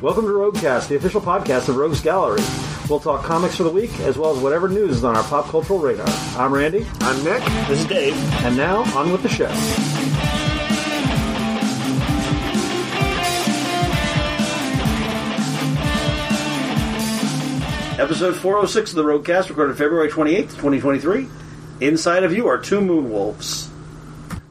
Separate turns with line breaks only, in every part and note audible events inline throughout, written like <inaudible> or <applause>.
Welcome to Roguecast, the official podcast of Rogues Gallery. We'll talk comics for the week, as well as whatever news is on our pop cultural radar. I'm Randy,
I'm Nick.
This is Dave.
and now on with the show. Episode 406 of the Roguecast, recorded February 28th, 2023. Inside of you are two moon wolves.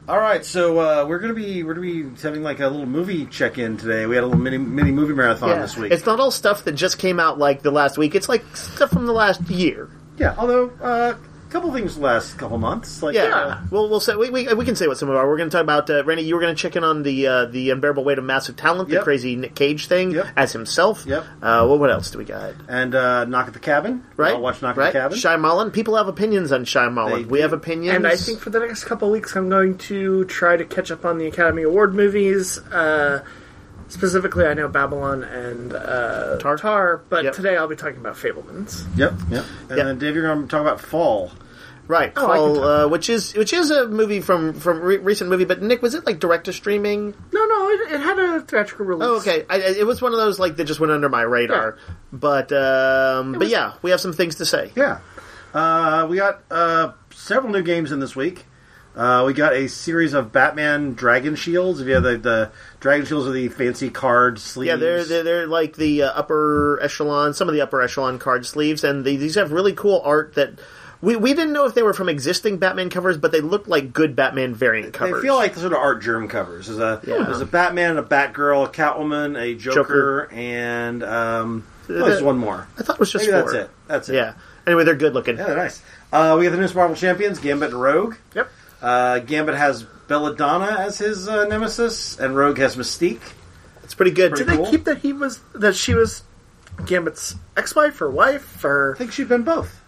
All right, so uh, we're gonna be we're gonna be having like a little movie check in today. We had a little mini mini movie marathon this week.
It's not all stuff that just came out like the last week. It's like stuff from the last year.
Yeah, although uh, a couple things last couple months. Like
Yeah,
uh,
we'll we'll say we, we, we can say what some of our. We're going to talk about uh, Randy. You were going to check in on the uh, the unbearable weight of massive talent, the
Yep.
crazy Nick Cage thing
Yep.
as himself.
Yep.
Uh, well, what else do we got?
and uh, Knock at the Cabin.
Right.
I'll watch Knock
right?
at the Cabin.
Shyamalan. People have opinions on Shyamalan.
They
we
do.
have opinions.
And I think for the next couple weeks, I'm going to try to catch up on the Academy Award movies. Uh, specifically, I know Babylon and uh,
Tar.
but
Yep.
today I'll be talking about Fablemans.
Yep, yep. And
Yep.
then Dave, you're going to talk about Fall.
right.
Oh, I can
Call,
talk
uh, which is which is a movie from from re- recent movie. But Nick, was it like direct to streaming?
No, no, it, it had a theatrical release.
Oh, okay. I, I- it was one of those like that just went under my radar. But um, but yeah, we have some things to say.
Yeah, uh, we got uh, several new games in this week. Uh, we got a series of Batman Dragon Shields. If you have the, the Dragon Shields are the fancy card sleeves.
Yeah, they're they're, they're like the uh, upper echelon, some of the upper echelon card sleeves, and the, these have really cool art that we, we didn't know if they were from existing Batman covers, but they looked like good Batman variant covers.
They feel like the sort of art germ covers. There's a
Yeah.
there's a Batman, a Batgirl, a Catwoman, a Joker,
Joker.
and um, oh, there's one more.
I thought it was just
Maybe that's
four.
it. That's it.
Yeah. Anyway, they're good looking.
Yeah, they're nice. Uh, we have the newest Marvel champions, Gambit and Rogue.
Yep.
Uh, Gambit has Belladonna as his uh, nemesis, and Rogue has Mystique.
It's pretty good.
Pretty
Did
cool.
they keep that he was that she was Gambit's ex-wife or wife or
I think she'd been both.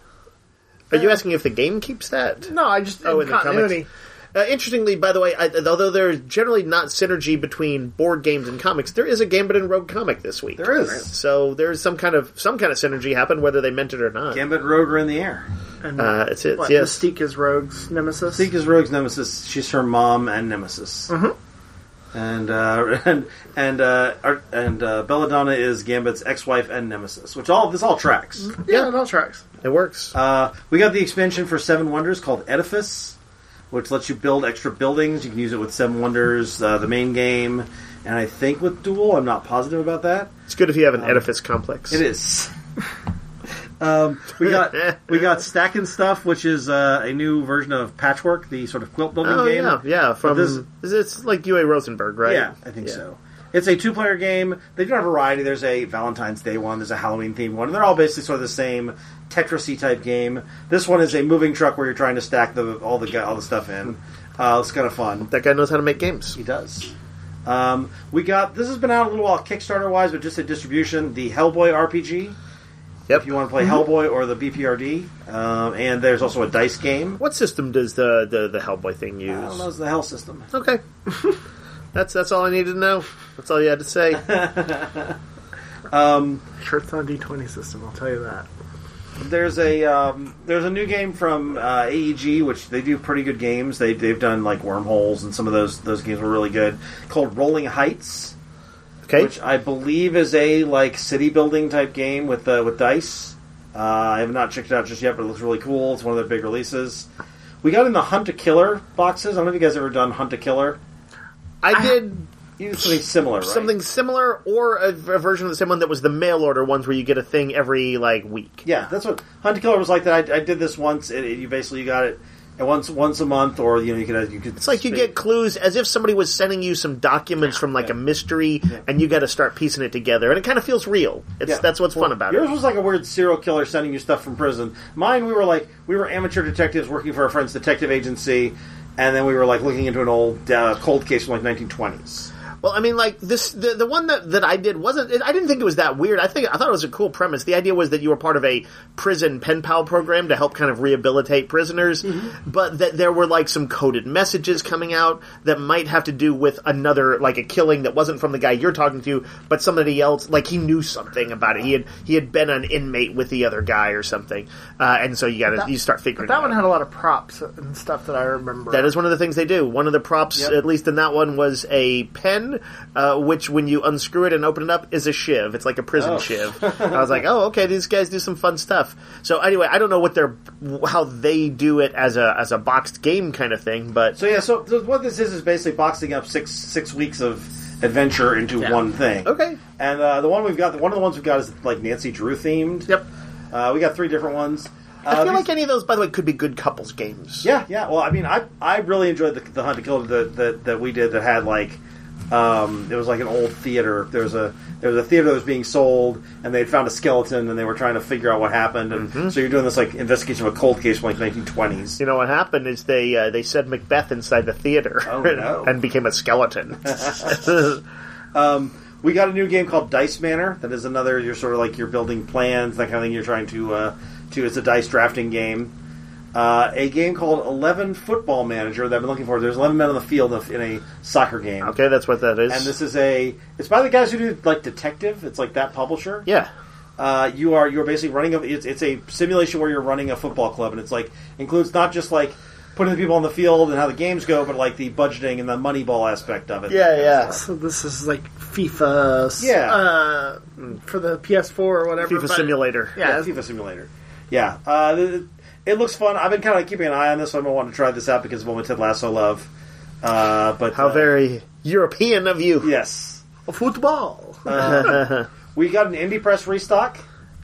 Are you asking if the game keeps that?
no? I just
Oh,
in
in the
continuity.
comics. Uh, interestingly, by the way, I, although there's generally not synergy between board games and comics, there is a Gambit and Rogue comic this week.
There is.
So there's some kind of some kind of synergy happen, whether they meant it or not.
Gambit and Rogue are in the air.
and
Uh, it's it's
what,
yes.
Mystique is Rogue's nemesis.
Mystique is Rogue's nemesis. She's her mom and nemesis. And uh, <laughs> and and uh, Ar- and uh, Belladonna is Gambit's ex-wife and nemesis, which all this all tracks.
yeah, it all tracks.
It works.
Uh, we got the expansion for Seven Wonders called Edifice, which lets you build extra buildings. You can use it with Seven Wonders, uh, the main game, and I think with Duel. I'm not positive about that.
It's good if you have an edifice complex.
Um, It is. <laughs> um, we got we got Stacking Stuff, which is uh, a new version of Patchwork, the sort of quilt building
Oh
game.
yeah, yeah. From
this-
is it's like UA Rosenberg, right?
Yeah, I think so. It's a two player game. They do have a variety. There's a Valentine's Day one, there's a Halloween themed one, and they're all basically sort of the same Tetrisy type game. This one is a moving truck where you're trying to stack the all the gu- all the stuff in. Uh, it's kind of fun.
That guy knows how to make games.
He does. Um, we got this has been out a little while Kickstarter wise, but just a distribution. The Hellboy RPG.
Yep.
If you want to play Hellboy or the BPRD, um, and there's also a dice game.
What system does the the, the Hellboy thing use?
I don't know, it's the Hell system. <laughs>
Okay. that's that's all I needed to know. That's all you had
<laughs>
to say.
Sure, it's on D20 system. I'll tell you that.
There's a um, there's a new game from uh, AEG, which they do pretty good games. They they've done like Wormholes, and some of those those games were really good. Called Rolling Heights,
Okay.
which I believe is a like city building type game with uh, with dice. Uh, I have not checked it out just yet, but it looks really cool. It's one of their big releases. We got in the Hunt a Killer boxes. I don't know if you guys ever done Hunt a Killer.
I did
You did something similar, right?
something similar or a, a version of the same one that was the mail order ones where you get a thing every like week.
Yeah, that's what Hunt a Killer was like. That I, I did this once. It, it- you basically got it. And once, once a month, or you know, you could you could.
It's like you get clues as if somebody was sending you some documents from like a mystery, and you got to start piecing it together, and it kind of feels real. It's
Yeah.
that's what's
Well,
fun about
yours
it.
was like a weird serial killer sending you stuff from prison. Mine, we were like we were amateur detectives working for our friend's detective agency, and then we were like looking into an old uh, cold case from like 1920s.
Well, I mean, like this, the, the one that, that I did wasn't. It, I didn't think it was that weird. I think I thought it was a cool premise. The idea was that you were part of a prison pen pal program to help kind of rehabilitate prisoners,
Mm-hmm.
but that there were like some coded messages coming out that might have to do with another, like a killing that wasn't from the guy you're talking to, but somebody else. Like he knew something about it. He had he had been an inmate with the other guy or something, uh, and so you got to you start figuring
But that
it
one
out.
had a lot of props and stuff that I remember.
That is one of the things they do. One of the props,
Yep.
at least in that one, was a pen one, uh, which when you unscrew it and open it up is a shiv. It's like a prison
Oh. <laughs>
shiv. I was like, oh, okay, these guys do some fun stuff. So anyway, I don't know what they're how they do it as a as a boxed game kind of thing, but
So yeah, so, so what this is is basically boxing up six six weeks of adventure into one thing.
Okay.
And uh, the one we've got, one of the ones we've got is like Nancy Drew themed.
Yep.
Uh, we got three different ones. Uh,
I feel
these-
like any of those, by the way, could be good couples games.
yeah, yeah. Well, I mean, I I really enjoyed the, the hunt to kill that that that we did that had like. Um, it was like an old theater. There was a there was a theater that was being sold, and they had found a skeleton, and they were trying to figure out what happened. And so you're doing this like investigation of a cold case from like 1920s.
You know what happened is they uh, they said Macbeth inside the theater <laughs>
Oh, no.
and became
<laughs>
a skeleton. <laughs>
We got a new game called Dice Manor. That is another. You're sort of like you're building plans, that kind of thing. You're trying to uh, to. It's a dice drafting game. Uh, a game called Eleven Football Manager that I've been looking for. There's eleven men on the field of- in a soccer game.
okay, that's what that is.
And this is a. It's by the guys who do like Detective. It's like that publisher.
yeah.
Uh, you are you're basically running a. It's, it's a simulation where you're running a football club, and it's like includes not just like putting the people on the field and how the games go, but like the budgeting and the money ball aspect of it.
yeah.
So this is like FIFA.
Yeah.
Uh, for the PS4 or whatever.
FIFA
but-
simulator.
Yeah,
Yeah.
FIFA Simulator. Yeah, uh, th- it looks fun. I've been kind of keeping an eye on this. one. I want to try this out because of what Ted Lasso love. Uh, but
How
uh,
very European of you.
yes,
Football.
Uh.
we got an indie press restock,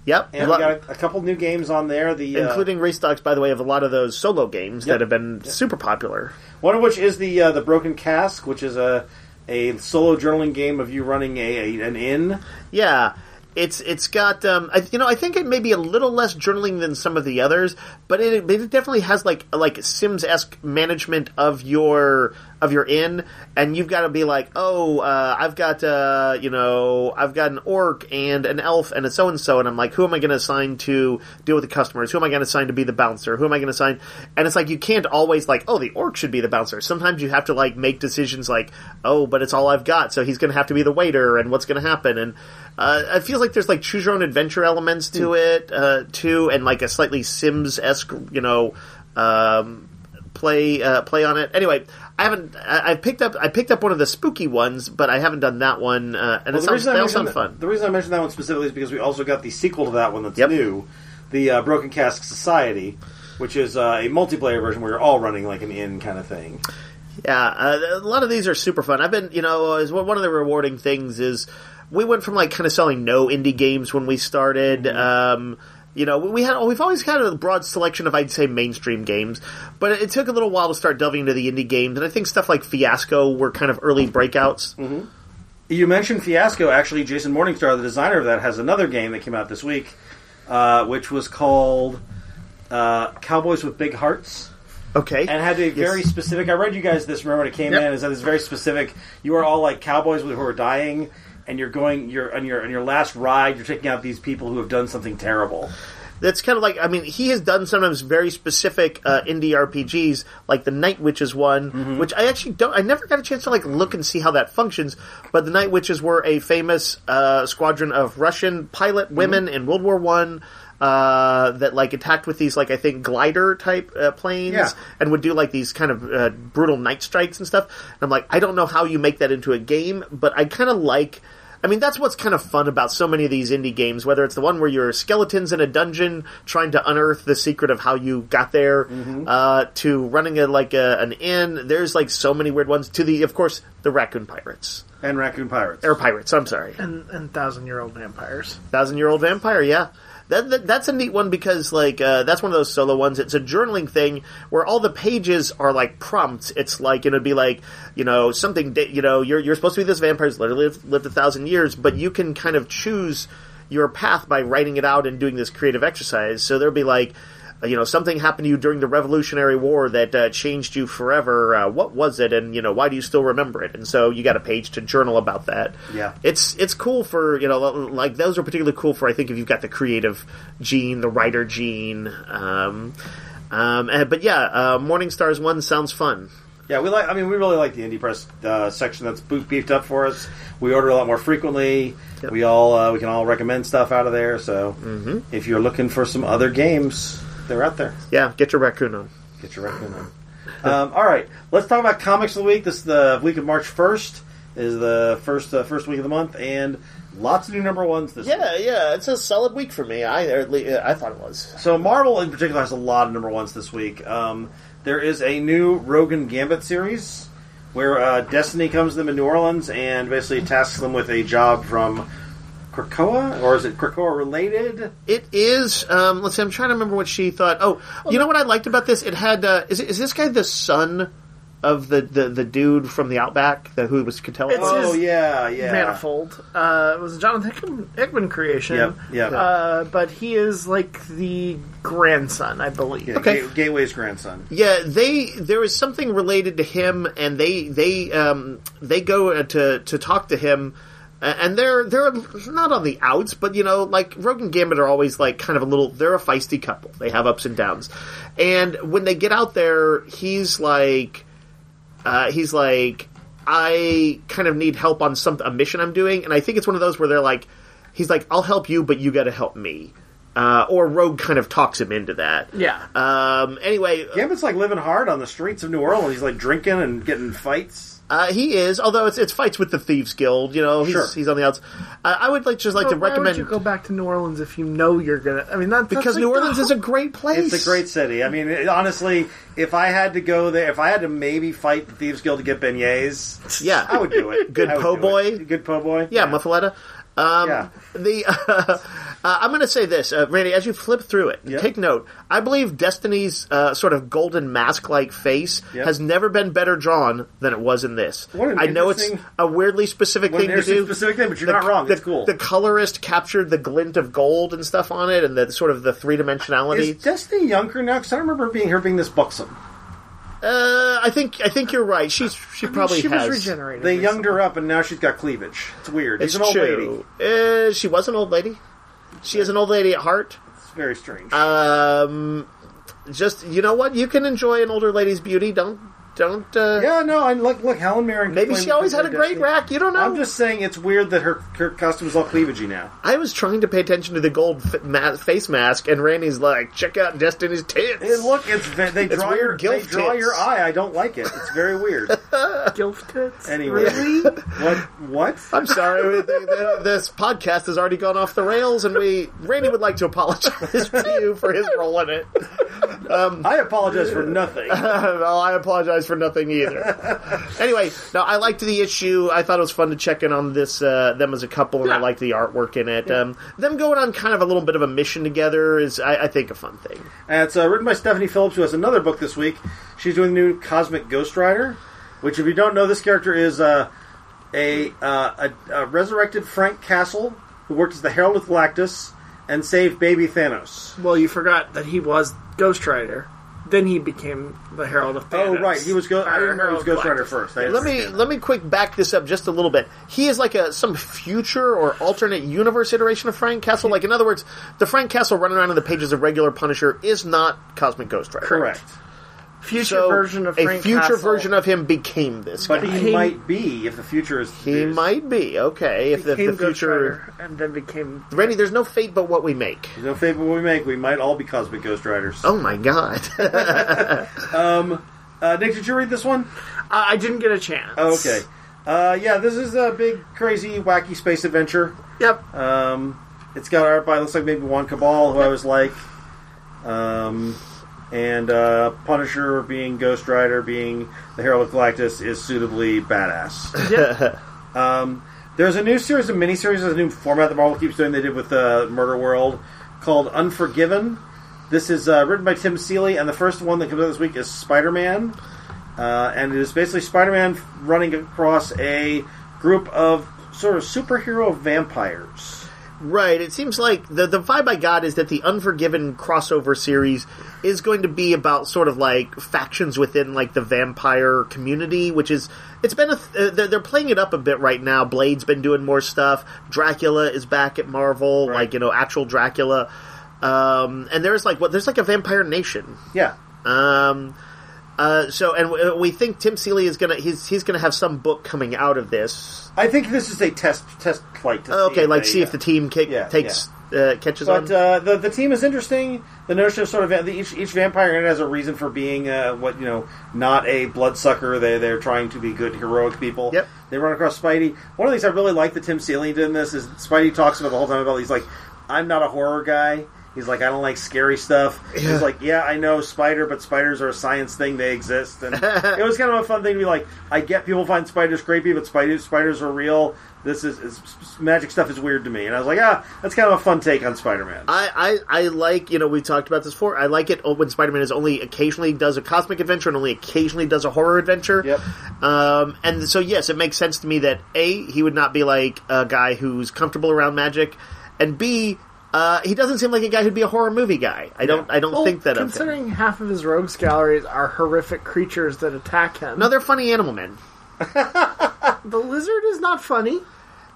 Yep.
and
Lo-
we got a, a couple new games on there. The uh,
including restocks, by the way, of a lot of those solo games
Yep.
that have been super popular.
one of which is the uh, the Broken Cask, which is a a solo journaling game of you running a, a an inn.
Yeah. It's it's got um I, you know I think it may be a little less journaling than some of the others, but it, it definitely has like like Sims esque management of your of your inn, and you've got to be like oh uh, I've got uh you know I've got an orc and an elf and a so and so, and I'm like who am I going to assign to deal with the customers? Who am I going to assign to be the bouncer? Who am I going to assign? And it's like you can't always like oh the orc should be the bouncer. Sometimes you have to like make decisions like oh but it's all I've got, so he's going to have to be the waiter, and what's going to happen? And uh, it feels like there's like choose your own adventure elements to
Hmm.
it uh, too, and like a slightly Sims esque you know um, play uh, play on it. Anyway, I haven't I, I picked up I picked up one of the spooky ones, but I haven't done that one, uh, and
Well,
it sounds, they all
mentioned
sound
that-
fun.
the reason I mentioned that one specifically is because we also got the sequel to that one that's
Yep.
new, the uh, Broken Cask Society, which is uh, a multiplayer version where you're all running like an inn kind of thing.
Yeah, uh, a lot of these are super fun. I've been, you know, is one one of the rewarding things is we went from like kind of selling no indie games when we started. Um, you know, we we had we've always had a broad selection of I'd say mainstream games, but it, it took a little while to start delving into the indie games, and I think stuff like Fiasco were kind of early breakouts.
You mentioned Fiasco. Actually, Jason Morningstar, the designer of that, has another game that came out this week, uh, which was called uh, Cowboys with Big Hearts.
Okay,
And had a very
Yes.
specific. I read you guys this. Remember when it came
Yep.
in? Is that it's very specific? You are all like cowboys who are dying, and you're going. You're on your on your last ride. You're taking out these people who have done something terrible.
that's kind of like I mean he has done sometimes very specific uh, indie RPGs like the Night Witches one, which I actually don't I never got a chance to like look and see how that functions. But the Night Witches were a famous uh, squadron of Russian pilot women in World War One. Uh, that like attacked with these like I think glider type uh, planes
Yeah.
and would do like these kind of uh, brutal night strikes and stuff. And I'm like, I don't know how you make that into a game, but I kind of like. I mean, that's what's kind of fun about so many of these indie games, whether it's the one where you're skeletons in a dungeon trying to unearth the secret of how you got there, uh, to running a, like a, an inn. There's like so many weird ones. To the, of course, the raccoon pirates.
And Raccoon Pirates.
Or pirates, I'm sorry.
and, and thousand year old vampires.
Thousand Year Old Vampire, yeah. That, that, that's a neat one because like uh, that's one of those solo ones. It's a journaling thing where all the pages are like prompts. It's like it'd be like you know something da- you know you're you're supposed to be this vampire who's literally lived, lived a thousand years, but you can kind of choose your path by writing it out and doing this creative exercise. So there'll be like uh, you know something happened to you during the Revolutionary War that uh, changed you forever. Uh, what was it, and you know why do you still remember it? And so you got a page to journal about that
Yeah.
it's it's cool for you know like those are particularly cool for I think if you've got the creative gene, the writer gene. Um, um, and- but yeah, uh, Morningstar's one sounds fun.
Yeah, we like. I mean, we really like the indie press uh, section that's boo- beefed up for us. We order a lot more frequently. We all uh, we can all recommend stuff out of there. So if you're looking for some other games, they're out there.
Yeah, get your raccoon on.
Get your recommend. um, all right, let's talk about comics of the week. This is the week of March first. is the first uh, first week of the month, and lots of new number ones this week.
Yeah, yeah, it's a solid week for me. I or at least, I thought it was.
So Marvel in particular has a lot of number ones this week. Um, there is a new Rogan Gambit series where uh, Destiny comes to them in New Orleans and basically tasks them with a job from Krakoa, or is it Krakoa related?
It is. Um, let's see. I'm trying to remember what she thought. Oh, you know what I liked about this? It had. Uh, is is this guy the son of the, the, the dude from the Outback the, who was Cotello?
It's
Oh,
his-
Oh yeah, yeah.
Manifold. Uh, it was a Jonathan Hickman, Hickman creation.
Yep, yep.
Uh, but he is like the grandson, I believe.
Yeah,
Okay.
Ga- Gateway's grandson.
Yeah, they there is something related to him, and they they um, they go uh, to to talk to him, uh, and they're they're not on the outs, but you know, like Rogan Gambit are always like kind of a little. They're a feisty couple. They have ups and downs, and when they get out there, he's like, uh, he's like, I kind of need help on some a mission I'm doing, and I think it's one of those where they're like, he's like, I'll help you, but you got to help me. Uh, or Rogue kind of talks him into that.
Yeah.
Um, anyway,
Gambit's like living hard on the streets of New Orleans. He's like drinking and getting in fights.
Uh, he is, although it's it's fights with the thieves guild. You know, he's,
Sure.
he's on the outs. Uh, I would like just like
But
to
why
recommend
would you go back to New Orleans if you know you're gonna? I mean, that, that's
because
like
New
the
Orleans is a great place.
It's a great city. I mean, it, honestly, if I had to go there, if I had to maybe fight the Thieves Guild to get beignets,
Yeah.
I would do it.
Good
I would
po'
do
boy.
it. Good po' boy.
yeah, muffaletta. Um,
Yeah.
The <laughs> uh, I'm going to say this, uh, Randy, as you flip through it,
Yep.
take note. I believe Destiny's uh, sort of golden mask like face
Yep.
has never been better drawn than it was in this.
What an
I know it's
interesting-
a weirdly specific
When
thing to
there's
do.
a specific thing, but you're
the-
not wrong.
The,
it's cool.
the colorist captured the glint of gold and stuff on it, and the sort of the three dimensionality.
is Destiny younger now? Because I don't remember being her being this buxom.
Uh, I think I think you're right. She's she probably
she
has.
was regenerated.
They
or
younged her up, and now she's got cleavage. It's weird.
It's
She's an old lady.
true. Uh, she was an old lady. She is an old lady at heart.
It's very strange.
Uh, Um, just you know what? You can enjoy an older lady's beauty. Don't don't. Uh,
yeah, no. And look, look, Helen Mirren.
Maybe she always had a great
Destiny.
rack. You don't know.
I'm just saying it's weird that her her costume's all cleavagey now.
I was trying to pay attention to the gold f- ma- face mask, and Randy's like, "Check out Destiny's tits."
It, look, it's ve- they draw
weird
your they
gilf
draw
tits.
your eye. I don't like it. It's very
<laughs>
weird.
Gilf tits.
Anyway, what what?
I'm sorry. we- th- th- this podcast has already gone off the rails, and we Randy would like to apologize <laughs> to you for his role in it.
I apologize for nothing.
well, I apologize for nothing
<laughs>
either. anyway, no, I liked the issue. I thought it was fun to check in on this uh, them as a couple, and I
Yeah.
liked the artwork in it. Um, them going on kind of a little bit of a mission together is, I, I think, a fun thing.
And it's uh, written by Stephanie Phillips, who has another book this week. She's doing the new Cosmic Ghost Rider, which, if you don't know, this character is uh, a, uh, a, a resurrected Frank Castle who worked as the Herald of Galactus and saved baby Thanos.
Well, you forgot that he was Ghost Rider. Then he became the Herald of Thanos.
Oh, right. He was, go- I
Iron
remember he was
Herald
Ghost
Black.
Rider first. I
Let me let me quick back this up just a little bit. He is like a some future or alternate universe iteration of Frank Castle. Like in other words, the Frank Castle running around in the pages of regular Punisher is not Cosmic Ghost Rider.
Correct.
Future
So
version of Frank
a future
Castle.
version of him became this
But
guy.
he
Became-
might be if the future is.
He might be okay if the,
became
the
Ghost
future.
Rider and then became
Randy, there's no fate but what we make.
There's no favor we make. We might all be Cosmic Ghost Riders.
Oh my god. <laughs>
Uh, Nick, did you read this one?
I I didn't get a chance.
Ah, Oh, Okay. Uh, yeah, this is a big, crazy, wacky space adventure.
Yep.
Um, it's got art by looks like maybe Juan Cabal, who I was like, um, and uh, Punisher being Ghost Rider being the Herald of Galactus is suitably badass. <laughs>
Yep.
Um, there's a new series of miniseries, there's a new format that Marvel keeps doing. They did with uh, Murder World called Unforgiven. This is uh, written by Tim Seeley, and the first one that comes out this week is Spider Man. Uh, and it is basically Spider Man running across a group of sort of superhero vampires.
right, it seems like the, the vibe I got is that the Unforgiven crossover series is going to be about sort of like factions within like the vampire community, which is. It's been a th- uh, they're, they're playing it up a bit right now. Blade's been doing more stuff. Dracula is back at Marvel, like you know, actual Dracula. Um, and there's like what there's like a vampire nation
Yeah.
Um, uh, so, and w- we think Tim Seeley is gonna he's he's gonna have some book coming out of this.
I think this is a test test flight. To
Oh, Okay,
see if
like
they,
see if the team kick,
Yeah,
takes uh, catches
But
on.
uh, the the team is interesting. The notion of sort of the, each each vampire unit has a reason for being uh, what you know not a bloodsucker. They they're trying to be good heroic people.
Yep.
They run across Spidey. One of the things I really like that Tim Seeley did in this is Spidey talks about the whole time about he's like I'm not a horror guy. He's like I don't like scary stuff.
Yeah.
He's like yeah I know spider, but spiders are a science thing. They exist,
<laughs>
and it was kind of a fun thing to be like I get people find spiders creepy, but spiders spiders are real. This is, is magic stuff is weird to me, and I was like, ah, that's kind of a fun take on Spider Man.
I, I, I like, you know, we talked about this before. I like it when Spider Man is only occasionally does a cosmic adventure and only occasionally does a horror adventure.
Yep.
Um, and so, yes, it makes sense to me that A, he would not be like a guy who's comfortable around magic, and B, uh, he doesn't seem like a guy who'd be a horror movie guy. I don't, I don't
Well,
think that of him.
considering half of his rogues galleries are horrific creatures that attack him.
No, they're funny animal men.
the lizard is not funny.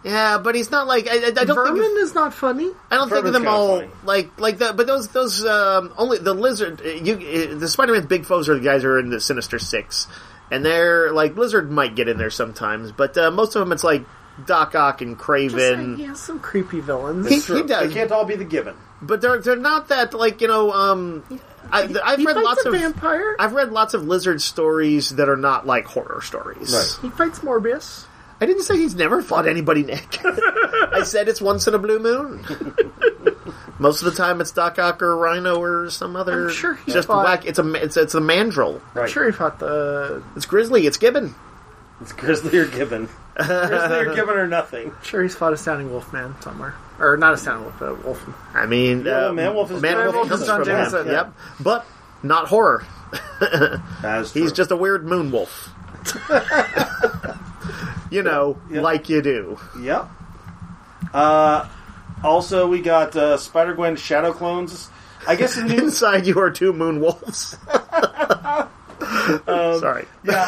Yeah, but he's not like I, I- I don't think
Vermin is not funny.
I don't think
Vermin's
of them
kinda
all
funny.
like like that. But those those um, only the lizard uh, you uh, the Spider Man's big foes are the guys who are in the Sinister Six, and they're like lizard might get in there sometimes, but uh, most of them it's like Doc Ock and
Just saying,
Craven.
he has some creepy villains.
He- he does.
They can't all be the given.
But they're they're not that like you know. Um, I, I've
He
read
fights
lots
a
of
vampire.
I've read lots of lizard stories that are not like horror stories.
Right.
he fights Morbius.
I didn't say he's never fought anybody,
<laughs>
Nick. I said it's once in a blue moon. <laughs> Most of the time, it's Doc Ock or Rhino or some other.
I'm sure he
just
fought-
whack. It's a ma- it's it's a mandrel.
Right.
I'm sure he fought the.
It's Grizzly. It's Gibbon.
It's Grizzly or Gibbon. Grizzly
<laughs>
or Gibbon or nothing.
I'm sure he's fought a sounding wolf man somewhere, or not a sounding wolf, but a wolf.
I mean,
Yeah,
uh,
Man Wolf is-
Man
Man
Wolf
Wolf
comes
is
John
from him,
Jameson.
Yep, but not horror.
That's
He's just a weird
<laughs>
moon wolf. <laughs> you know,
Yeah.
like you do. <laughs>
Yep. Uh, also, we got uh, Spider Gwen Shadow Clones. I guess the
<laughs>
news.
Inside you are two moon wolves. Sorry.
yeah.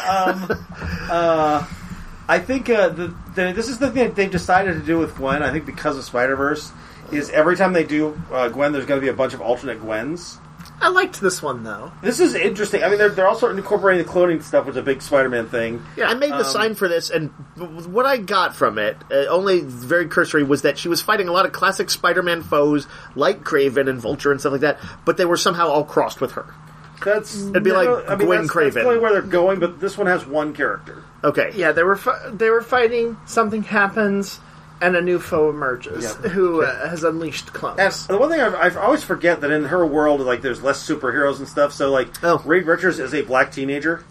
Um, uh, I think uh, the, the this is the thing that they've decided to do with Gwen. I think because of Spider Verse, is every time they do uh, Gwen, there's going to be a bunch of alternate Gwens.
I liked this one though.
This is interesting. I mean, they're, they're also incorporating the cloning stuff, which is a big Spider-Man thing.
I made the sign for this, and what I got from it, uh, only very cursory, was that she was fighting a lot of classic Spider-Man foes like Craven and Vulture and stuff like that, but they were somehow all crossed with her.
That's it'd
be like Gwen
that's,
Craven.
That's probably where they're going, but this one has one character.
Okay,
Yeah, they were fi- they were fighting. Something happens, and a new foe emerges
Yeah.
who uh, has unleashed clones.
And the one thing I, I always forget that in her world, like there's less superheroes and stuff. So like,
Oh.
Reed Richards is a black teenager,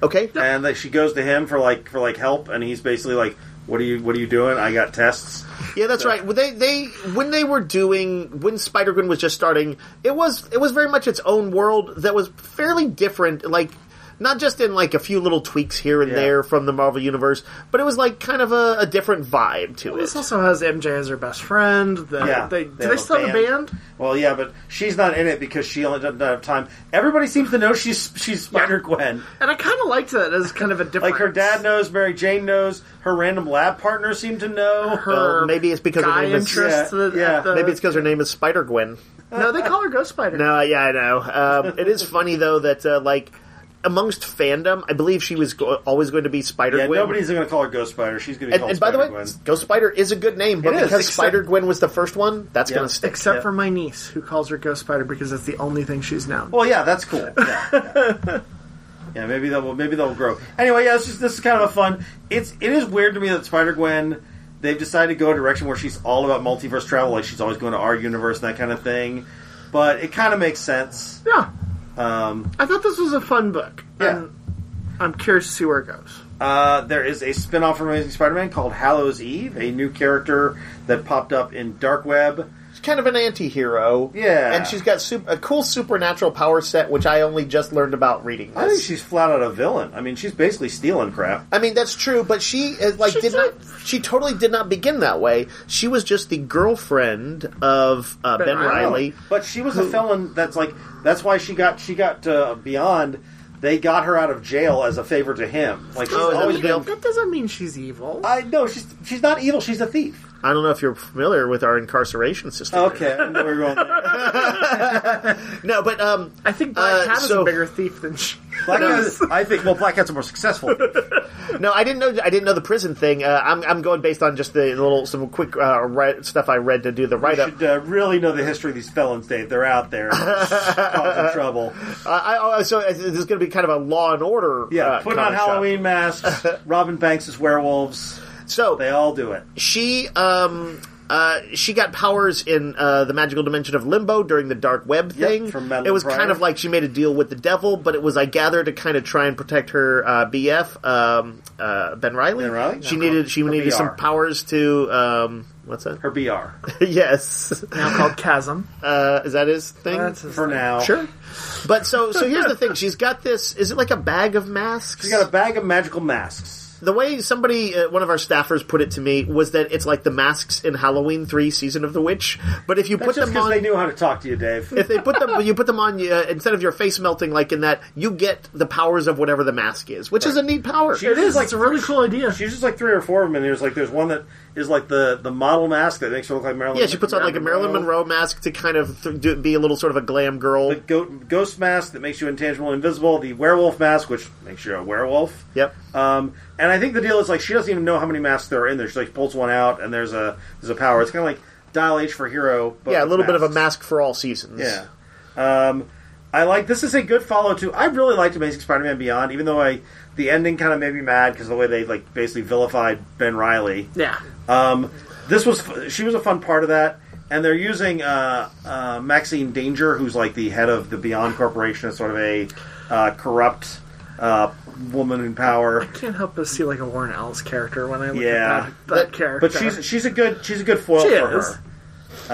okay,
and like, she goes to him for like for like help, and he's basically like, "What are you What are you doing? I got tests."
yeah, that's right. Well, They they when they were doing when Spider Gwen was just starting, it was it was very much its own world that was fairly different, like. Not just in like a few little tweaks here and
Yeah.
there from the Marvel universe, but it was like kind of a, a different vibe to it.
This also has MJ as her best friend. The,
Yeah,
they, do
have
they still have a band?
Well, yeah, but she's not in it because she only doesn't have time. Everybody seems to know she's she's Spider Gwen.
And I kind of liked that as kind of a different.
Like her dad knows, Mary Jane knows, her random lab partners seem to know.
her
Well, maybe it's because her
guy
name is-
interest.
Yeah,
at the-
yeah.
at the-
Maybe it's because her name is Spider Gwen.
no, they call her Ghost Spider.
No, yeah, I know. Um, <laughs> it is funny though that uh, like amongst fandom, I believe she was go- always going to be Spider
Yeah,
Gwen.
nobody's going to call her Ghost Spider. She's going to
and,
call
and by the way,
Spider-Gwen.
Ghost Spider is a good name, but
It is,
because
except-
Spider Gwen was the first one, that's
Yeah.
going to stick.
Except
Yeah.
for my niece, who calls her Ghost Spider because that's the only thing she's known.
Well, yeah, that's cool. Yeah, yeah. Yeah, maybe they'll maybe they'll grow. Anyway, yeah, this is this is kind of a fun. It's it is weird to me that Spider Gwen they've decided to go a direction where she's all about multiverse travel, like she's always going to our universe and that kind of thing. But it kind of makes sense.
yeah,
Um,
I thought this was a fun book.
Yeah.
And I'm curious to see where it goes.
uh, there is a spin off from Amazing Spider Man called Hallows Eve, a new character that popped up in Dark Web.
She's kind of an anti-hero.
Yeah.
and she's got sup- a cool supernatural power set, which I only just learned about reading. This.
I think she's flat out a villain. I mean, she's basically stealing crap.
I mean, that's true, but she uh, like
She's
did not. She totally did not begin that way. She was just the girlfriend of uh, Ben,
Ben
Riley.
Reilly.
But she was a felon. That's like that's why she got she got uh, beyond. They got her out of jail as a favor to him. Like she's
Oh, is that
always Uh,
the deal?
been.
That doesn't mean she's evil.
I no, she's she's not evil. She's a thief.
I don't know if you're familiar with our incarceration system.
Okay, <laughs> I know where you're going. there.
No, but um,
I think Black
Uh,
Cat is
so-
a bigger thief than she.
Black Cats, I think. Well, Black Cats are more successful.
No, I didn't know. I didn't know the prison thing. Uh, I'm I'm going based on just the little some quick uh, write, stuff I read to do the
I
write up.
should uh, really know the history of these felons, Dave. They're out <laughs> there causing trouble.
I, I, so uh, this is going to be kind of a Law and Order.
Yeah,
uh,
putting on
comic shop.
Halloween masks. Robin Banks is werewolves.
So
They all do it.
she um uh she got powers in uh the magical dimension of limbo during the dark web
Yep,
thing
from Madeline
it was
Pryor.
kind of like she made a deal with the devil but it was i gather to kind of try and protect her uh bf um uh ben riley,
Ben Reilly?
she
No,
needed she
her
needed
BR.
some powers to um what's that <laughs>
Her BR
yes
<laughs> now called Chasm.
uh is that his thing
That's his
for now.
sure but so so here's the thing she's got this is it like a bag of masks
She's got a bag of magical masks.
the way somebody, uh, one of our staffers, put it to me was that it's like the masks in Halloween Three: Season of the Witch. But if you
That's
put
just
them
because
on,
they knew how to talk to you,
<laughs>
Dave.
if they put them, you put them on uh, instead of your face melting like in that, you get the powers of whatever the mask is, which is a neat power.
She- It is, like,
it's a really cool idea.
She uses like three or four of them, and there's like there's one that is like the the model mask that makes her look like Marilyn.
yeah, she puts on like a Marilyn Monroe mask to kind of th- do, be a little sort of a glam girl.
The goat, ghost mask that makes you intangible, and invisible. The werewolf mask, which makes you a werewolf.
Yep.
Um, and I think the deal is like she doesn't even know how many masks there are in there. She like pulls one out, and there's a there's a power. It's kind of like Dial H for Hero. But
yeah, a
with
little bit of a
masks.
mask for all seasons.
Yeah. Um, I like this is a good follow to. I really liked Amazing Spider-Man Beyond, even though I the ending kind of made me mad because the way they like basically vilified Ben Riley.
Yeah.
Um, this was she was a fun part of that, and they're using uh, uh, Maxine Danger, who's like the head of the Beyond Corporation, as sort of a uh, corrupt uh, woman in power.
Can't help but see like a Warren Ellis character when I look
Yeah.
at that, that
But-
character.
But she's she's a good she's a good foil
She
for
is.
her.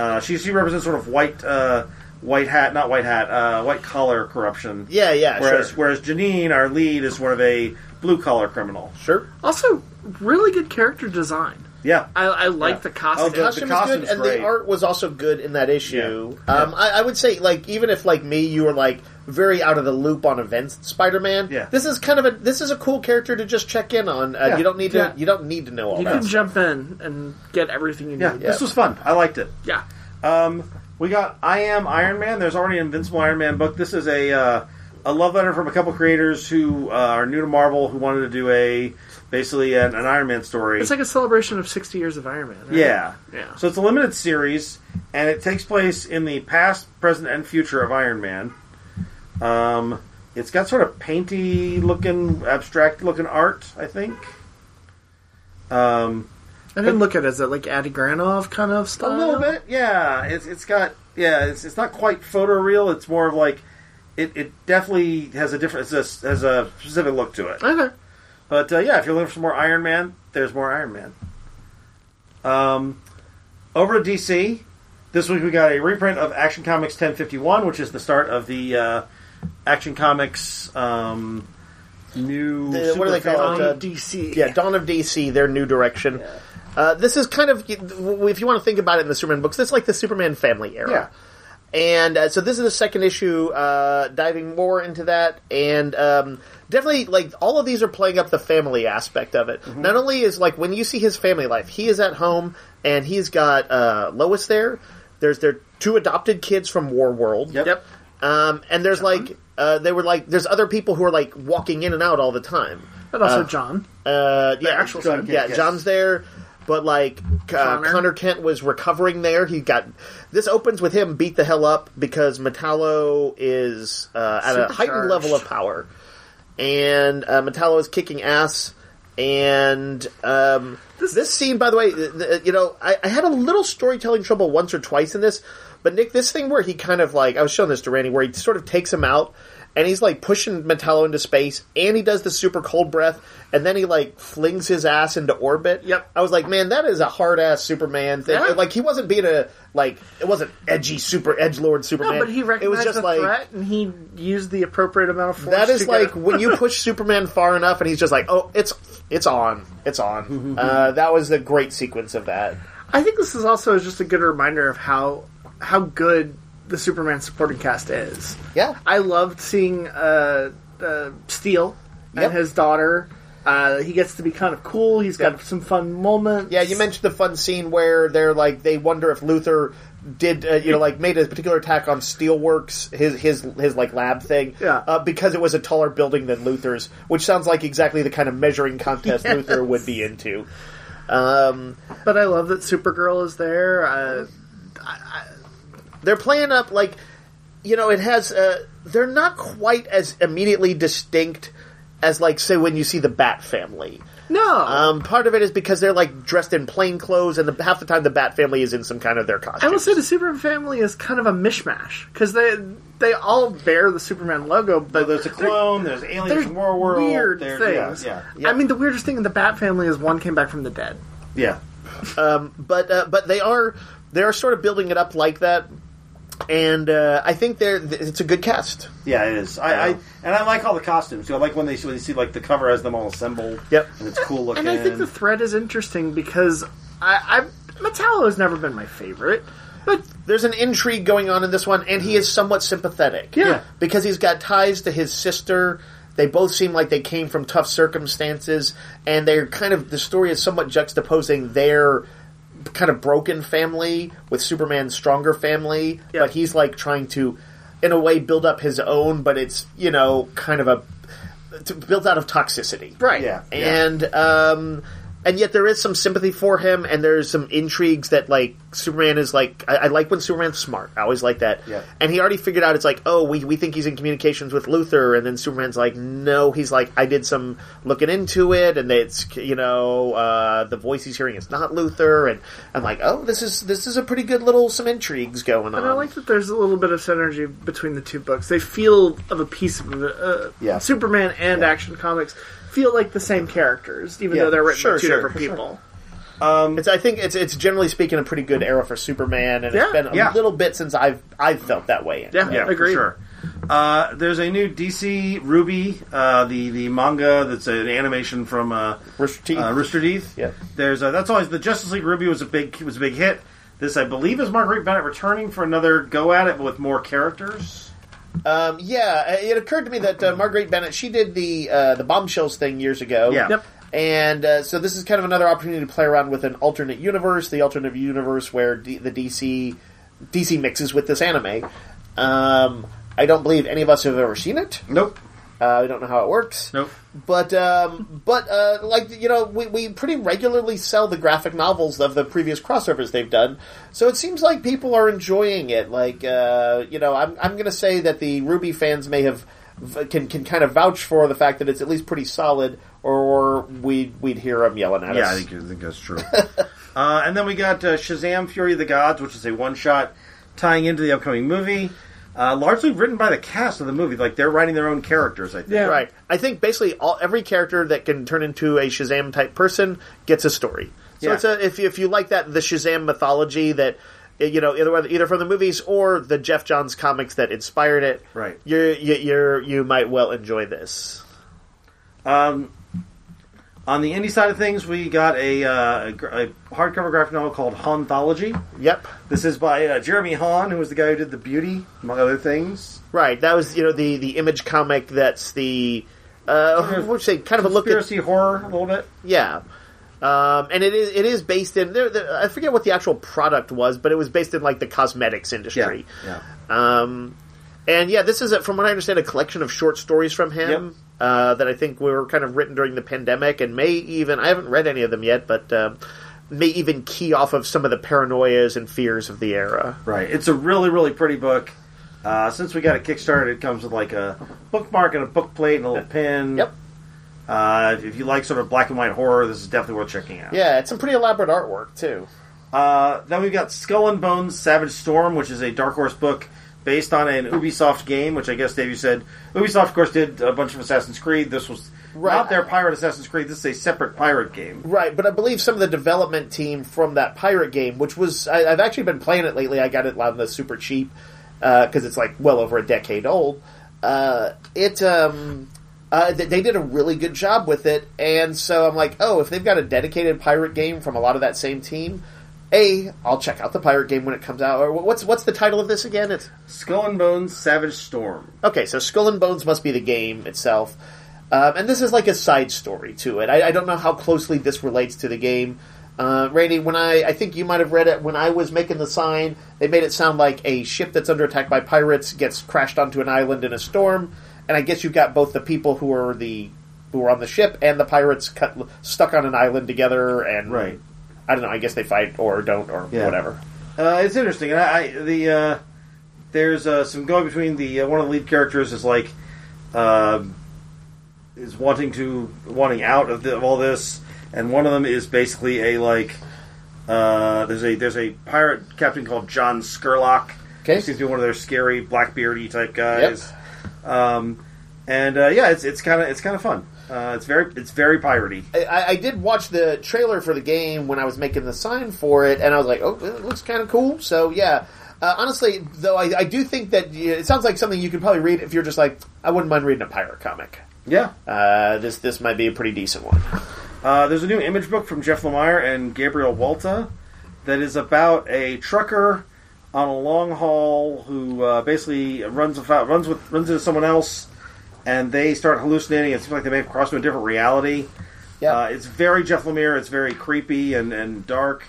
Uh, she she represents sort of white uh, white hat, not white hat, uh, white collar corruption.
yeah, yeah.
Whereas
sure.
whereas Janine, our lead, is sort of a blue collar criminal.
sure.
also really good character design.
Yeah.
I, I like
Yeah.
the costume.
Oh, the-
costume was
costume's
good, and
great.
the art was also good in that issue. Um, I, I would say, like, even if like me, you were like very out of the loop on events, Spider-Man.
Yeah.
this is kind of a this is a cool character to just check in on. Uh,
Yeah.
You don't need to
Yeah.
you don't need to know all
you
that.
can jump in and get everything you need.
yeah, This was fun. I liked it.
Yeah.
Um, we got I Am Iron Man. There's already an Invincible Iron Man book. This is a uh, a love letter from a couple creators who uh, are new to Marvel who wanted to do a basically an, an Iron Man story.
It's like a celebration of 60 years of Iron Man. right?
yeah.
Yeah.
So it's a limited series, and it takes place in the past, present, and future of Iron Man. Um, it's got sort of painty looking, abstract looking art. I think. Um,
I didn't look at it. Is it like Addy Granov kind of
A
stuff?
little bit, yeah. It's it's got yeah. It's it's not quite photoreal. It's more of like it, it definitely has a different it's a, has a specific look to it.
Okay.
But uh, yeah, if you're looking for some more Iron Man, there's more Iron Man. Um, over at DC this week we got a reprint of Action Comics 1051, which is the start of the uh, Action Comics um, new
The- what do they
super
call it?
villain.
Uh,
DC.
yeah, Dawn of DC, their new direction. Uh, this is kind of if you want to think about it in the Superman books, this is like the Superman family era.
Yeah.
And uh, so this is the second issue, uh, diving more into that, and um, definitely like all of these are playing up the family aspect of it.
Mm-hmm.
Not only is like when you see his family life, he is at home and he's got uh, Lois there. There's their two adopted kids from War World.
Yep.
Yep.
Um, and there's like uh, they were like there's other people who are like walking in and out all the time.
But also John.
Uh, yeah,
actual
John-
son,
yeah,
yes.
John's there, but like uh,
Connor.
Connor Kent was recovering there. He got this opens with him beat the hell up because Metallo is uh, at a heightened
Supercharged.
level of power, and uh, Metallo is kicking ass. And um, this, scene, by the way, th- th- you know, I, I had a little storytelling trouble once or twice in this, but Nick, this thing where he kind of like I was showing this to Randy, where he sort of takes him out and he's like pushing Metallo into space, and he does the super cold breath, and then he like flings his ass into orbit.
Yep.
I was like, man, that is a hard ass Superman thing.
Yeah.
Like he wasn't being a like it wasn't edgy super edge lord Superman.
No, but he recognized
it was just
the
like
threat and he used the appropriate amount of force.
that
to
is
get
like
it.
when you push Superman far enough, and he's just like, oh, it's it's on, it's on. uh, that was the great sequence of that.
I think this is also just a good reminder of how how good the Superman supporting cast is.
Yeah.
I loved seeing uh, uh, Steele and
Yep.
his daughter Uh, he gets to be kind of cool. He's got some fun moments.
Yeah, you mentioned the fun scene where they're like they wonder if Luther did uh, you know like made a particular attack on Steelworks his his his like lab thing
Yeah.
uh, because it was a taller building than Luther's, which sounds like exactly the kind of measuring <laughs> contest Luther would be into. Um,
But I love that Supergirl is there. Uh,
they're playing up like you know it has uh, they're not quite as immediately distinct as like say when you see the Bat Family.
no,
Um, part of it is because they're like dressed in plain clothes, and the, half the time the Bat Family is in some kind of their costume.
I will say the Superman family is kind of a mishmash because they they all bear the Superman logo, but
There's a clone. There's aliens
there's
from our world.
weird
there's,
things.
Yeah, yeah,
I mean, the weirdest thing in the Bat family is one came back from the dead.
yeah.
but uh, but they are they are sort of building it up like that, and uh, I think they're th- it's a good cast.
Yeah, it is. I, I and I like all the costumes. too. I like when they when they see like the cover has them all assembled.
Yep.
and it's cool looking.
And I think the thread is interesting because I, I Metallo has never been my favorite, but
There's an intrigue going on in this one, and he is somewhat sympathetic.
Yeah.
because he's got ties to his sister. They both seem like they came from tough circumstances, and they're kind of the story is somewhat juxtaposing their kind of broken family with Superman's stronger family.
Yeah.
But he's like trying to, in a way, build up his own, but it's you know kind of a it's built out of toxicity,
right,
Yeah.
and um and yet there is some sympathy for him and there's some intrigues that like superman is like i, I like when superman's smart i always like that
Yeah.
and he already figured out it's like oh we, we think he's in communications with luther and then superman's like no he's like i did some looking into it and it's you know uh, the voice he's hearing is not luther and i'm like oh this is this is a pretty good little some intrigues going on
And I like that there's a little bit of synergy between the two books. They feel of a piece of uh,
Yeah.
Superman and Action Comics feel like the same characters, even
Yeah.
though they're written
Sure,
by two
sure,
different
for
people.
It's, I think it's it's generally speaking a pretty good era for Superman, and
Yeah,
it's been a
yeah.
little bit since I've I've felt that way.
Yeah,
yeah, for
agreed.
sure. Uh, there's a new DC Ruby, uh, the the manga that's an animation from uh,
Rooster Teeth.
Uh, Rooster Teeth.
Yeah.
There's a, that's always the Justice League Ruby was a big was a big hit. This I believe is Marguerite Bennett returning for another go at it with more characters.
Um, yeah, uh, it occurred to me that uh, Marguerite Bennett she did the uh, the bombshells thing years ago.
Yeah.
Yep.
And uh, so this is kind of another opportunity to play around with an alternate universe, the alternate universe where D- the DC DC mixes with this anime. Um, I don't believe any of us have ever seen it.
Nope.
Uh, we don't know how it works.
Nope.
But um, but uh, like you know, we, we pretty regularly sell the graphic novels of the previous crossovers they've done, so it seems like people are enjoying it. Like uh, you know, I'm I'm going to say that the Ruby fans may have can can kind of vouch for the fact that it's at least pretty solid, or we'd we'd hear them yelling at
Yeah, I
us.
think, I think that's true. <laughs> uh, and then we got uh, Shazam: Fury of the Gods, which is a one shot tying into the upcoming movie, uh, largely written by the cast of the movie. Like they're writing their own characters. I think.
Yeah.
Right. I think basically all every character that can turn into a Shazam type person gets a story. So
Yeah.
it's a if you, if you like that the Shazam mythology that eh, you know either either from the movies or the Jeff Johns comics that inspired it.
Right.
You're, you you're you might well enjoy this.
On the indie side of things, we got a, uh, a, gr- a hardcover graphic novel called Hauntology.
Yep.
This is by uh, Jeremy Hahn, who was the guy who did The Beauty, among other things.
Right. That was you know the the image comic that's the uh, what would you say kind of a look at
Conspiracy horror, a little bit.
Yeah. Um, and it is it is based in there, there. I forget what the actual product was, but it was based in like the cosmetics industry.
Yeah.
Um, and yeah, this is, a, from what I understand, a collection of short stories from him uh, that I think were kind of written during the pandemic and may even, I haven't read any of them yet, but um may even key off of some of the paranoias and fears of the era.
Right. It's a really, really pretty book. Uh, since we got it kickstarted, it comes with like a bookmark and a book plate and a little pin.
Yep.
Uh, if you like sort of black and white horror, this is definitely worth checking out.
Yeah, it's some pretty elaborate artwork, too.
Uh, then we've got Skull and Bones Savage Storm, which is a Dark Horse book based on an Ubisoft game, which I guess Dave, you said Ubisoft, of course, did a bunch of Assassin's Creed. This was
Right.
not their pirate Assassin's Creed. This is a separate pirate game.
Right, but I believe some of the development team from that pirate game, which was I, I've actually been playing it lately. I got it on the super cheap because it's like well over a decade old. Uh, it um, uh, th- they did a really good job with it, and so I'm like, oh, if they've got a dedicated pirate game from a lot of that same team, a I'll check out the pirate game when it comes out. Or wh- what's what's the title of this again? It's
Skull and Bones Savage Storm.
Okay, so Skull and Bones must be the game itself. Um, and this is like a side story to it. I, I don't know how closely this relates to the game. Uh, Randy, when I, I think you might have read it, when I was making the sign, they made it sound like a ship that's under attack by pirates gets crashed onto an island in a storm. And I guess you got both the people who are the who were on the ship and the pirates cut, stuck on an island together. And
Right.
I don't know. I guess they fight or don't or
Yeah.
whatever.
Uh, it's interesting. And I, I the uh, there's uh, some going between the uh, one of the lead characters is like uh, is wanting to wanting out of, the, of all this, and one of them is basically a like uh, there's a there's a pirate captain called John Skurlock.
Okay.
He seems to be one of their scary blackbeardy type guys. Um, and uh, yeah, it's it's kind of it's kind of fun. Uh, it's very it's very piratey.
I, I did watch the trailer for the game when I was making the sign for it, and I was like, "Oh, it looks kind of cool." So yeah, uh, honestly, though, I, I do think that yeah, it sounds like something you could probably read if you're just like, "I wouldn't mind reading a pirate comic."
Yeah.
Uh, this this might be a pretty decent one.
Uh, there's a new image book from Jeff Lemire and Gabriel Walta that is about a trucker on a long haul who uh, basically runs without, runs with runs into someone else, and they start hallucinating. It seems like they may have crossed into a different reality.
Yeah.
Uh, it's very Jeff Lemire. It's very creepy and, and dark.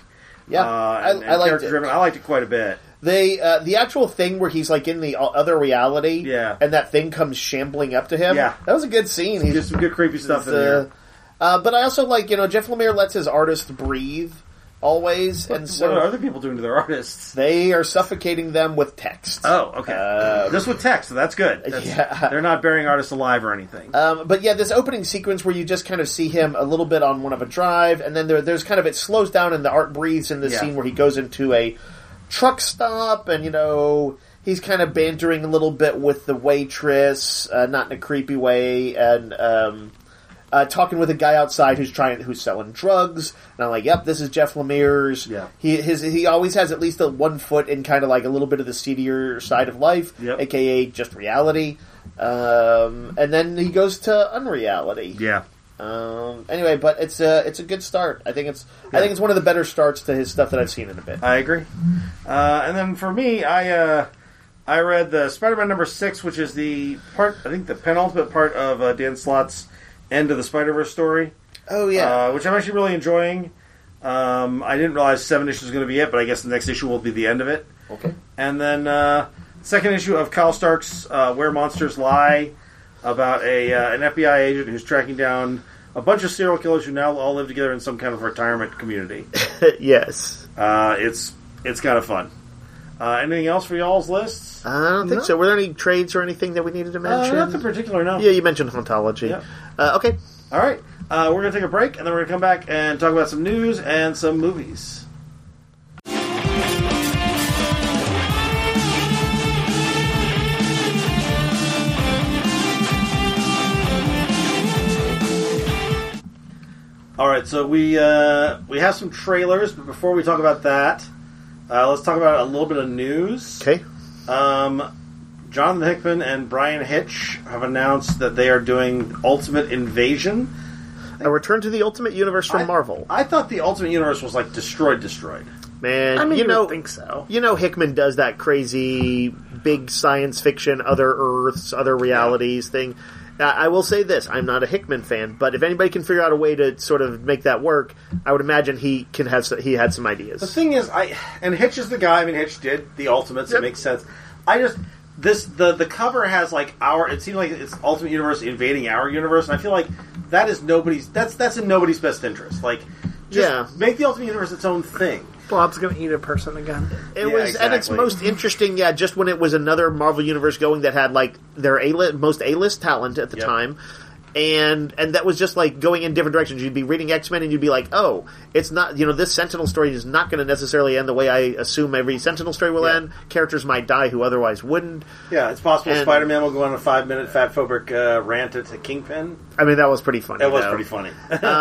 Yeah,
uh,
I-
and,
I liked it.
character-driven. I liked it quite a bit.
They uh, the actual thing where he's like in the o- other reality,
Yeah.
and that thing comes shambling up to him.
Yeah.
that was a good scene. He's
There's some good creepy stuff in
uh,
there.
uh, but I also like you know Jeff Lemire lets his artist breathe always, and so
what are other people doing to their artists?
They are suffocating them with text.
Oh, okay.
Um,
this with text, so that's good. That's-
<laughs> Yeah.
They're not burying artists alive or anything.
Um, but yeah, this opening sequence where you just kind of see him a little bit on one of a drive, and then there, there's kind of it slows down and the art breathes in the
Yeah.
scene where he goes into a truck stop, and you know he's kind of bantering a little bit with the waitress, uh, not in a creepy way, and um, uh, talking with a guy outside who's trying who's selling drugs, and I'm like, "Yep, this is Jeff Lemire's.
Yeah.
He his he always has at least a one foot in kind of like a little bit of the seedier side of life,
Yep.
aka just reality." Um, and then he goes to unreality.
yeah.
Um, anyway, but it's a it's a good start. I think it's I think it's one of the better starts to his stuff that I've seen in a bit.
I agree. Uh, and then for me, I uh, I read the Spider-Man number six, which is the part I think the penultimate part of uh, Dan Slott's end of the Spider-Verse story,
oh yeah,
uh, which I'm actually really enjoying. Um, I didn't realize seven issues was going to be it, but I guess the next issue will be the end of it.
okay.
And then uh, second issue of Kyle Stark's uh, "Where Monsters Lie," about a uh, an FBI agent who's tracking down a bunch of serial killers who now all live together in some kind of retirement community.
yes,
Uh, it's it's kind of fun. Uh, anything else for y'all's lists?
I don't think
No.
so. Were there any trades or anything that we needed to
Uh,
mention?
nothing particular, no.
yeah, you mentioned hauntology.
Yeah.
Uh, okay.
All right, uh, we're gonna take a break, and then we're gonna come back and talk about some news and some movies. All right, so we uh, we have some trailers, but before we talk about that, uh, let's talk about a little bit of news.
Okay.
Um, Jonathan Hickman and Brian Hitch have announced that they are doing Ultimate Invasion.
A return to the Ultimate Universe from
I-
Marvel.
I thought the Ultimate Universe was like destroyed, destroyed.
Man,
I mean,
you
you
know,
would think so.
you know, Hickman does that crazy big science fiction, other Earths, other realities thing. Uh, I will say this: I'm not a Hickman fan, but if anybody can figure out a way to sort of make that work, I would imagine he can have. s- He had some
The
ideas.
thing is, I and Hitch is the guy. I mean, Hitch did the Ultimates. It
Yep.
makes sense. I just this the the cover has like our. It seems like it's Ultimate Universe invading our universe, and I feel like that is nobody's. That's that's in nobody's best interest. Like, just
Yeah.
make the Ultimate Universe its own thing.
Blob's gonna eat a person again.
It
Yeah,
was at its
exactly.
most interesting, yeah, just when it was another Marvel Universe going that had like their A list most A list talent at the
Yep.
time. And and that was just like going in different directions. You'd be reading X Men, and you'd be like, "Oh, it's not you know this Sentinel story is not going to necessarily end the way I assume every Sentinel story will
Yeah.
end. Characters might die who otherwise wouldn't."
Yeah, it's possible
And-
Spider Man will go on a five minute fat phobic uh, rant at Kingpin.
I mean, that was pretty funny.
That was
though.
pretty funny.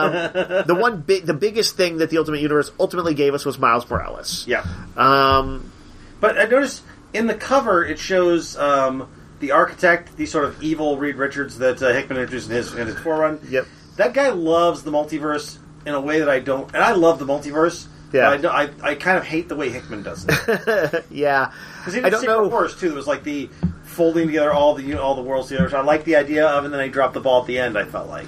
the one big, the biggest thing that the Ultimate Universe ultimately gave us was Miles Morales.
yeah.
Um,
But I noticed in the cover it shows um, the architect, the sort of evil Reed Richards that uh, Hickman introduced in his in his forerun.
Yep.
That guy loves the multiverse in a way that I don't, and I love the multiverse.
Yeah.
but I,
<laughs>
don't- I, I kind of hate the way Hickman does it
yeah,
because he
I
did
don't
Secret
know.
Wars too. It was like the folding together all the all the worlds together. Which I like the idea of, and then they dropped the ball at the end. I felt like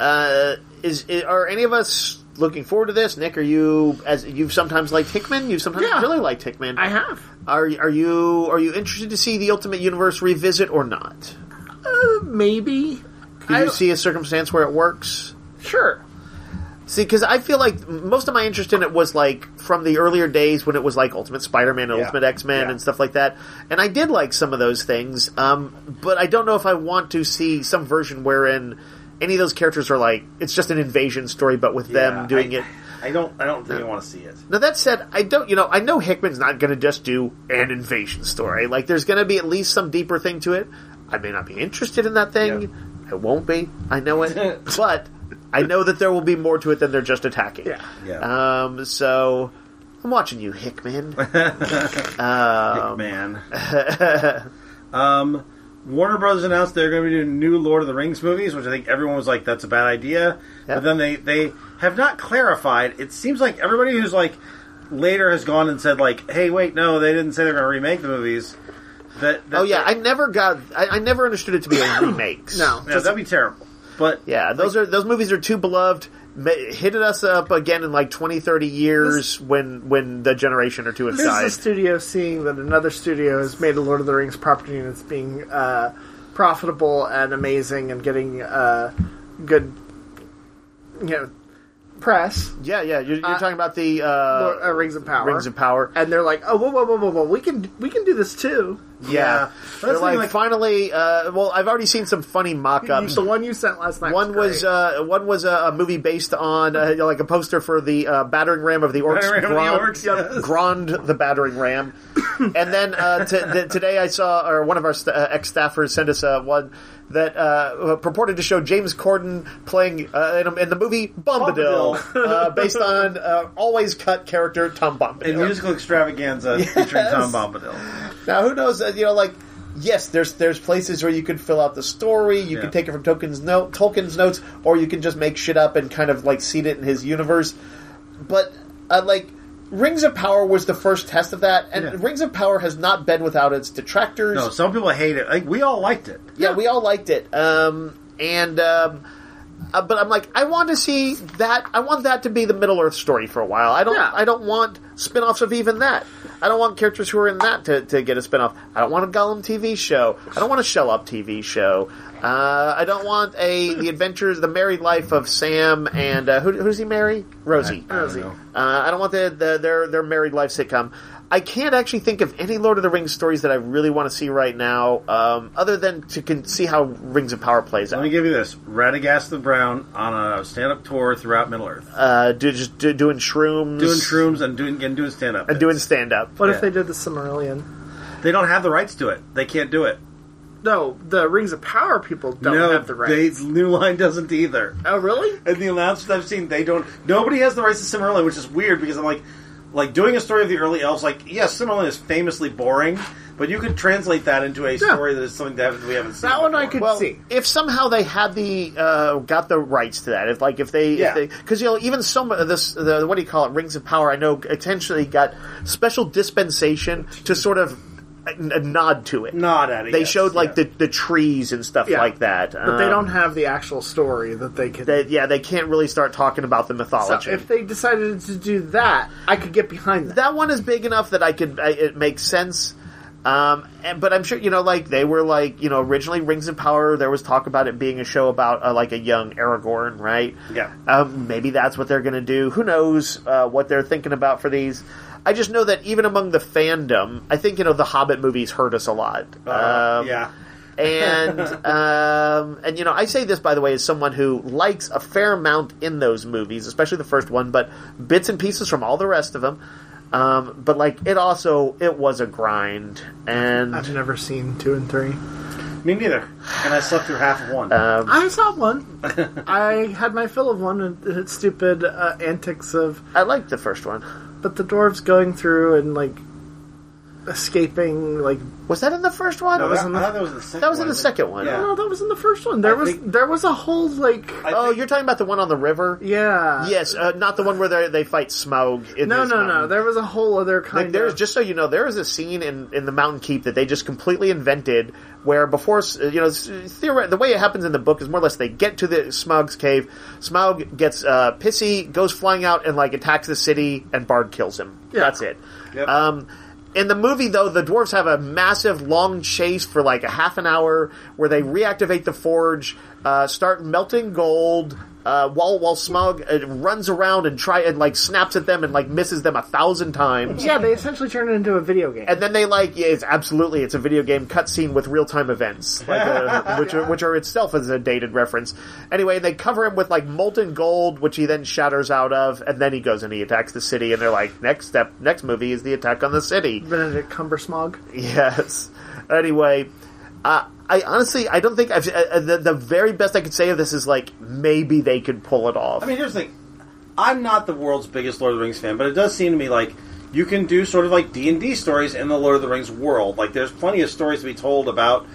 Uh, is, is are any of us looking forward to this? Nick, are you as you've sometimes liked Hickman? You've sometimes
Yeah.
really liked Hickman.
I have.
Are are you are you interested to see the Ultimate Universe revisit or not?
Uh, maybe.
Could
I-
you see a circumstance where it works?
Sure.
See, because I feel like most of my interest in it was like from the earlier days when it was like Ultimate Spider-Man and
Yeah.
Ultimate X-Men
Yeah.
and stuff like that, and I did like some of those things. Um, but I don't know if I want to see some version wherein any of those characters are like it's just an invasion story, but with
Yeah,
them doing
I-
it.
I don't. I don't think I want to see it.
Now that said, I don't. You know, I know Hickman's not going to just do an invasion story. Like, there's going to be at least some deeper thing to it. I may not be interested in that thing. I won't be. I know
<laughs>
it, but I know that there will be more to it than they're just attacking.
Yeah.
Yeah,
Um. So, I'm watching you, Hickman.
man. <laughs> um, Warner Brothers announced they're going to be doing new Lord of the Rings movies, which I think everyone was like, "That's a bad idea."
Yeah.
But then they they have not clarified. It seems like everybody who's like later has gone and said like, "Hey, wait, no, they didn't say they're going to remake the movies." That, that
oh yeah, I never got. I, I never understood it to be
<coughs>
a remakes.
No.
Yeah, that'd be terrible. But
Yeah, those are those movies are too beloved. Ma- Hit us up again in like 20, 30 years when when the generation or two has
This
died.
is a studio seeing that another studio has made a Lord of the Rings property and it's being uh, profitable and amazing and getting uh, good, you know, press.
Yeah, yeah. You're, you're
Uh,
talking about the uh,
Lord- uh, Rings of Power.
Rings of Power.
And they're like, oh, whoa, whoa, whoa, whoa, whoa, we can we can do this too.
yeah.
yeah. But
They're
that's the
like,
thing, like-
finally. Uh, well, I've already seen some funny mock-ups.
The one you sent last night.
One was
great.
uh, one was a, a movie based on uh, you know, like a poster for the uh, battering ram of the orcs.
Battering Ram of the Orcs, yes.
Grand the
<laughs>
battering ram. and then uh, t- th- today I saw, or one of our st- uh, ex staffers sent us uh, one that uh, purported to show James Corden playing uh, in, a- in the movie Bombadil, uh, based on uh, always cut character Tom Bombadil.
in musical
<laughs>
extravaganza featuring Tom Bombadil.
Now, who knows? uh, You know, like yes, there's there's places where you could fill out the story. You
Yeah.
can take it from Tolkien's note, Tolkien's notes, or you can just make shit up and kind of like seed it in his universe. But uh, like. Rings of Power was the first test of that, and
Yeah.
Rings of Power has not been without its detractors.
No, some people hate it. Like we all liked it.
yeah, we all liked it, um, and um, uh, but I'm like, I want to see that. I want that to be the Middle Earth story for a while. I don't.
Yeah.
I don't want spin-offs of even that. I don't want characters who are in that to, to get a spin-off. I don't want a Gollum TV show. I don't want a Shell Up TV show. Uh, I don't want a the adventures, the married life of Sam and uh, who, who's he marry? Rosie.
I don't know.
Uh, I don't want the, the their their married life sitcom. I can't actually think of any Lord of the Rings stories that I really want to see right now, um, other than to con- see how Rings of Power plays
Let me
out.
give you this: Radagast the Brown on a stand-up tour throughout Middle Earth,
Uh, do, just do, doing shrooms,
doing shrooms and doing and doing stand-up.
and doing stand up.
What
yeah.
if they did the Silmarillion?
they don't have the rights to it. They can't do it.
No, the Rings of Power people don't
no,
have the rights.
they- New Line doesn't either.
oh, really?
And the announcements I've seen, they don't. Nobody has the rights to Silmarillion, which is weird because I'm like, like doing a story of the early elves. Like, yes, Silmarillion is famously boring, but you could translate that into a story that is something that we haven't seen.
That one I
before.
could
Well,
see.
if somehow they had the uh, got the rights to that, if like if they,
Yeah.
if because you know even some of this the what do you call it Rings of Power, I know potentially got special dispensation to sort of a, a nod to it.
nod at it.
They
yes,
showed like
yeah.
the, the trees and stuff
Yeah.
like that,
But they don't have the actual story that they could.
Um, They, yeah, they can't really start talking about the
So
mythology.
if they decided to do that, I could get behind that.
that one is big enough that I could, I, it makes sense. Um, and, but I'm sure you know, like they were like you know originally Rings of Power. There was talk about it being a show about uh, like a young Aragorn, right?
Yeah.
Um, maybe that's what they're going to do. Who knows uh, what they're thinking about for these? I just know that even among the fandom, I think you know the Hobbit movies hurt us a lot.
Uh,
Um,
yeah.
<laughs>
and um, and you know, I say this by the way as someone who likes a fair amount in those movies, especially the first one, but bits and pieces from all the rest of them. Um, but like it also it was a grind,
I've
and
never seen two and three.
Me neither. And I slept through half of one.
I saw one. I had my fill of one and its stupid uh, antics of
I liked the first one.
but the dwarves going through and like escaping. Like
Was that in the first one?
No,
was
that,
in the-
I thought that was in the second.
that was in
one.
the second one.
Yeah.
no, that was in the first one. There was
think-
there was a whole like
I
oh,
think-
you're talking about the one on the river?
yeah
Yes, uh, not the one where they they fight Smaug. In
no
this
no no.
mountain.
There was a whole other
Like,
kind.
there's
of,
just so you know, there is a scene in, in the mountain keep that they just completely invented. Where before, s- you know, s- theoret- the way it happens in the book is more or less they get to the Smaug's cave. Smaug gets uh, pissy, goes flying out, and like attacks the city, and Bard kills him.
Yeah.
That's it.
Yep.
Um, in the movie, though, the dwarves have a massive long chase for like a half an hour where they reactivate the forge, uh, start melting gold. Uh, while while Smug uh, runs around and try and like snaps at them and like misses them a thousand times,
yeah. They essentially turned it into a video game.
and then they like yeah, it's absolutely it's a video game cutscene with real time events, like, uh, which are, which are itself is a dated reference. Anyway, they cover him with like molten gold, which he then shatters out of, and then he goes and he attacks the city. And they're like, next step, next movie is the attack on the city. <laughs>
Benedict Cumbersmog.
Yes. Anyway, uh, I honestly I don't think I've uh, uh, the, the very best I could say of this is like maybe they could pull it off.
I mean, here's the thing. I'm not the world's biggest Lord of the Rings fan, but it does seem to me like you can do sort of like D and D stories in the Lord of the Rings world. Like, there's plenty of stories to be told about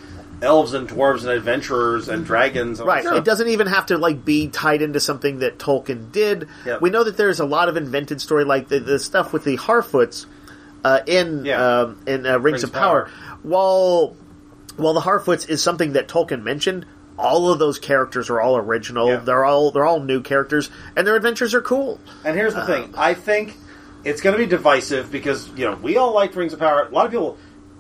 elves and dwarves and adventurers and dragons. And all
Right.
that
It
stuff.
doesn't even have to like be tied into something that Tolkien did.
Yep.
We know that there's a lot of invented story, like the, the stuff with the Harfoots uh, in
Yeah.
um, in uh, Rings, of Power. While while the Harfoots is something that Tolkien mentioned, all of those characters are all original.
Yeah.
They're all they're all new characters, and their adventures are cool.
And here's the thing.
Uh,
I think it's going to be divisive because you know we all liked Rings of Power. A lot of people,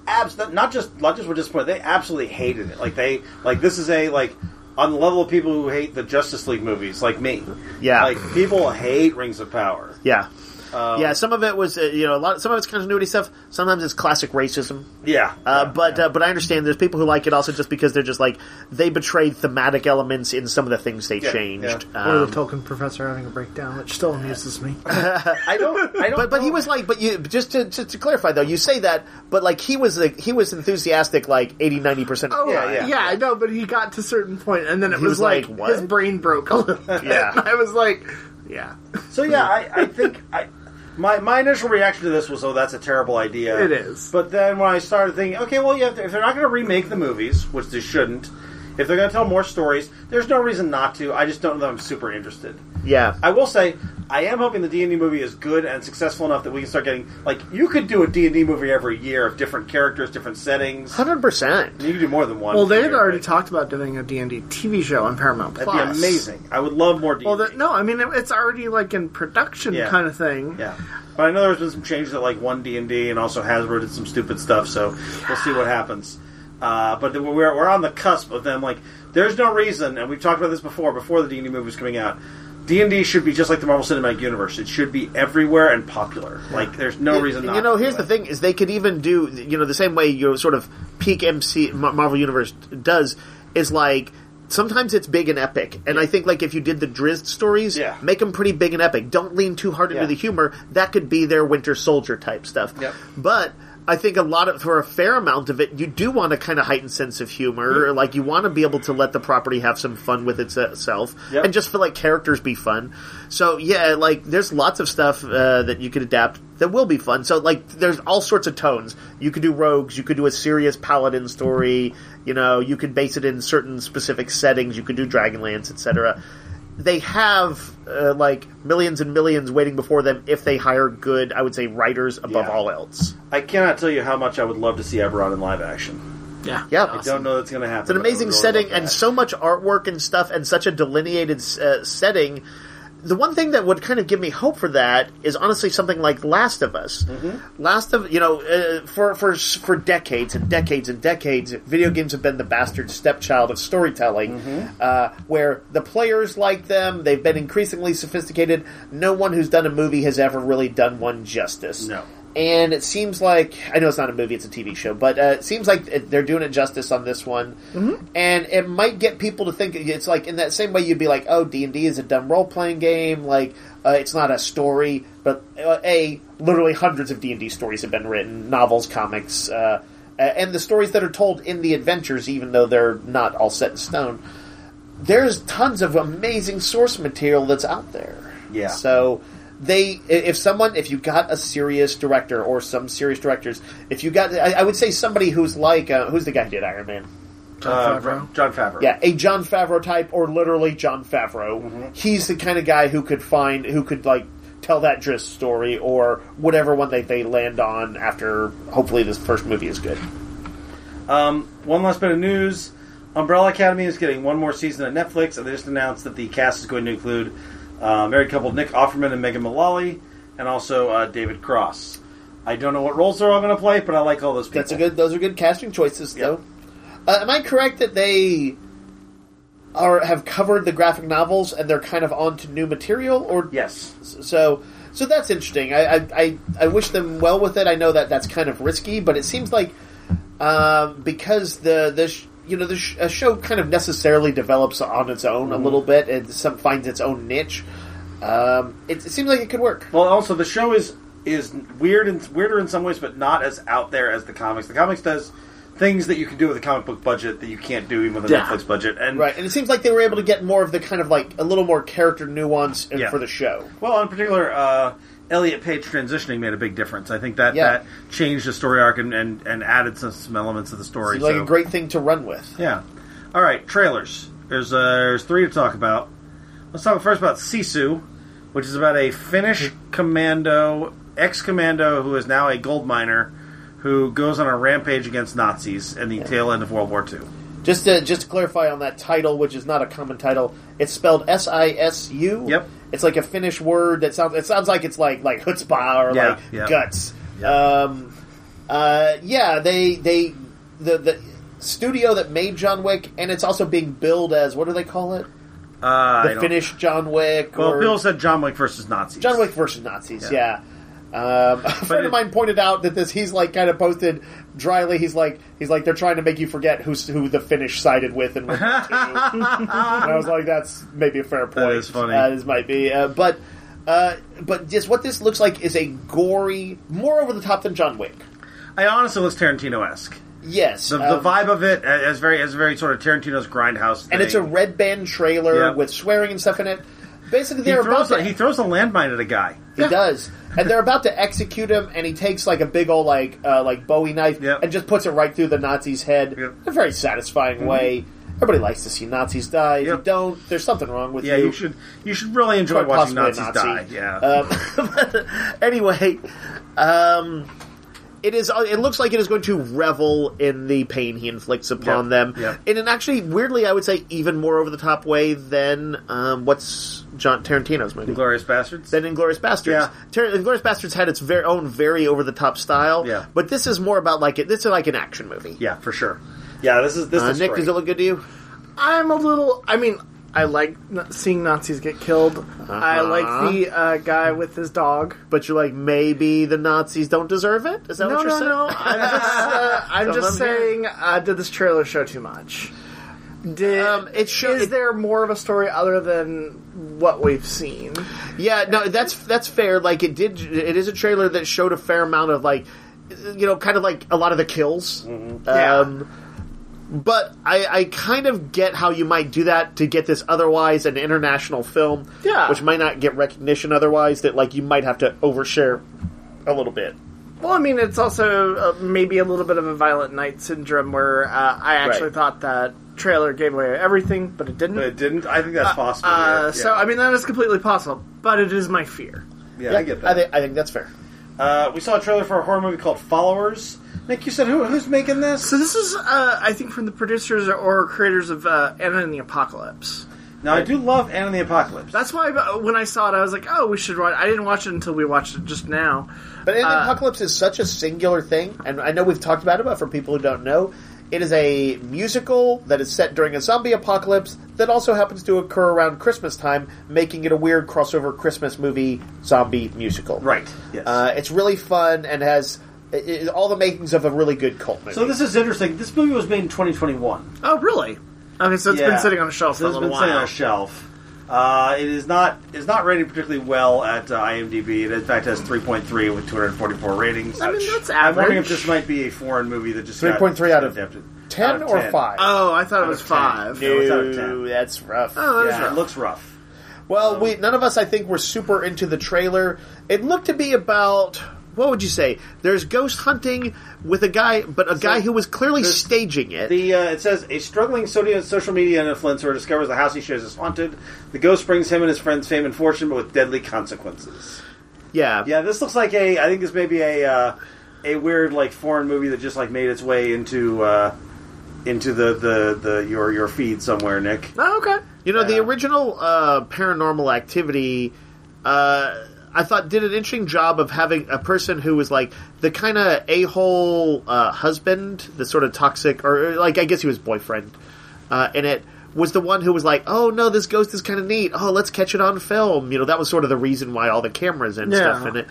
abs not just not just were disappointed. They absolutely hated it. Like they like this is a like on the level of people who hate the Justice League movies, like me.
Yeah.
Like people hate Rings of Power.
Yeah. yeah, some of it was uh, you know a lot. Some of it's continuity stuff. Sometimes it's classic racism.
Yeah.
Uh, but uh, but I understand there's people who like it also just because they're just like they betrayed thematic elements in some of the things they
Yeah,
changed.
yeah.
Um,
or the Tolkien professor having a breakdown, which still amuses me.
I don't. I don't.
but but he
know.
was like, but you just to, to, to clarify though, you say that, but like he was like he was enthusiastic like 80 90 percent.
Oh
Yeah,
yeah,
yeah.
yeah, I know, but he got to a certain point, and then it
He was
was, like,
like, what?
his brain broke a little. Bit.
Yeah.
I was like, yeah,
So yeah, I, I think I, my my initial reaction to this was, oh, that's a terrible idea.
It is.
But then when I started thinking, okay, well, you have to, if they're not going to remake the movies, which they shouldn't, if they're going to tell more stories, there's no reason not to. I just don't know. That I'm super interested.
Yeah,
I will say, I am hoping the D and D movie is good and successful enough that we can start getting like you could do a D and D movie every year of different characters, different settings.
hundred percent.
You could do more than one.
Well, they had
per year,
already
but
talked about doing a D&D TV show on Paramount Plus.
That'd be amazing. I would love more D.
Well, that, no, I mean, it, it's already, like, in production
Yeah.
kind of thing.
Yeah, but I know there's been some changes at like one D and D, and also Hasbro did some stupid stuff. So we'll see what happens. Uh, but the- we're we're on the cusp of them. Like, there's no reason, and we've talked about this before. Before the D and D movie was coming out, D and D should be just like the Marvel Cinematic Universe. It should be everywhere and popular. Like, there's no reason. Not
You know,
to
here's
do
the
it.
thing: is they could even do you know the same way your sort of peak MC Mar- Marvel Universe does is like. Sometimes it's big and epic, and I think like if you did the Drizzt stories,
Yeah.
make them pretty big and epic. Don't lean too hard into
Yeah.
the humor. That could be their Winter Soldier type stuff.
Yep.
But I think a lot of for a fair amount of it, you do want a kind of heightened sense of humor. Like you want to be able to let the property have some fun with itself,
Yep.
and just for like characters be fun. So yeah, like there's lots of stuff uh, that you could adapt that will be fun. So like there's all sorts of tones. You could do rogues. You could do a serious paladin story. You know, you could base it in certain specific settings. You could do Dragonlance, etc. They have uh, like millions and millions waiting before them if they hire good, I would say, writers above
Yeah.
all else.
I cannot tell you how much I would love to see Eberron in live action.
Yeah.
Yeah,
I don't know that's going to happen.
It's an amazing setting and
so.
so much artwork and stuff and such a delineated uh, setting. The one thing that would kind of give me hope for that is honestly something like Last of Us. Last of you know uh, for for for decades and decades and decades, video games have been the bastard stepchild of storytelling, uh, where the players like them. They've been increasingly sophisticated. No one who's done a movie has ever really done one justice
No.
and it seems like I know it's not a movie; it's a TV show, but uh, it seems like it- they're doing it justice on this one, and it might get people to think it's like in that same way you'd be like, "Oh, D and D is a dumb role playing game; like uh, it's not a story." But uh, a literally hundreds of D and D stories have been written, novels, comics, uh, a- and the stories that are told in the adventures, even though they're not all set in stone. There's tons of amazing source material that's out there.
Yeah.
So they i- if someone if you got a serious director or some serious directors, if you got I, I would say somebody who's like uh, who's the guy who did Iron Man.
John
Favreau.
Uh, John Favreau.
Yeah, a John Favreau type, or literally John Favreau. He's the kind of guy who could find, who could like tell that just story or whatever one they, they land on after. Hopefully, this first movie is good.
Um, one last bit of news: Umbrella Academy is getting one more season at Netflix, and they just announced that the cast is going to include uh, married couple Nick Offerman and Megan Mullally, and also uh, David Cross. I don't know what roles they're all going to play, but I like all those people.
That's a good. Those are good casting choices,
Yep.
though. Uh, am I correct that they are have covered the graphic novels and they're kind of on to new material? Or
Yes.
so so that's interesting. I, I, I, I wish them well with it. I know that that's kind of risky, but it seems like um, because the the sh- you know the sh- a show kind of necessarily develops on its own a little bit and some finds its own niche. Um, it, it seems like it could work.
Well, also the show is is weird and weirder in some ways, but not as out there as the comics. The comics does things that you can do with a comic book budget that you can't do even with a
Yeah.
Netflix budget. And
Right, and it seems like they were able to get more of the kind of like a little more character nuance in,
Yeah.
for the show.
Well, in particular, uh, Elliot Page transitioning made a big difference. I think that
Yeah.
that changed the story arc and, and, and added some, some elements of the story.
Seems like
so-
a great thing to run with.
yeah. All right, trailers. There's uh, there's three to talk about. Let's talk first about Sisu, which is about a Finnish
Hmm.
commando, ex commando who is now a gold miner, who goes on a rampage against Nazis in the tail end of World War II.
Just to just to clarify on that title, which is not a common title, it's spelled S I S U.
Yep.
It's like a Finnish word that sounds. It sounds like it's like like chutzpah or
Yeah,
like
yeah.
guts.
Yeah.
Um, uh, yeah, they they the the studio that made John Wick, and it's also being billed as what do they call it?
Uh, I
The
don't-
Finnish John Wick.
Well,
or
Bill said John Wick versus Nazis.
John Wick versus Nazis.
Yeah.
Yeah. Um, <laughs> a friend
it-
of mine pointed out that this he's like kind of posted dryly. He's like he's like they're trying to make you forget who's who the Finnish sided with in World War II.
<laughs>
and I was like, that's maybe a fair point.
is funny.
Uh, this might be, uh, but uh, but just what this looks like is a gory, more over the top than John Wick.
I honestly looks Tarantino esque.
Yes,
The, the
um,
vibe of it has very has very sort of Tarantino's grindhouse.
and it's a
thing.
red band trailer
Yeah.
with swearing and stuff in it. Basically,
he
they're
throws
about to
a, he throws a landmine at a guy.
<laughs> He does, and they're about to execute him, and he takes like a big old like uh, like Bowie knife
Yep.
and just puts it right through the Nazi's head
Yep.
in a very satisfying way. Everybody likes to see Nazis die. If
Yep.
you don't, there's something wrong with
Yeah,
you.
you should you should really enjoy
Quite
watching Nazis
possibly a
die.
Nazi.
Yeah,
<laughs> anyway, um, it is. uh, It looks like it is going to revel in the pain he inflicts upon
Yeah,
them
yeah.
in an actually weirdly, I would say, even more over the top way than um, what's John Tarantino's movie.
glorious bastards.
than Inglorious Bastards.
Yeah.
Ter- Inglorious Bastards had its very own very over the top style.
Yeah.
But this is more about like it. This is like an action movie.
yeah, for sure. Yeah, this is this
Uh,
is
Nick,
great.
does it look good to you?
I'm a little. I mean, I like n- seeing Nazis get killed. I like the uh, guy with his dog.
But you're like maybe the Nazis don't deserve it. Is that
No,
what you're
no,
saying?
no. I'm just, uh, I'm just
Someone here.
saying. Uh, did this trailer show too much? Did
Um, it show-
Is
it-
there more of a story other than what we've seen?
Yeah, no, that's that's fair. Like it did. It is a trailer that showed a fair amount of like, you know, kind of like a lot of the kills.
Mm-hmm.
Yeah.
Um, but I, I kind of get how you might do that to get this otherwise an international film,
Yeah.
which might not get recognition otherwise. That like you might have to overshare a little bit.
Well, I mean, it's also uh, maybe a little bit of a Violent Night syndrome where uh, I actually
Right.
thought that trailer gave away everything, but it didn't.
But it didn't. I think that's possible.
uh,
yeah.
So, I mean, that is completely possible, but it is my fear.
yeah, I get
I
that.
think, I think that's fair.
uh, we saw a trailer for a horror movie called Followers. Nick, you said who, who's making this?
So this is, uh, I think, from the producers or, or creators of uh, Anna and the Apocalypse.
Now, I do love Anne and the Apocalypse.
That's why uh, when I saw it, I was like, "Oh, we should watch." I didn't watch it until we watched it just now.
But Alien
Uh,
Apocalypse is such a singular thing, and I know we've talked about it, but for people who don't know, it is a musical that is set during a zombie apocalypse that also happens to occur around Christmas time, making it a weird crossover Christmas movie zombie musical.
right. Yes.
Uh, it's really fun and has i i all the makings of a really good cult movie.
so this is interesting. This movie was made in 2021.
Oh, really? Okay, so it's
Yeah.
been sitting on a shelf
So
for a
it's
little
been sitting on
while.
a shelf. Uh, it is not is not rated particularly well at uh, IMDb. It in fact has 3.3 with 244 ratings.
I mean, that's
I'm wondering if
average.
this might be a foreign movie that just
3.3 out of
adapted.
10
Out of
or 5?
Oh, I thought
Out
it was
of ten.
five.
Yeah. it's out of
Ooh,
10.
that's rough.
Oh, that is
Yeah,
rough.
it looks rough.
Well, we none of us, I think, were super into the trailer. It looked to be about what would you say? There's ghost hunting with a guy, but a guy who was clearly
there's-
staging it.
The uh, it says a struggling sodia- social media influencer discovers the house he shares is haunted. The ghost brings him and his friends fame and fortune, but with deadly consequences.
yeah,
Yeah, this looks like a. I think this may be a uh, a weird like foreign movie that just like made its way into uh, into the, the the your your feed somewhere, Nick.
Oh, okay.
You know, the
Yeah.
original uh, Paranormal Activity, uh, I thought did an interesting job of having a person who was like the kind of a hole uh, husband, the sort of toxic, or uh, like I guess he was boyfriend uh, in it. Was the one who was like, "Oh no, this ghost is kind of neat. Oh, let's catch it on film." You know, that was sort of the reason why all the cameras and
Yeah.
stuff in it.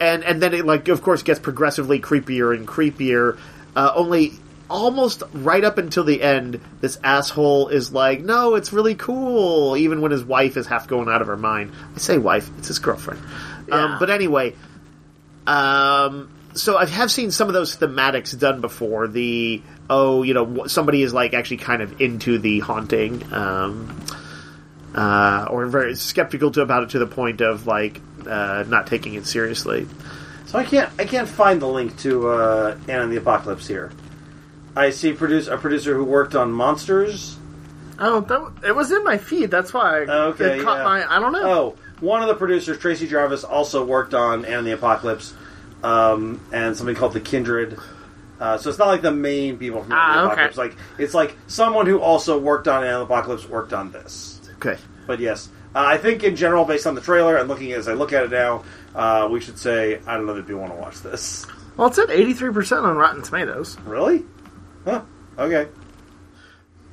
And and then it like, of course, gets progressively creepier and creepier. Uh, only almost right up until the end, this asshole is like, "No, it's really cool." Even when his wife is half going out of her mind. I say wife, it's his girlfriend.
Yeah.
Um, but anyway, um, so I have seen some of those thematics done before. The oh, you know, wh- somebody is like actually kind of into the haunting, um, uh, or very skeptical to about it to the point of like uh, not taking it seriously.
So I can't I can't find the link to uh, Anna and the Apocalypse here. I see produce a producer who worked on Monsters.
Oh, that, it was in my feed. That's why I,
Okay,
it caught
yeah.
my. I don't know.
Oh, one of the producers, Tracy Jarvis, also worked on Anna and the Apocalypse, um, and something called The Kindred. Uh, so it's not like the main people from Anna and
Ah,
the
okay.
Apocalypse. Like it's like someone who also worked on Anna and the Apocalypse worked on this.
Okay,
But yes, uh, I think in general, based on the trailer and looking as I look at it now, uh, we should say I don't know that you want to watch this.
Well, it's at eighty three percent on Rotten Tomatoes.
Really? Huh? Okay.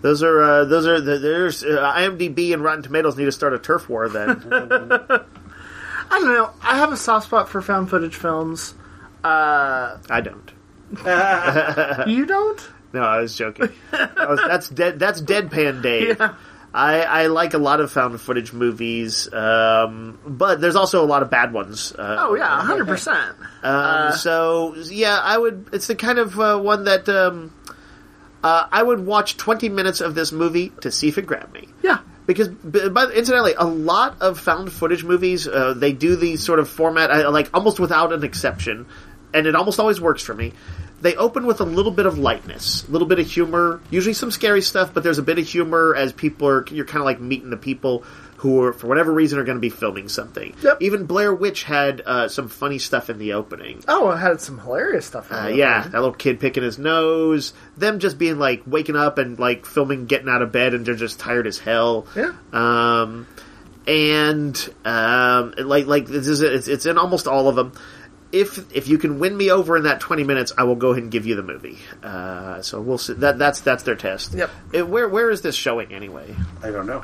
those are uh, those are the, there's uh, IMDb and Rotten Tomatoes need to start a turf war
<laughs>
then.
I don't know. I have a soft spot for found footage films.
I don't.
You don't?
No, I was joking. I was- that's dead. That's deadpan Dave.
<laughs> Yeah.
I, I like a lot of found footage movies, um, but there's also a lot of bad ones. Uh,
Oh yeah, Uh, hundred percent.
um, so yeah, I would. It's the kind of uh, one that um, uh, I would watch 20 minutes of this movie to see if it grabbed me.
Yeah.
Because, b- but incidentally, a lot of found footage movies uh, they do the sort of format I, like almost without an exception, and it almost always works for me. They open with a little bit of lightness, a little bit of humor, usually some scary stuff, but there's a bit of humor as people are you're kind of like meeting the people who are for whatever reason are going to be filming something.
Yep.
Even Blair Witch had uh, some funny stuff in the opening.
Oh, it had some hilarious stuff. in
Uh,
it.
yeah, that little kid picking his nose, them just being like waking up and like filming, getting out of bed, and they're just tired as hell.
Yeah.
Um, and um, like like this is it's, it's in almost all of them. If if you can win me over in that twenty minutes, I will go ahead and give you the movie. Uh, so we'll see. That that's that's their test.
Yep.
It- where where is this showing anyway?
I don't know.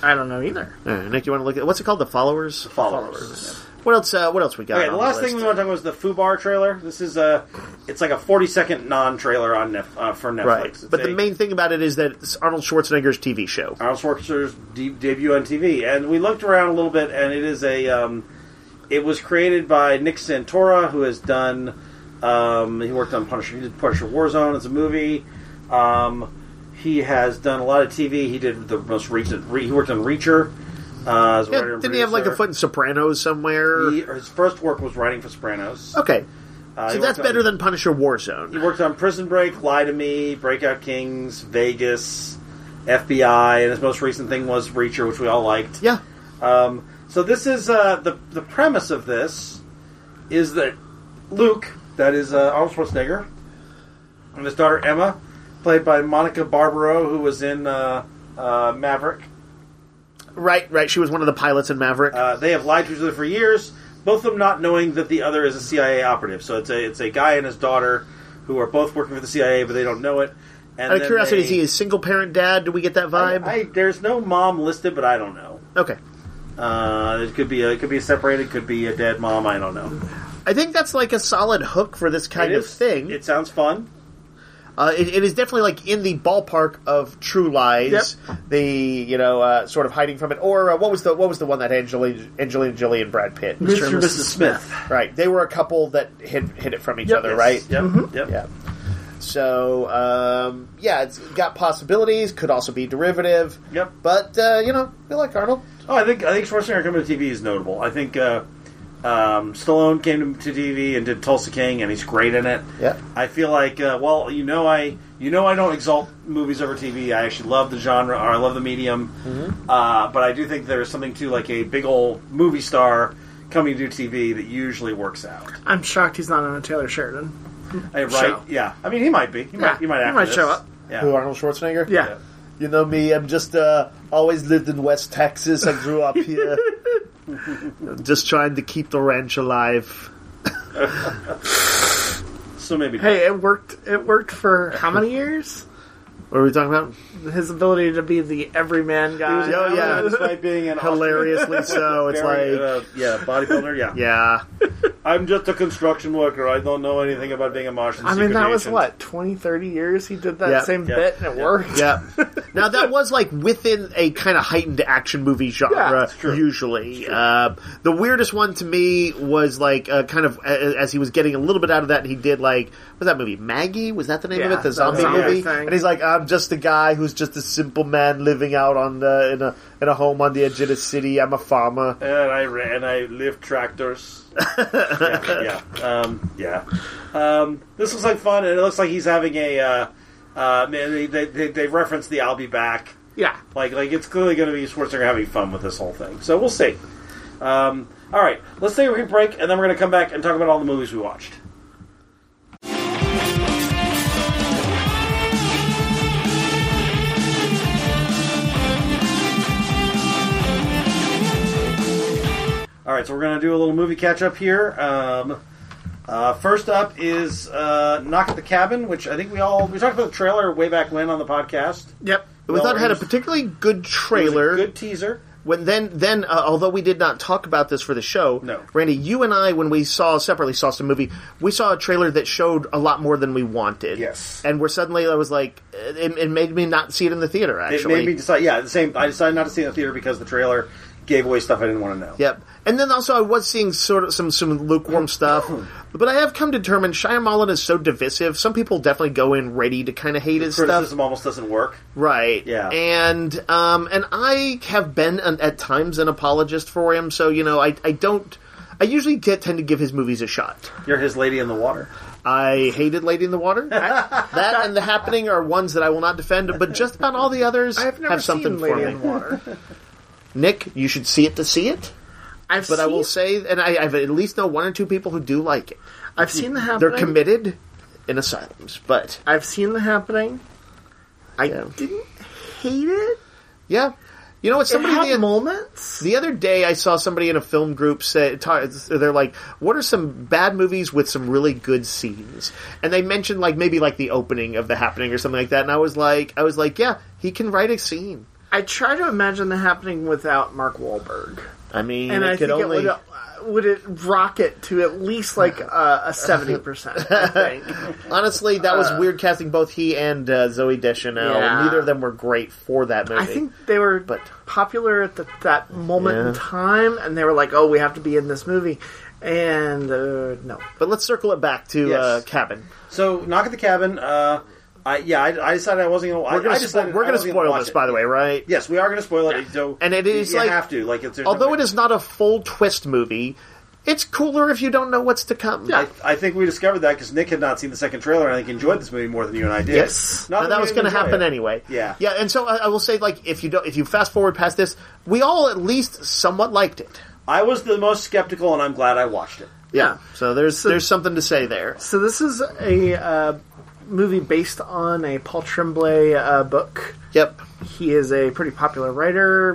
I don't know either.
Uh, Nick, you want to look at what's it called? The followers.
Followers.
What else? Uh, what else we got?
Okay,
on
the last
list?
thing we want to talk about was the Fubar trailer. This is a, it's like a forty-second non-trailer on Nef- uh, for Netflix.
Right,
It's
but the
a-
main thing about it is that it's Arnold Schwarzenegger's TV show.
Arnold Schwarzenegger's de- debut on TV, and we looked around a little bit, and it is a, um, it was created by Nick Santora, who has done, um, he worked on Punisher, he did Punisher Warzone as a movie. Um, he has done a lot of TV. He did the most recent. Re- he worked on Reacher. Uh, as a
Yeah,
writer and
didn't he have like a
producer.
foot in Sopranos somewhere?
He- his first work was writing for Sopranos. Uh,
Okay,
he
Oh, so that's
worked on-
better than Punisher
He
Warzone.
worked on Prison Break, Lie to Me, Breakout Kings, Vegas, FBI, and his most recent thing was Reacher, which we all liked.
Yeah,
Um, so this is uh, the the premise of this is that Luke, that is uh, Arnold Schwarzenegger, and his daughter Emma, played by Monica Barbaro, who was in uh, uh, Maverick.
right, right. She was one of the pilots in Maverick.
Uh, they have lied to each other for years, both of them not knowing that the other is a CIA operative. So it's a it's a guy and his daughter who are both working for the CIA, but they don't know it. And
Out of
then
curiosity,
they-
is he a single parent dad? Do we get that vibe?
I, there's no mom listed, but I don't know.
okay,
Uh, it could be a, it could be separated, could be a dead mom. I don't know.
I think that's like a solid hook for this kind
It
of
is-
thing.
It sounds fun.
Uh, it, it is definitely like in the ballpark of True Lies, the you know uh, sort of hiding from it. Or uh, what was the what was the one that Angelina Angelina Jolie and Brad Pitt?
Mr. and Mrs. Smith.
Right, Mm-hmm. they were a couple that hid hid it from each other,
Yes.
right?
Yep. Yep.
Yeah. So um, yeah, it's got possibilities. Could also be derivative.
Yep.
But uh, you know, we like Arnold.
Oh, I think I think Schwarzenegger coming to TV is notable. I think uh, um, Stallone came to TV and did Tulsa King, and he's great in it.
Yeah.
I feel like, uh, well, you know, I you know I don't exalt movies over TV. I actually love the genre, or I love the medium,
Mm-hmm.
uh, but I do think there is something to like a big old movie star coming to do TV that usually works out.
I'm shocked he's not on a Taylor Sheridan.
I, right?
Show.
Yeah. I mean, he might be. He
Yeah,
might. He might.
he
After
might
this.
show up.
Yeah.
Who Arnold Schwarzenegger?
Yeah.
Yeah.
You know me, I'm just uh, always lived in West Texas. I grew
<laughs>
up here. just trying to keep the ranch alive.
So maybe.
Hey, it worked. It worked for how many years?
What are we
<laughs>
talking about?
His ability to be the everyman guy.
was- oh, yeah.
Despite being an
Hilariously so. It's
very,
like,
uh, yeah, bodybuilder. Yeah.
yeah.
I'm just a construction worker. I don't know anything about being a Martian.
I mean,
secret
that was
agent.
what 20, 30 years he did that
Yeah.
same
Yeah.
bit and it
Yeah. <laughs>
worked.
Yeah. Now that was like within a kind of heightened action movie
Yeah,
genre.
it's
true.
usually, uh, the weirdest one to me was like uh, kind of a- as he was getting a little bit out of that. He did like what was that movie Maggie? Was that the name of
Yeah,
it? The
that
zombie
zombie
movie.
thing.
And he's like, I'm just a guy who's just a simple man living out on the in a in a home on the edge of the city. I'm a farmer.
And I ran. And I lift
<laughs>
tractors. yeah, yeah, um, yeah. Um, this looks like fun, and it looks like he's having a. Uh, uh, man, they, they, they they referenced the "I'll be back."
Yeah.
Like like it's clearly going to be Schwarzenegger having fun with this whole thing. So we'll see. Um, all right, let's take a quick break, and then we're going to come back and talk about all the movies we watched. All right, so we're going to do a little movie catch up here. Um, uh, first up is uh, Knock at the Cabin, which I think we all we talked about the trailer way back when on the podcast.
Yep.
We thought it had a
Well,
particularly good
It was a
trailer.
good teaser.
when then then uh, although we did not talk about this for the show
No.
randy you and i when we saw separately saw some movie we saw a trailer that showed a lot more than we wanted
Yes.
and we're suddenly i was like it, it made me not see it in the theater
It
actually
made me decide. Yeah, the same. I decided not to see it in the theater because the trailer gave away stuff I didn't want to know.
Yep. And then also, I was seeing sort of some some
<clears throat>
lukewarm stuff, but I have come to determine Shyamalan is so divisive. Some people definitely go in ready to kind of hate his
criticism
stuff,
almost doesn't work.
right?
Yeah.
And um, and I have been an, at times an apologist for him, so you know, I I don't. I usually get, tend to give his movies a shot.
You're his lady in the water.
I hated Lady in the Water.
<laughs>
that and The Happening are ones that I will not defend, but just about all the others
I have never
have something
seen Lady
for me.
in
<laughs>
the Water.
Nick, you should see it to see it.
I've
But
seen,
I will say, and I, I've at least know one or two people who do like it.
I've seen the happening.
They're committed in asylums, but
I've seen the happening. I
Yeah.
didn't hate it.
yeah, you know what?
It
Somebody
had
the,
moments.
the other day I saw somebody in a film group say ta they're like, "What are some bad movies with some really good scenes?" And they mentioned like maybe like the opening of The Happening or something like that. And I was like, I was like, yeah, he can write a scene.
I try to imagine the happening without Mark Wahlberg.
I mean,
and
it
I
could
think
only.
it would uh, would it rocket to at least like uh, a seventy percent. I <laughs> think
Honestly, that was weird casting both he and uh, Zoe Deschanel.
uh, Yeah.
Neither of them were great for that movie.
I think they were
But-
popular at the, that moment in
Yeah.
time, and they were like, "Oh, we have to be in this movie," and uh, no,
But let's circle it back to
Yes.
uh, Cabin.
So knock at the cabin. Uh, I yeah, I, I decided I wasn't gonna.
We're
I, I
gonna, spo-
decided
we're
I
gonna
wasn't
spoil
watch
this,
it.
by the way, right?
Yes, we are gonna spoil it. So
And it is
you,
like-
you have to like it's there's no
Although
way.
it is not a full twist movie, it's cooler if you don't know what's to come.
I, I think we discovered that because Nick had not seen the second trailer, and I think enjoyed this movie more than you and I did.
Yes,
Not
Now, that
we
was
didn't
going to
enjoy
happen
it.
anyway.
Yeah.
yeah, and so I, I will say, like, if you don't, if you fast forward past this, we all at least somewhat liked it.
I was the most skeptical, and I'm glad I watched it.
yeah.
So there's there's something to say there.
So this is a uh, movie based on a Paul Tremblay uh, book.
Yep,
He is a pretty popular writer,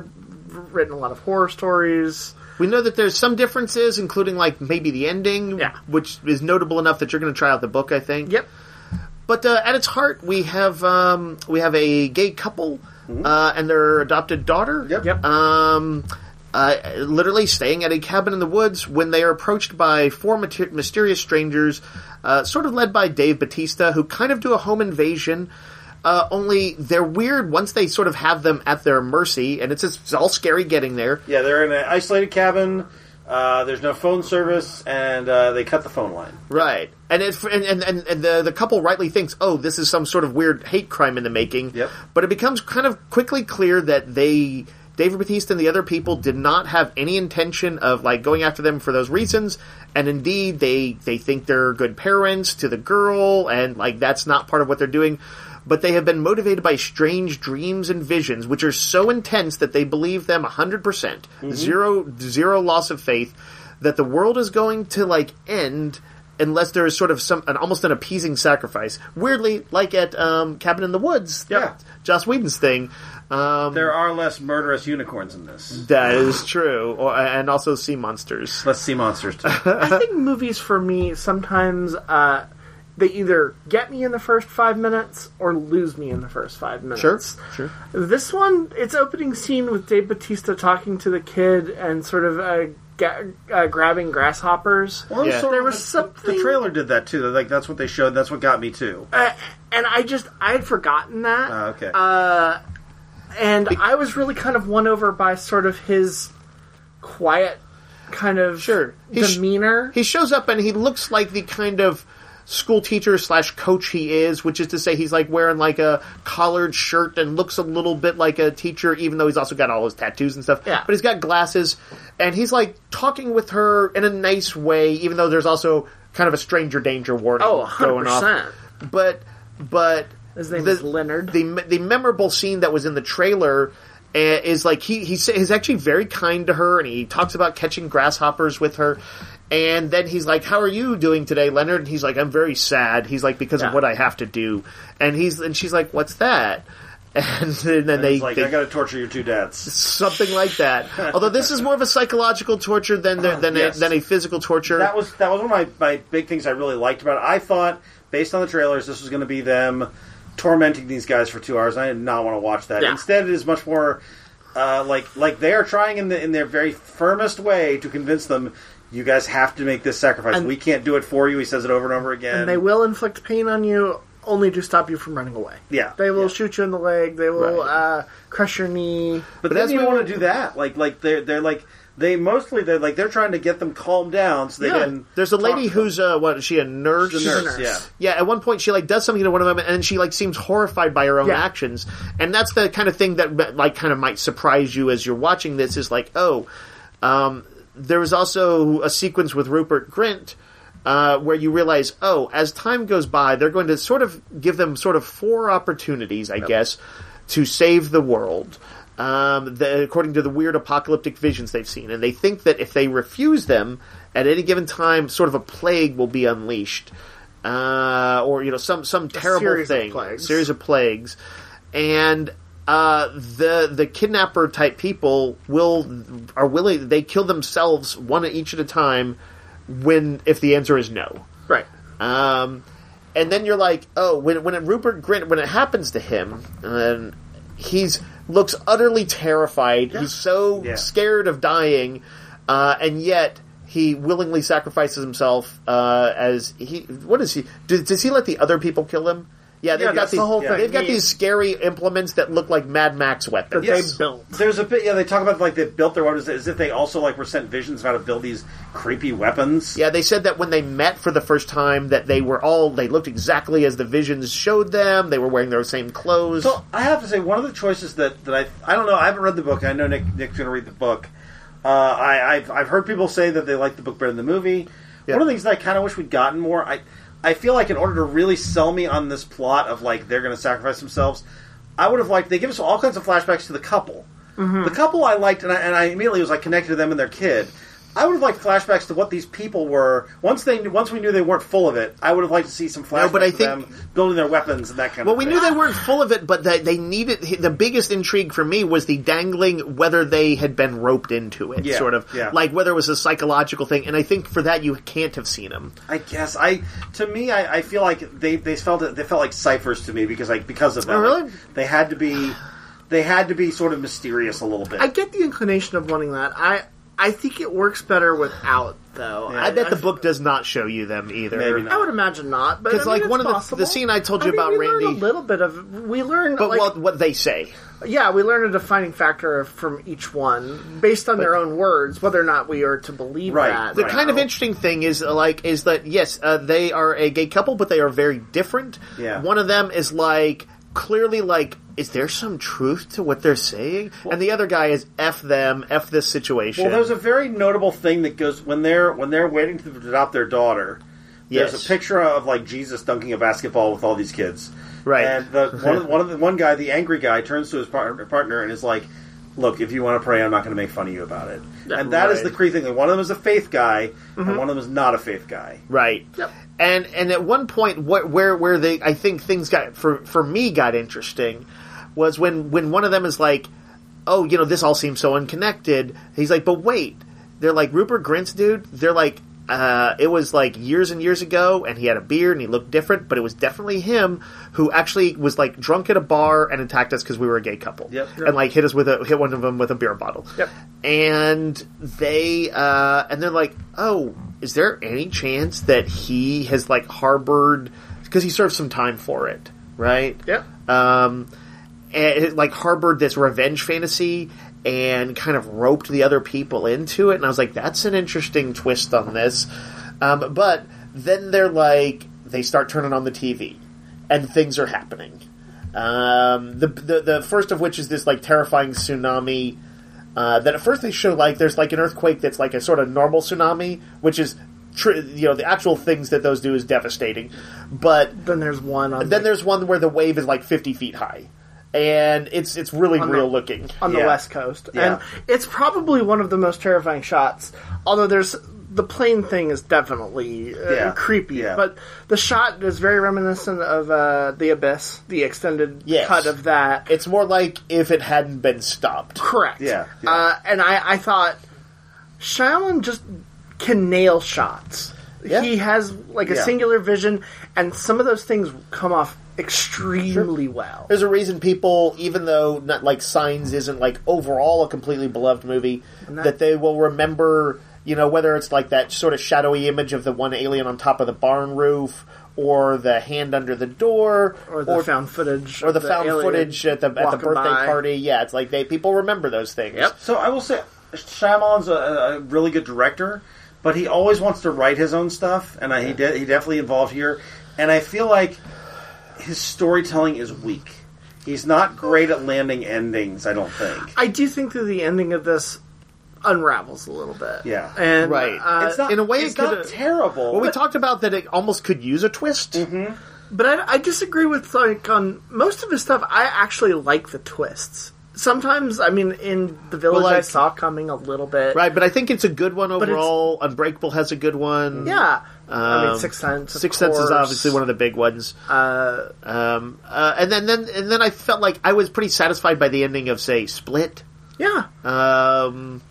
written a lot of horror stories.
we know that there's some differences, including like maybe the ending,
Yeah.
which is notable enough that you're going to try out the book. I think.
Yep.
But uh, at its heart, we have um, we have a gay couple uh, and their adopted daughter.
Mm-hmm. Yep.
Yep.
Um, uh, literally staying at a cabin in the woods when they are approached by four mater- mysterious strangers, uh, sort of led by Dave Batista, who kind of do a home invasion. Uh, only they're weird once they sort of have them at their mercy, and it's, just, it's all scary getting there.
Yeah, they're in an isolated cabin Uh, there's no phone service, and uh, they cut the phone line.
Right. And, it, and, and, and and the, the couple rightly thinks, oh, this is some sort of weird hate crime in the making.
Yep.
But it becomes kind of quickly clear that they, David Batiste and the other people, did not have any intention of like going after them for those reasons. And indeed, they, they think they're good parents to the girl, and like that's not part of what they're doing. But they have been motivated by strange dreams and visions, which are so intense that they believe them 100%. percent Zero, zero loss of faith that the world is going to like end unless there is sort of some an almost an appeasing sacrifice. Weirdly, like at um, Cabin in the Woods,
Yeah.
that Joss Whedon's thing. Um,
There are less murderous unicorns in this.
that is true, or, and also sea monsters.
Let's see monsters.
<laughs>
Too.
I think movies for me sometimes uh, they either get me in the first five minutes or lose me in the first five minutes.
Sure, sure.
This one, its opening scene with Dave Batista talking to the kid and sort of uh, ga- uh, grabbing grasshoppers.
Well,
Yeah.
There
of-
was
the-
something-
The trailer did that too. Like that's what they showed. That's what got me too.
Uh, and I just, I had forgotten that.
Uh, okay.
and I was really kind of won over by sort of his quiet kind of
Sure. He sh-
demeanor.
He shows up and he looks like the kind of school teacher slash coach he is, which is to say he's like wearing like a collared shirt and looks a little bit like a teacher, even though he's also got all his tattoos and stuff.
Yeah.
But he's got glasses and he's like talking with her in a nice way, even though there's also kind of a stranger danger warning
oh,
going off.
100%.
But but
His name
the-
is Leonard.
the the memorable scene that was in the trailer uh, is like he he's, he's actually very kind to her, and he talks about catching grasshoppers with her. And then he's like, "How are you doing today, Leonard?" And he's like, "I'm very sad." He's like, "Because
Yeah.
of what I have to do." And he's and she's like, "What's that?" <laughs> And then, then they,
it's like
they-
I got to torture your two dads.
something like that.
<laughs>
Although this is more of a psychological torture than the, than
Yes.
a, than a physical torture.
That was that was one of my, my big things I really liked about it. I thought based on the trailers this was going to be them tormenting these guys for two hours. and I did not want to watch that.
Yeah.
Instead, it is much more uh, like like they are trying in the in their very firmest way to convince them. You guys have to make this sacrifice.
And-
we can't do it for you. He says it over and over again.
and they will inflict pain on you only to stop you from running away.
Yeah.
They will
Yeah.
shoot you in the leg, they will
Right.
uh, crush your knee.
But,
But
then
that's
you
what
want to do that. Like like they're they're like they mostly they're like they're trying to get them calmed down so they
Yeah.
can.
There's a
talk
lady
to them.
who's uh, what? Is she a nurse?
She's a
a
nurse,
nurse.
Yeah.
Yeah, at one point she like does something to one of them, and then she like seems horrified by her own
Yeah.
actions, and that's the kind of thing that like kind of might surprise you as you're watching this. Is like, oh, um, there was also a sequence with Rupert Grint uh, where you realize, oh, as time goes by, they're going to sort of give them sort of four opportunities, I guess, to save the world. Um, the, according to the weird apocalyptic visions they've seen, and they think that if they refuse them at any given time, sort of a plague will be unleashed, uh, or you know some some terrible
series of
thing,
plagues.
series of plagues, and uh, the the kidnapper type people will are willing they kill themselves one each at a time when if the answer is no.
Right.
Um, and then you're like, oh, when when it, Rupert Grint when it happens to him, and he's looks utterly terrified. He's so
Yeah.
scared of dying, uh, and yet he willingly sacrifices himself uh, as he. What is he? Does, does he let the other people kill him? Yeah, they've
Yeah,
got
that's
these.
the whole
they've
thing.
got
Yeah.
these scary implements that look like Mad Max weapons.
But They built.
There's a bit. Yeah, they talk about like they built their weapons as if they also like were sent visions of how to build these creepy weapons.
Yeah, they said that when they met for the first time, that they were all they looked exactly as the visions showed them. They were wearing their same clothes.
So I have to say, one of the choices that, that I I don't know. I haven't read the book. I know Nick Nick's going to read the book. Uh, I, I've I've heard people say that they like the book better than the movie. One of the things that I kind of wish we'd gotten more. I I feel like in order to really sell me on this plot of like they're going to sacrifice themselves, I would have liked they give us all kinds of flashbacks to the couple.
Mm-hmm.
The couple I liked, and I, and I immediately was like connected to them and their kid. I would have liked flashbacks to what these people were once they once we knew they weren't full of it. I would have liked to see some flashbacks
but I
of
think-
them building their weapons and that kind
Well,
of.
we
thing.
knew they weren't full of it, but they, they needed the biggest intrigue for me was the dangling whether they had been roped into it,
Yeah,
sort of
yeah.
like whether it was a psychological thing. And I think for that you can't have seen them.
I guess I to me I, I feel like they they felt it, they felt like ciphers to me because like because of that.
Oh, really?
Like, they had to be they had to be sort of mysterious a little bit.
I get the inclination of wanting that. I I think it works better without, though.
I bet the book does not show you them either.
Maybe
I
not.
would imagine not, but
'Cause,
because
like, one of the- the scene I told you about
we learn
Randy-
a little bit of we learn,
But
like,
what what they say.
yeah, we learn a defining factor of- from each one based on their own words, whether or not we are to believe
Right.
that.
The
Right.
kind of interesting thing is uh, like is that yes, uh, they are a gay couple, but they are very different.
Yeah.
One of them is like clearly like, is there some truth to what they're saying? and the other guy is f them, f this situation.
Well, there's a very notable thing that goes when they're when they're waiting to adopt their daughter. There's
Yes.
a picture of like Jesus dunking a basketball with all these kids.
Right.
And
<laughs>
the one of, one of the one guy, the angry guy, turns to his par- partner and is like, "Look, if you want to pray, I'm not going to make fun of you about it." And that is
Right. Mm-hmm.
the creepy thing. that One of them is a faith guy, and one of them is not a faith guy.
Right.
Yep.
And and at one point, what where where they I think things got for for me got interesting was when when one of them is like, oh, you know, this all seems so unconnected. He's like, but wait, they're like Rupert Grint's dude. They're like. Uh, it was like years and years ago, and he had a beard and he looked different, but it was definitely him who actually was like drunk at a bar and attacked us because we were a gay couple,
Yep.
and like hit us with a hit one of them with a beer bottle
Yep.
and they uh, and they're like, "Oh, is there any chance that he has like harbored because he served some time for it, right?
Yep.
Um, and it, like harbored this revenge fantasy and kind of roped the other people into it." And I was like, "That's an interesting twist on this." Um, but then they're like, they start turning on the TV, and things are happening. Um, the, the the first of which is this like terrifying tsunami uh, that at first they show like there's like an earthquake that's like a sort of normal tsunami, which is tr- you know the actual things that those do is devastating, but
Then there's one on
then
the,
there's one where the wave is like 50 feet high, and it's it's really
On the-
real looking.
on the
yeah.
west coast,
Yeah.
and it's probably one of the most terrifying shots. Although there's the plane thing is definitely uh,
Yeah.
creepy,
Yeah.
but the shot is very reminiscent of uh, the abyss, the extended
Yes.
cut of that.
It's more like if it hadn't been stopped.
Correct.
Yeah, yeah.
Uh, and I, I thought Shyamalan just can nail shots.
Yeah.
He has like a
Yeah.
singular vision, and some of those things come off extremely well.
There's a reason people, even though not like Signs isn't like overall a completely beloved movie, that,
that-
they will remember. You know, whether it's like that sort of shadowy image of the one alien on top of the barn roof, or the hand under the door,
Or the found footage,
or the,
of
found
alien
footage at the at the
walking
birthday
by.
party. Yeah, it's like they people remember those things.
Yep.
So I will say, Shyamalan's a, a really good director, but he always wants to write his own stuff, and I, he de- he definitely involved here. And I feel like his storytelling is weak. He's not great at landing endings. I don't think.
I do think that the ending of this unravels a little bit.
Yeah.
and
Right.
uh,
It's not
in a way,
It's
it
not
could-
terrible.
Well, we
but-
talked about that it almost could use a twist.
Mm-hmm. But I, I disagree with like on most of his stuff. I actually like the twists. Sometimes, I mean, in the village, I
like-
saw coming a little bit.
Right, but I think it's a good one
it's-
overall. Unbreakable has a good one.
Yeah. I
Um,
mean, Sixth Sense. of
Sixth Sense is
course.
obviously one of the big ones. Uh, um, uh, and then, then and then I felt like I was pretty satisfied by the ending of say Split.
Yeah.
Um,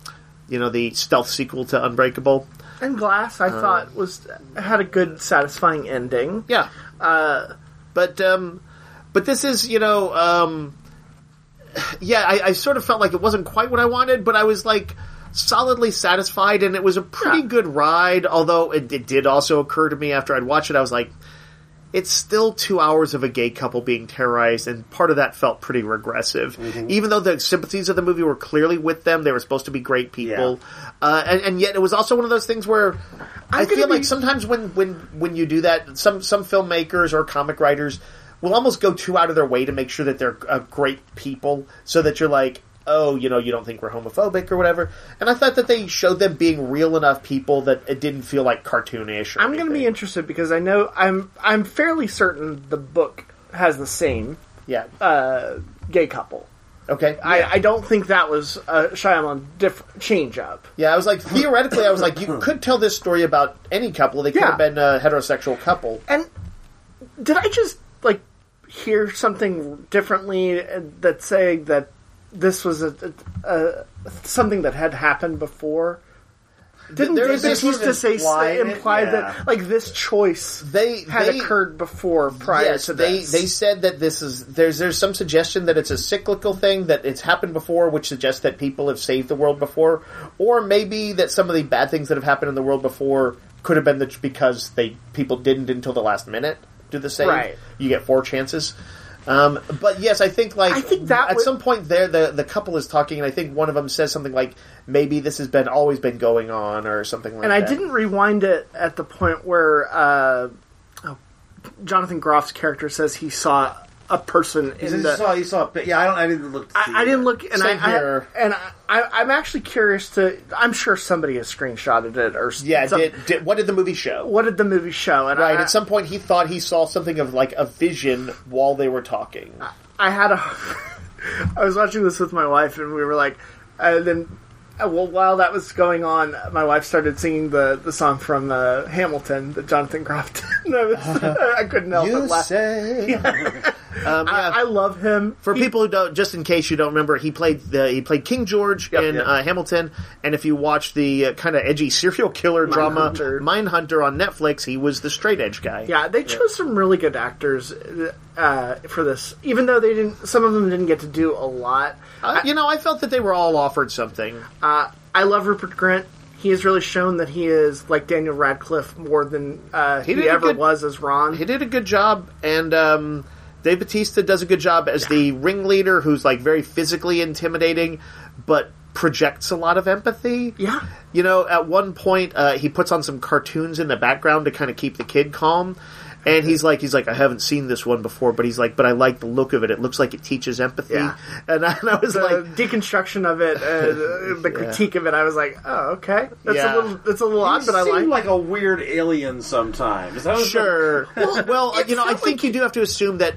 you know, the stealth sequel to Unbreakable.
and Glass, I thought was had a good, satisfying ending.
uh, Yeah. Uh, but um, but this is you know um, yeah I, I sort of felt like it wasn't quite what I wanted, but I was like solidly satisfied, and it was a pretty
Yeah.
good ride. Although it, it did also occur to me after I'd watched it, I was like. It's still two hours of a gay couple being terrorized, and part of that felt pretty regressive.
Mm-hmm.
Even though the sympathies of the movie were clearly with them, they were supposed to be great people, uh, and, and yet it was also one of those things where I
I'm gonna
feel like
be-
sometimes when, when when you do that, some some filmmakers or comic writers will almost go too out of their way to make sure that they're uh, great people, so that you're like, oh, you know, you don't think we're homophobic or whatever. And I thought that they showed them being real enough people that it didn't feel like cartoonish. Or
I'm going to be
anything.
interested because I know I'm I'm fairly certain the book has the same
yeah.
uh, gay couple.
okay.
I, I don't think that was a Shyamalan diff- change up.
yeah, I was like theoretically, I was like, you could tell this story about any couple. They could
Yeah.
have been a heterosexual couple.
And did I just like hear something differently uh, that saying that this was a, a, a something that had happened before? Didn't
there
there
is
David
this sort
used
of
to say
imply
imply,
it?
imply
Yeah.
that like this choice
They-
had
they-
occurred before prior
yes,
to
they
this?
they said that this is there's there's some suggestion that it's a cyclical thing that it's happened before, which suggests that people have saved the world before, or maybe that some of the bad things that have happened in the world before could have been the, because they people didn't until the last minute do the same.
Right.
You get four chances. Um, but yes, I think like
I think that
at
would-
some point there the the couple is talking, and I think one of them says something like maybe this has been always been going on or something like
and
that.
I didn't rewind it at the point where uh, oh, Jonathan Groff's character says he saw a person
He
in the.
saw, he saw. Yeah, I don't. I didn't look. To see
I, I didn't look, and
Same
I,
here.
I and I, I, I'm actually curious to. I'm sure somebody has screenshotted it or s-
Yeah,
some-
did, did what did the movie show?
What did the movie show? And
Right.
I,
At some point, he thought he saw something of like a vision while they were talking.
I had a. <laughs> I was watching this with my wife, and we were like, and then. uh, Well, while that was going on, my wife started singing the, the song from uh, Hamilton that Jonathan <laughs> Groff did. And I, was, I couldn't help but
<laughs>
laugh.
say. um, yeah,
I, I love him.
for people who don't, just in case you don't remember, he played the he played King George in
yep.
Uh, Hamilton, and if you watch the uh, kind of edgy serial killer drama
Mindhunter.
Mindhunter on Netflix, he was the straight edge guy.
Yeah, they chose some really good actors uh, for this, even though they didn't. Some of them didn't get to do a lot.
Uh, you know, I felt that they were all offered something.
Uh, I love Rupert Grant. He has really shown that he is like Daniel Radcliffe more than uh, he,
did a
ever
good-
was as Ron.
he did a good job, and um, Dave Batista does a good job as the ringleader, who's like very physically intimidating, but projects a lot of empathy.
Yeah.
you know, at one point uh, he puts on some cartoons in the background to kind of keep the kid calm. And he's like, he's like, I haven't seen this one before, but he's like, but I like the look of it. It looks like it teaches empathy.
Yeah.
And, I, and I was
the
like,
deconstruction of
<laughs>
it, uh, the critique of it, I was like, oh, okay, that's
Yeah.
a little, that's a little odd,
He
but I
seemed like
like.
a weird alien sometimes. That was
Sure. <laughs> Well, well you know, I think you do have to assume that.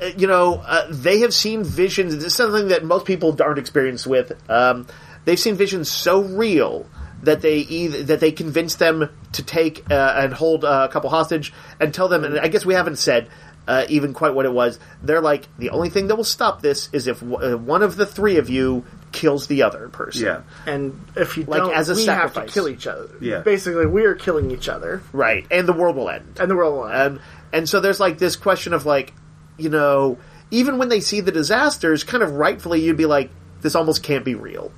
uh, You know, uh, they have seen visions. It's something that most people aren't experienced with. Um, they've seen visions so real that they either, that they convince them to take uh, and hold uh, a couple hostage and tell them. And I guess we haven't said uh, even quite what it was. They're like, the only thing that will stop this is if w- uh, one of the three of you kills the other person.
Yeah.
and if you
like,
don't,
as a
we have
sacrifice.
to kill each other.
Yeah.
basically, we are killing each other,
Right. And the world will end.
and the world will end.
and Um, and so there's like this question of like you know even when they see the disasters kind of rightfully you'd be like this almost can't be real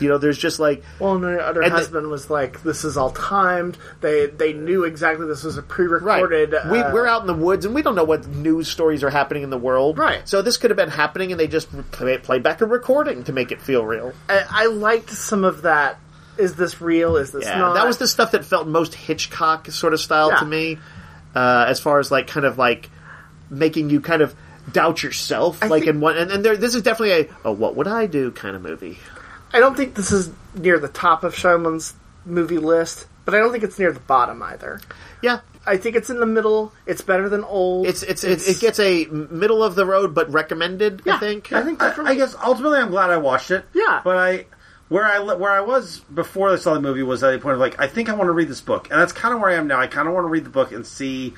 you know there's just like
Well, and her other
And the-
husband was like, "This is all timed. They they knew exactly this was a
right
pre-recorded."
we,
uh,
we're out in the woods and we don't know what news stories are happening in the world
Right.
so this could have been happening and they just play, play back a recording to make it feel real
I, I liked some of that. Is this real? Is this
yeah
not?
that was the stuff that felt most hitchcock sort of style
Yeah.
to me uh, as far as like kind of like making you kind of doubt yourself like
think-
in one and, and there, this is definitely a oh, what would i do kind of movie
I don't think this is near the top of Shyamalan's movie list, but I don't think it's near the bottom either.
yeah
I think it's in the middle. It's better than old.
It's it's, it it gets a middle of the road but recommended. I
Yeah,
think.
I think
I,
that's right.
I guess ultimately I'm glad I watched it.
Yeah.
But I where I li- where I was before I saw the movie was at a point of like I think I want to read this book, and that's kind of where I am now. I kind of want to read the book and see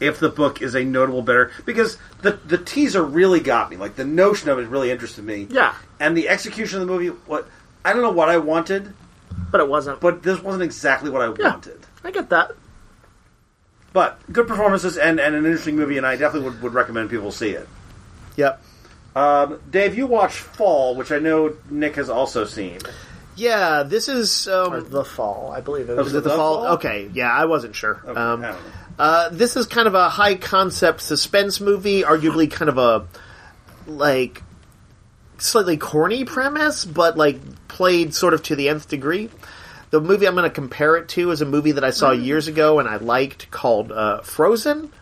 if the book is a notable better because the the teaser really got me. Like the notion of it really interested me.
Yeah.
And the execution of the movie, what I don't know what I wanted,
but it wasn't.
but this wasn't exactly what I
Yeah.
wanted.
I get that.
But good performances and, and an interesting movie, and I definitely would, would recommend people see it.
Yep.
Um, Dave, you watched Fall, which I know Nick has also seen.
Yeah. This is.
Or
Um,
the fall, I believe it
Was
was.
it
Oh, the
the
fall?
fall?
Okay. Yeah, I wasn't sure.
I
um,
don't know.
uh, this is kind of a high concept suspense movie, arguably kind of a like slightly corny premise, but like played sort of to the nth degree. The movie I'm going to compare it to is a movie that I saw years ago and I liked called uh, Frozen.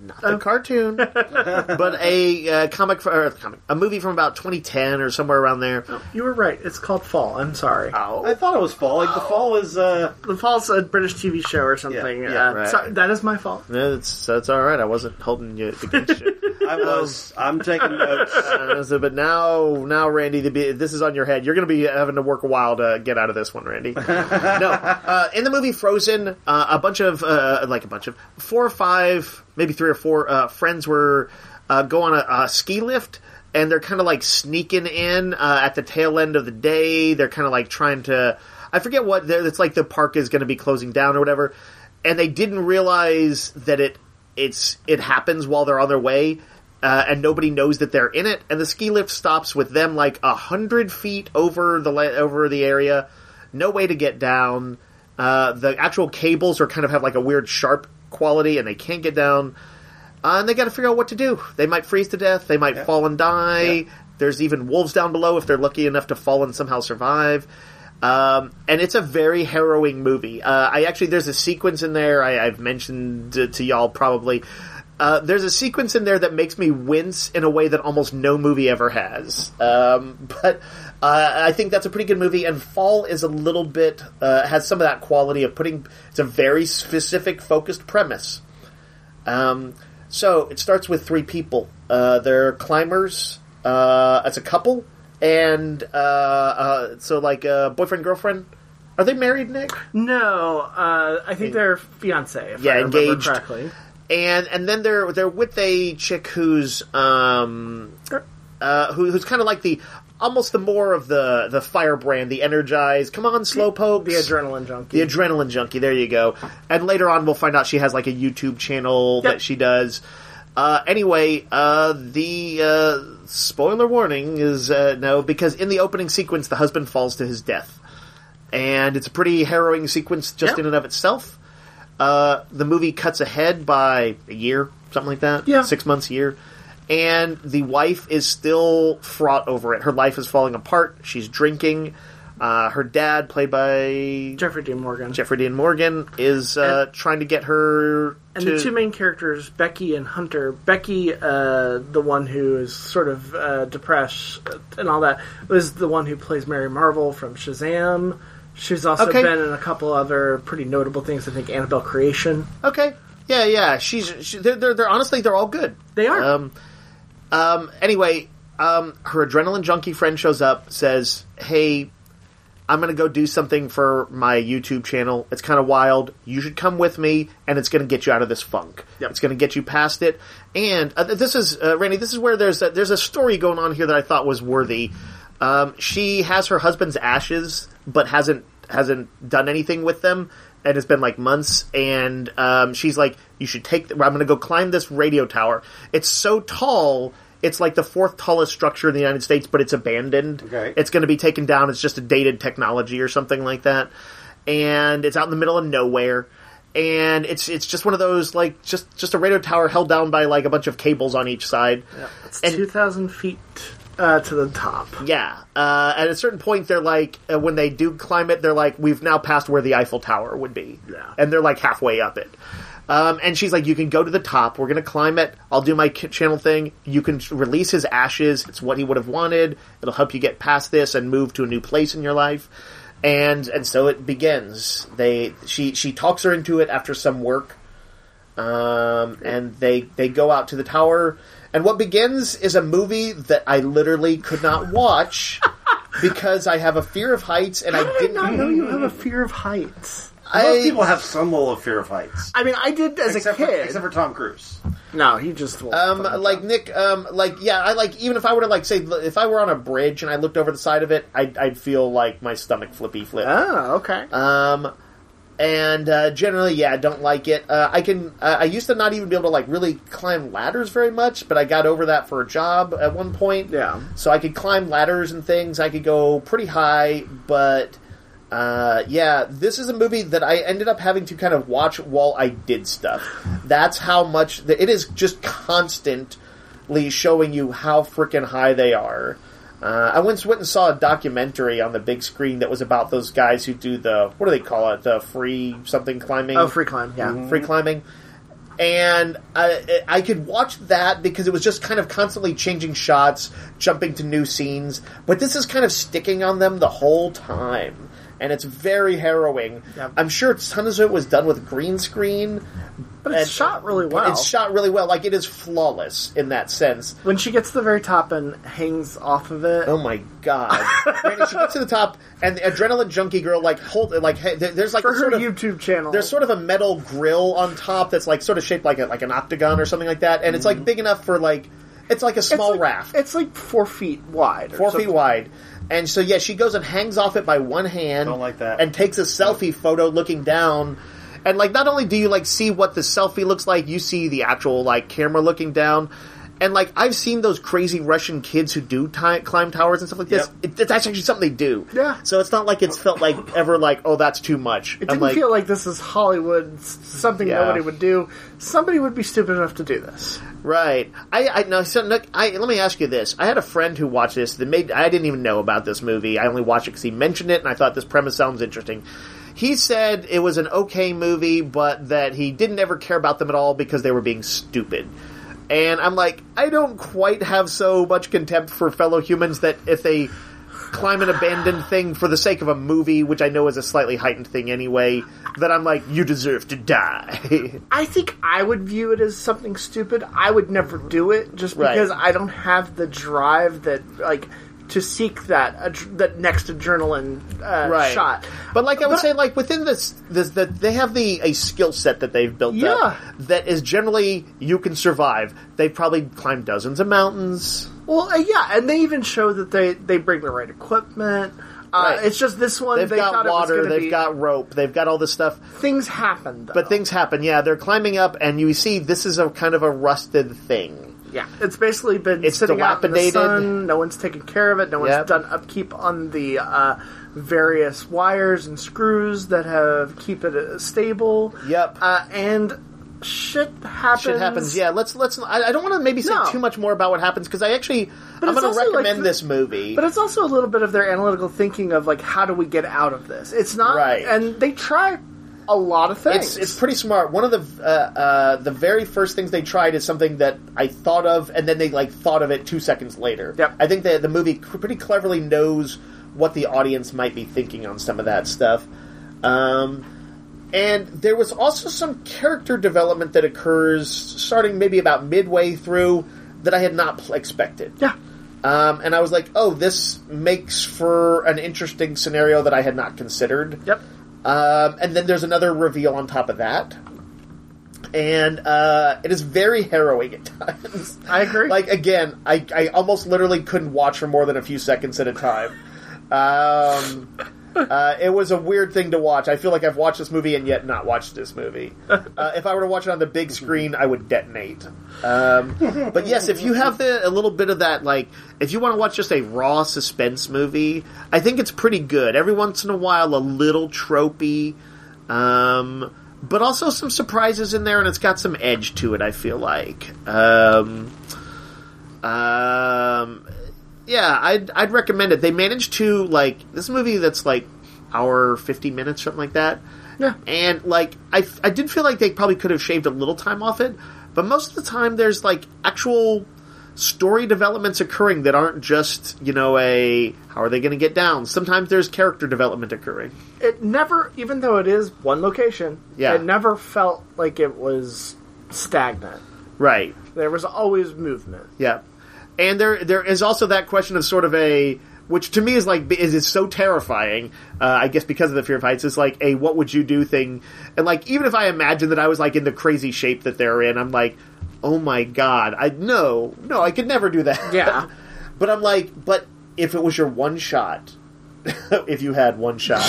Not the cartoon, but a uh, comic, fr- or comic, a movie from about 2010 or somewhere around there.
You were right. It's called Fall. I'm sorry.
Oh,
I thought it was fall. Like the fall is. uh
The Fall's a British TV show or something.
Yeah,
yeah,
uh,
right.
so- that is my fault.
Yeah, that's that's all right. I wasn't holding you against you.
I was. I'm taking notes.
Uh, <laughs> so, but now, now, Randy, the, be- this is on your head. You're going to be having to work a while to get out of this one, Randy. no, uh, in the movie Frozen, uh, a bunch of uh, like a bunch of four or five, maybe three or four uh, friends were uh, go on a, a ski lift. And they're kind of like sneaking in uh, at the tail end of the day. They're kind of like trying to. I forget what there. It's like the park is going to be closing down or whatever, and they didn't realize that it it's it happens while they're on their way, uh, and nobody knows that they're in it. And the ski lift stops with them like a hundred feet over the la- over the area, no way to get down. Uh, the actual cables are kind of have like a weird sharp quality, and they can't get down. Uh, and they got to figure out what to do. They might freeze to death. They might fall and die.
Yeah.
There's even wolves down below if they're lucky enough to fall and somehow survive. Um, and it's a very harrowing movie. Uh, I actually there's a sequence in there I, I've mentioned to, to y'all probably. Uh, there's a sequence in there that makes me wince in a way that almost no movie ever has. Um, <laughs> but uh, I think that's a pretty good movie. And Fall is a little bit uh, has some of that quality of putting. It's a very specific, focused premise. Um, so it starts with three people. Uh, they're climbers. Uh, it's a couple, and uh, uh, so like uh, boyfriend girlfriend. Are they married, Nick?
No, uh, I think they're fiance. If
Yeah,
I remember
engaged.
correctly.
And and then they're they're with a chick who's um uh, who, who's kind of like the almost the more of the the firebrand, the energized. Come on, slowpoke.
The adrenaline junkie.
The adrenaline junkie. There you go. And later on, we'll find out she has like a YouTube channel
Yep.
that she does. Uh, anyway, uh, the uh, spoiler warning is uh, no because in the opening sequence, the husband falls to his death, and it's a pretty harrowing sequence just
Yep.
in and of itself. Uh, the movie cuts ahead by a year, something like that.
Yeah.
six months, a year. And the wife is still fraught over it. Her life is falling apart. She's drinking. Uh, her dad, played by
Jeffrey Dean Morgan.
Jeffrey Dean Morgan is uh, trying to get her
and
to
the two main characters, Becky and Hunter. Becky, uh, the one who is sort of uh, depressed and all that, was the one who plays Mary Marvel from Shazam. She's also
Okay.
been in a couple other pretty notable things. I think Annabelle Creation.
okay, yeah, yeah. She's she, they're, they're they're honestly they're all good.
They are.
Um, um, anyway, um, her adrenaline junkie friend shows up, says, "Hey, I'm going to go do something for my YouTube channel. It's kind of wild. You should come with me, and it's going to get you out of this funk. It's going to get you past it." And uh, th- this is uh, Randy. This is where there's a, there's a story going on here that I thought was worthy. Um, she has her husband's ashes, but hasn't hasn't done anything with them, and it's been like months. And um, she's like, "You should take. The, I'm going to go climb this radio tower. It's so tall." It's like the fourth tallest structure in the United States, but it's abandoned.
Okay.
It's going to be taken down. It's just a dated technology or something like that. And it's out in the middle of nowhere. And it's it's just one of those like just just a radio tower held down by like a bunch of cables on each side.
it's
and-
two thousand feet uh, to the top.
Yeah. Uh, at a certain point, they're like, uh, when they do climb it, they're like, we've now passed where the Eiffel Tower would be.
Yeah.
And they're like halfway up it. Um, and she's like, you can go to the top. We're going to climb it. I'll do my k- channel thing. You can release his ashes. It's what he would have wanted. It'll help you get past this and move to a new place in your life. And and so it begins. They she she talks her into it after some work um, and they they go out to the tower. And what begins is a movie that I literally could not
<laughs>
watch because I have a fear of heights, and I
I did
didn't.
not know you have a fear of heights.
Most people
I,
have some level of fear of heights,
I mean, I did as
except
a
for,
kid.
except for Tom Cruise.
no, he just
um, like Nick, um, like yeah, I like even if I were to like say if I were on a bridge and I looked over the side of it, I'd, I'd feel like my stomach flippy flip.
Oh, okay.
Um, and uh, generally, yeah, I don't like it. Uh, I can. Uh, I used to not even be able to like really climb ladders very much, but I got over that for a job at one point.
Yeah.
So I could climb ladders and things. I could go pretty high, but uh, yeah, this is a movie that I ended up having to kind of watch while I did stuff. That's how much the, it is just constantly showing you how freaking high they are. Uh, I once went and saw a documentary on the big screen that was about those guys who do the what do they call it? The free something climbing
oh, free climb. Yeah.
free climbing. And I, I could watch that because it was just kind of constantly changing shots, jumping to new scenes. But this is kind of sticking on them the whole time. And it's very harrowing.
Yeah.
I'm sure tons of it was done with green screen.
But it's
and-
shot really
but
well.
It's shot really well. Like, it is flawless in that sense.
when she gets to the very top and hangs off of it.
Oh my
<laughs>
god! Granted, she gets to the top, and the adrenaline junkie girl like hold like hey, there- there's like a
for her
sort of-
YouTube channel.
there's sort of a metal grill on top that's like sort of shaped like a, like an octagon or something like that, and
Mm-hmm.
it's like big enough for like it's like a
it's
small
like,
raft,
It's like four feet wide. or
four
something.
feet wide, And so yeah, she goes and hangs off it by one hand.
Don't like that.
And takes a selfie photo looking down. And like not only do you like see what the selfie looks like, you see the actual like camera looking down. And like I've seen those crazy Russian kids who do ti climb towers and stuff like this.
Yep.
It, it's actually something they do.
Yeah.
So it's not like it's felt like ever like oh that's too much.
It didn't feel like this is Hollywood, s- something
Yeah.
nobody would do. Somebody would be stupid enough to do this.
Right. I, I no. So, look, I let me ask you this. I had a friend who watched this. That made I didn't even know about this movie. I only watched it because he mentioned it, and I thought this premise sounds interesting. He said it was an okay movie, but that he didn't ever care about them at all because they were being stupid. And I'm like, I don't quite have so much contempt for fellow humans that if they climb an abandoned thing for the sake of a movie, which I know is a slightly heightened thing anyway, that I'm like, you deserve to die. <laughs>
I think I would view it as something stupid. I would never do it just
Right.
because I don't have the drive that like to seek that ad- that next adrenaline uh,
right.
shot.
But like I would
But-
say, like within this, this that they have the a skill set that they've built
Yeah.
up that is generally you can survive. They've probably climbed dozens of mountains.
Well, uh, yeah, and they even show that they they bring the right equipment. Uh,
Right.
It's just this one.
They've
they
got
thought it was
water.
gonna
They've
be-
got rope. They've got all this stuff.
things happen, though.
But things happen. Yeah, they're climbing up, and you see this is a kind of a rusted thing.
yeah, it's basically been
It's
sitting out in the
dilapidated.
sun. No one's taken care of it. No one's
Yep.
done upkeep on the uh, various wires and screws that have keep it uh, stable.
Yep.
uh, and shit happens.
Shit happens. Yeah, let's let's. I, I don't want to maybe say
No.
too much more about what happens because I actually I'm
it's
going to
also, like,
recommend
the-
this movie.
But it's also a little bit of their analytical thinking of like, how do we get out of this? It's not
Right.
and they try a lot of
It's,
things.
it's pretty smart. One of the uh, uh, the very first things they tried is something that I thought of, and then they like thought of it two seconds later.
Yep.
I think that the movie c- pretty cleverly knows what the audience might be thinking on some of that stuff. Um, and there was also some character development that occurs starting maybe about midway through that I had not pl- expected.
yeah.
Um, and I was like, oh, this makes for an interesting scenario that I had not considered.
Yep.
Um, and then there's another reveal on top of that. And uh, it is very harrowing at <laughs> times.
I
<laughs>
agree.
Like, again, I, I almost literally couldn't watch for more than a few seconds at a time. Um, uh, it was a weird thing to watch. I feel like I've watched this movie and yet not watched this movie. Uh, if I were to watch it on the big screen, I would detonate. Um, but yes, if you have the, a little bit of that, like if you want to watch just a raw suspense movie, I think it's pretty good. Every once in a while, a little tropey, um, but also some surprises in there, and it's got some edge to it. I feel like. Um, um, yeah, I'd I'd recommend it. They managed to like this movie that's like hour fifty minutes, something like that.
Yeah.
And like I I did feel like they probably could have shaved a little time off it, but most of the time there's like actual story developments occurring that aren't just you know a how are they going to get down. Sometimes there's character development occurring.
it never, even though it is one location,
Yeah.
it never felt like it was stagnant.
Right.
There was always movement.
Yeah, and there there is also that question of sort of a which to me is like is is so terrifying. Uh, I guess because of the fear of heights, it's like a what would you do thing, and like even if I imagine that I was like in the crazy shape that they're in, I'm like, oh my god, I no no I could never do that.
Yeah.
<laughs> but I'm like, but if it was your one shot, <laughs> if you had one shot.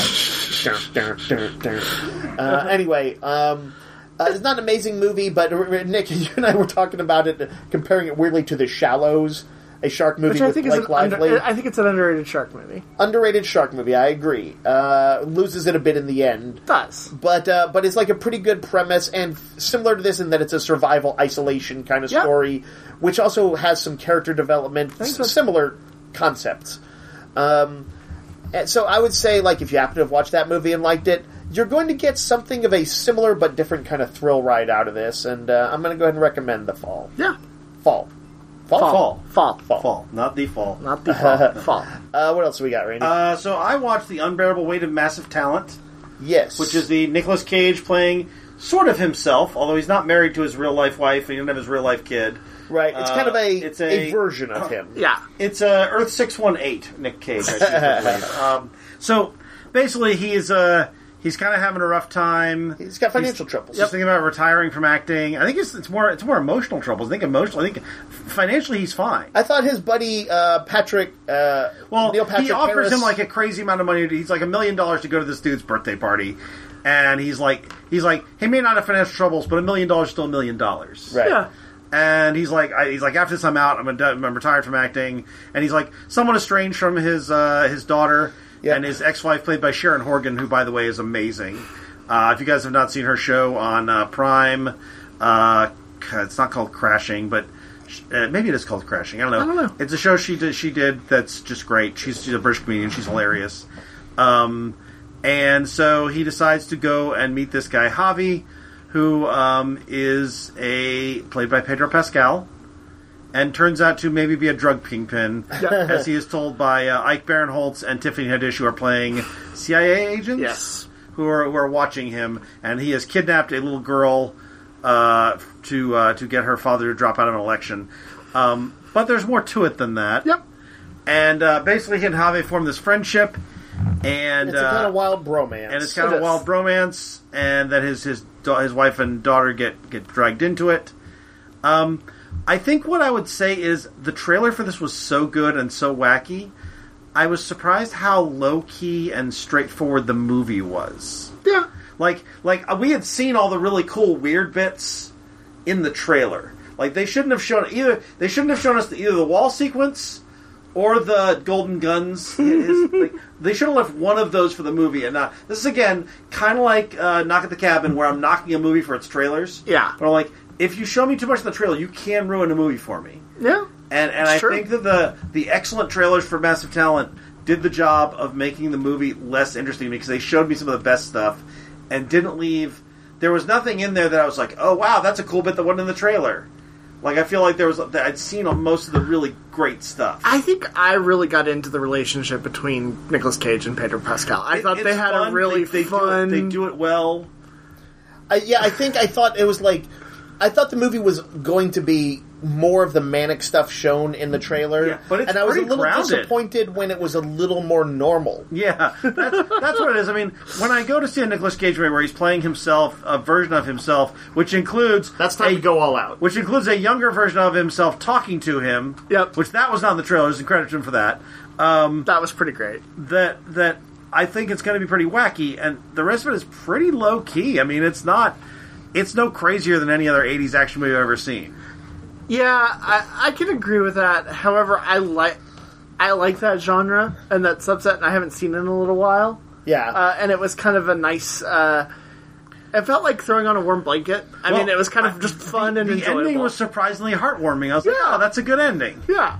Uh, anyway, um, uh, it's not an amazing movie, but r- r- Nick, <laughs> you and I were talking about it, comparing it weirdly to The Shallows, a shark movie
Which I
with
think is
Blake
an
Lively.
under, I think it's an underrated shark movie.
Underrated shark movie, I agree. Uh, loses it a bit in the end.
It does.
But uh, but it's like a pretty good premise and similar to this in that it's a survival isolation kind of
Yeah.
story, which also has some character development, s-
so.
similar concepts. Um, and so I would say like if you happen to have watched that movie and liked it, you're going to get something of a similar but different kind of thrill ride out of this. And uh, I'm going to go ahead and recommend the fall.
Yeah.
Fall. Fall.
Fall.
Fall.
Fall.
Fall, not the fall.
Not the <laughs> fall. fall.
Uh, what else we got, Randy?
Uh, so I watched The Unbearable Weight of Massive Talent,
yes.
which is the Nicolas Cage playing sort of himself, althoug't he's not married to his real life wife and he doesn't have his real life kid.
right. It's
uh,
kind of a
it's
a,
a-
version of him.
Yeah.
It's uh, Earth
<laughs>
six one eight Nick Cage. I should have played. um, so basically, he's uh, He's kind of having a rough time.
He's got financial troubles.
He's just thinking about retiring from acting. I think it's, it's more it's more emotional troubles. I think emotional. I think financially he's fine.
I thought his buddy uh, Patrick, uh,
Well,
Neil Patrick
he offers
Harris,
him like a crazy amount of money. to- He's like a million dollars to go to this dude's birthday party, and he's like, he's like, he may not have financial troubles, but a million dollars is still a million dollars.
Right.
Yeah.
And he's like, I, he's like, after this, I'm out. I'm, a, I'm retired from acting. And he's like, somewhat estranged from his uh, his daughter
Yeah.
and his ex wife, played by Sharon Horgan, who, by the way, is amazing. Uh, if you guys have not seen her show on uh, Prime, uh, it's not called Crashing, but sh- uh, maybe it is called Crashing. I don't know.
I don't know.
It's a show she did. She did that's just great. She's, she's a British comedian. She's hilarious. Um, and so he decides to go and meet this guy Javi, who um, is a played by Pedro Pascal, and turns out to maybe be a drug kingpin, <laughs> as he is told by uh, Ike Barinholtz and Tiffany Haddish, who are playing CIA agents
Yes.
who are who are watching him, and he has kidnapped a little girl uh, to uh, to get her father to drop out of an election. Um, but there's more to it than that.
Yep.
And uh, basically, he and Javi form this friendship, and
it's a kind
uh,
of wild bromance.
and it's kind
It
of
is.
a wild bromance, and that his his da- his wife and daughter get get dragged into it. Um, I think what I would say is the trailer for this was so good and so wacky. I was surprised how low key and straightforward the movie was.
Yeah.
Like like uh, we had seen all the really cool weird bits in the trailer. Like they shouldn't have shown either. They shouldn't have shown us either the wall sequence or the golden guns. His- like, they should have left one of those for the movie and not. This is again kind of like uh, Knock at the Cabin, where I'm knocking a movie for its trailers.
Yeah.
But I'm like, if you show me too much in the trailer, you can ruin a movie for me.
Yeah.
And and
It's
I
true.
think that the the excellent trailers for Massive Talent did the job of making the movie less interesting because they showed me some of the best stuff and didn't leave. There was nothing in there that I was like, oh wow, that's a cool bit that wasn't in the trailer. Like I feel like there was that I'd seen on most of the really great stuff.
I think I really got into the relationship between Nicolas Cage and Pedro Pascal. I
It-
thought they
it's
had
fun.
a really
They- they do it-
fun.
they do it well.
I, yeah, I think I thought it was like I thought the movie was going to be more of the manic stuff shown in the trailer,
Yeah, but it's
and I was a
pretty
little
grounded.
disappointed when it was a little more normal.
Yeah, <laughs> that's, that's what it is. I mean, when I go to see a Nicolas Cage movie where he's playing himself, a version of himself, which includes
That's time
a-
to go all out.
which includes a younger version of himself talking to him.
Yep.
Which that was not in the trailers, and credit to him for that. Um,
That was pretty great.
that that I think it's going to be pretty wacky, and the rest of it is pretty low key. I mean, it's not. It's no crazier than any other '80s action movie I've ever seen.
Yeah, I, I can agree with that. However, I like I like that genre and that subset, and I haven't seen it in a little while.
Yeah,
Uh, and it was kind of a nice. Uh, it felt like throwing on a warm blanket. I
Well,
mean, it was kind of just fun and
the
enjoyable.
ending was surprisingly heartwarming. I was like,
Yeah.
"Oh, that's a good ending."
yeah,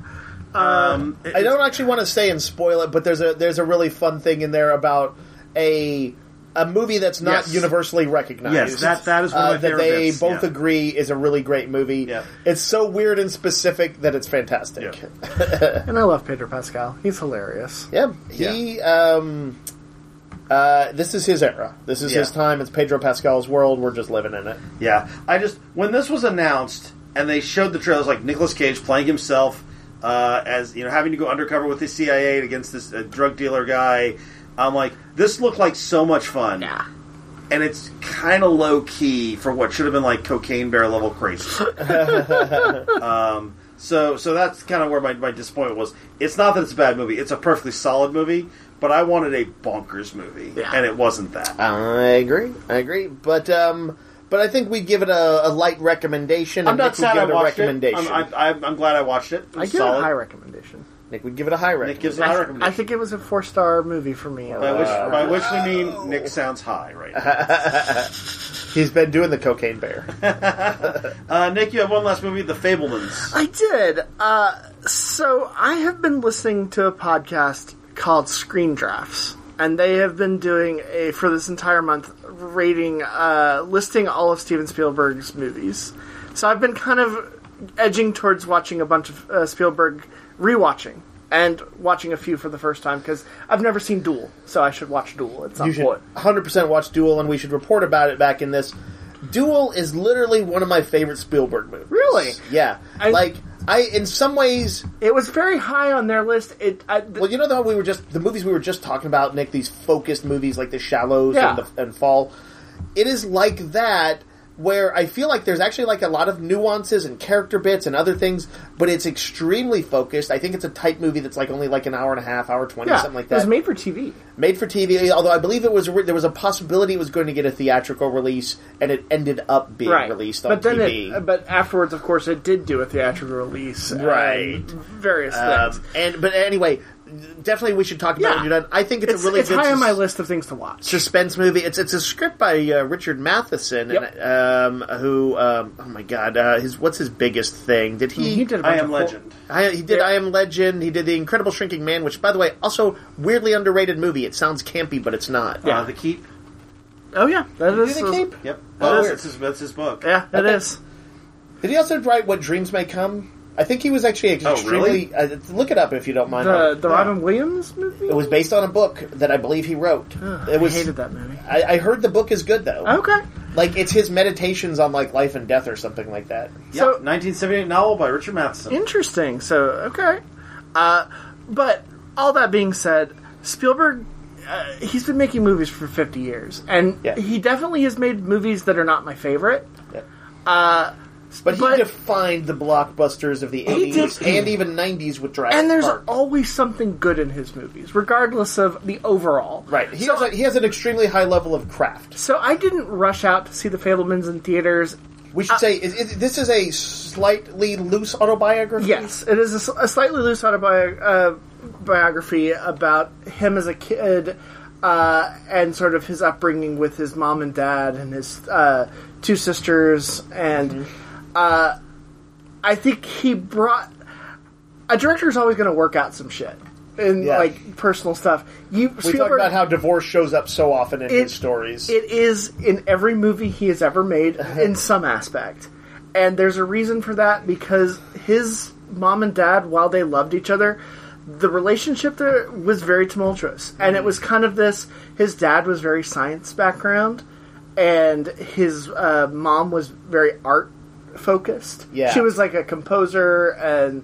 Um, it-
I don't actually want to stay and spoil it, but there's a there's a really fun thing in there about a a movie that's not
Yes.
universally recognized.
Yes, that- that is one of my
uh, that
favorite
they
bits,
both
yeah.
agree is a really great movie.
Yeah.
It's so weird and specific that it's fantastic.
Yeah.
and I love Pedro Pascal. He's hilarious.
Yeah, he. Um, uh, this is his era. This is
Yeah.
his time. It's Pedro Pascal's world. We're just living in it.
Yeah, I just when this was announced and they showed the trailers like Nicolas Cage playing himself uh, as you know having to go undercover with the CIA against this uh, drug dealer guy. I'm like, this looked like so much fun, and it's kind of low key for what should have been like cocaine bear level crazy. um, so, so that's kind of where my, my disappointment was. It's not that it's a bad movie; it's a perfectly solid movie. But I wanted a bonkers movie,
Yeah.
and it wasn't that.
I agree. I agree. But um, but I think we'd give it a, a light recommendation.
I'm
and
not
Nick would
sad
give
I
it a
watched it.
recommendation.
I'm, I, I'm, I'm glad I watched it. It
I
was
give it
solid.
a high recommendation.
Nick would give it a high recommendation.
Nick gives it a
I,
high Uh,
th- I
recommendation.
think it was a four star movie for me.
by which, by which we mean Nick sounds high right now.
He's been doing the cocaine bear.
Uh, Nick, you have one last movie, The Fablemans.
I did. Uh, so I have been listening to a podcast called Screen Drafts, and they have been doing a for this entire month rating, uh, listing all of Steven Spielberg's movies. So I've been kind of edging towards watching a bunch of uh, Spielberg rewatching and watching a few for the first time because I've never seen Duel, so I should watch Duel at some
You should
point.
100% watch Duel, and we should report about it back in this. Duel is literally one of my favorite Spielberg movies.
Really?
Yeah.
I-
like, I in some ways,
It was very high on their list. It I, th-
well, you know the we were just the movies we were just talking about, Nick. These focused movies like The Shallows and,
Yeah.
the, and Fall. It is like that where I feel like there's actually like a lot of nuances and character bits and other things, but it's extremely focused. I think it's a tight movie that's like only like an hour and a half, hour twenty,
yeah,
something like
it was
that.
made for TV.
made for TV. Although I believe it was there was a possibility it was going to get a theatrical release, and it ended up being released on
but then
TV.
It, uh, but afterwards, of course, it did do a theatrical release, and
Right.
various
um,
things.
and but anyway, definitely we should talk about
Yeah.
it when you're done. I think it's,
It's,
a really
it's
good
high on
sus-
my list of things to watch.
suspense movie. It's it's a script by uh, Richard Matheson,
Yep.
and, um, who um, oh my god, uh, his what's his biggest thing? Did he?
He did a bunch
I
of
am
full-
legend.
I, he did
Yeah.
I Am Legend. He did The Incredible Shrinking Man, which, by the way, also weirdly underrated movie. It sounds campy, but it's not.
Yeah, Uh, the keep.
Oh yeah, that
Did
is.
he do The Cape?
Yep.
Oh,
Oh,
weird.
that's his, that's his book.
Yeah, it
Okay.
is.
Did he also write What Dreams May Come? I think he was actually
Oh,
extremely. uh, look it up if you don't mind.
The the
Yeah.
Robin Williams movie.
it was based on a book that I believe he wrote. it was.
I hated that movie.
I, I heard the book is good though.
Okay,
Like it's his meditations on like life and death or something like that.
Yeah,
So-
1978 novel by Richard Matheson.
interesting. So okay, uh, but all that being said, Spielberg. Uh, he's been making movies for 50 years, and
Yeah.
he definitely has made movies that are not my favorite.
But he
Uh, But-
defined the blockbusters of the
He
eighties
did.
and even nineties with Jurassic
And there's
Park.
always something good in his movies, regardless of the overall.
right. He
so,
has a, he has an extremely high level of craft.
so I didn't rush out to see The Fablemans in theaters.
We
Uh,
should say is, is, this is a slightly loose autobiography.
Yes, it is a s- a, slightly loose autobiography about him as a kid uh, and sort of his upbringing with his mom and dad and his uh, two sisters. And
Mm-hmm.
uh, I think he brought. A director's always going to work out some shit. And
Yeah.
like personal stuff, you
We talk about how divorce shows up so often in his
It-
stories.
It is in every movie he has ever made
Uh-huh.
in some aspect. And there's a reason for that because his mom and dad, while they loved each other, the relationship there was very tumultuous. And it
Mm-hmm.
was kind of this his dad was very science background, and his uh, mom was very art focused.
Yeah.
She was like a composer, and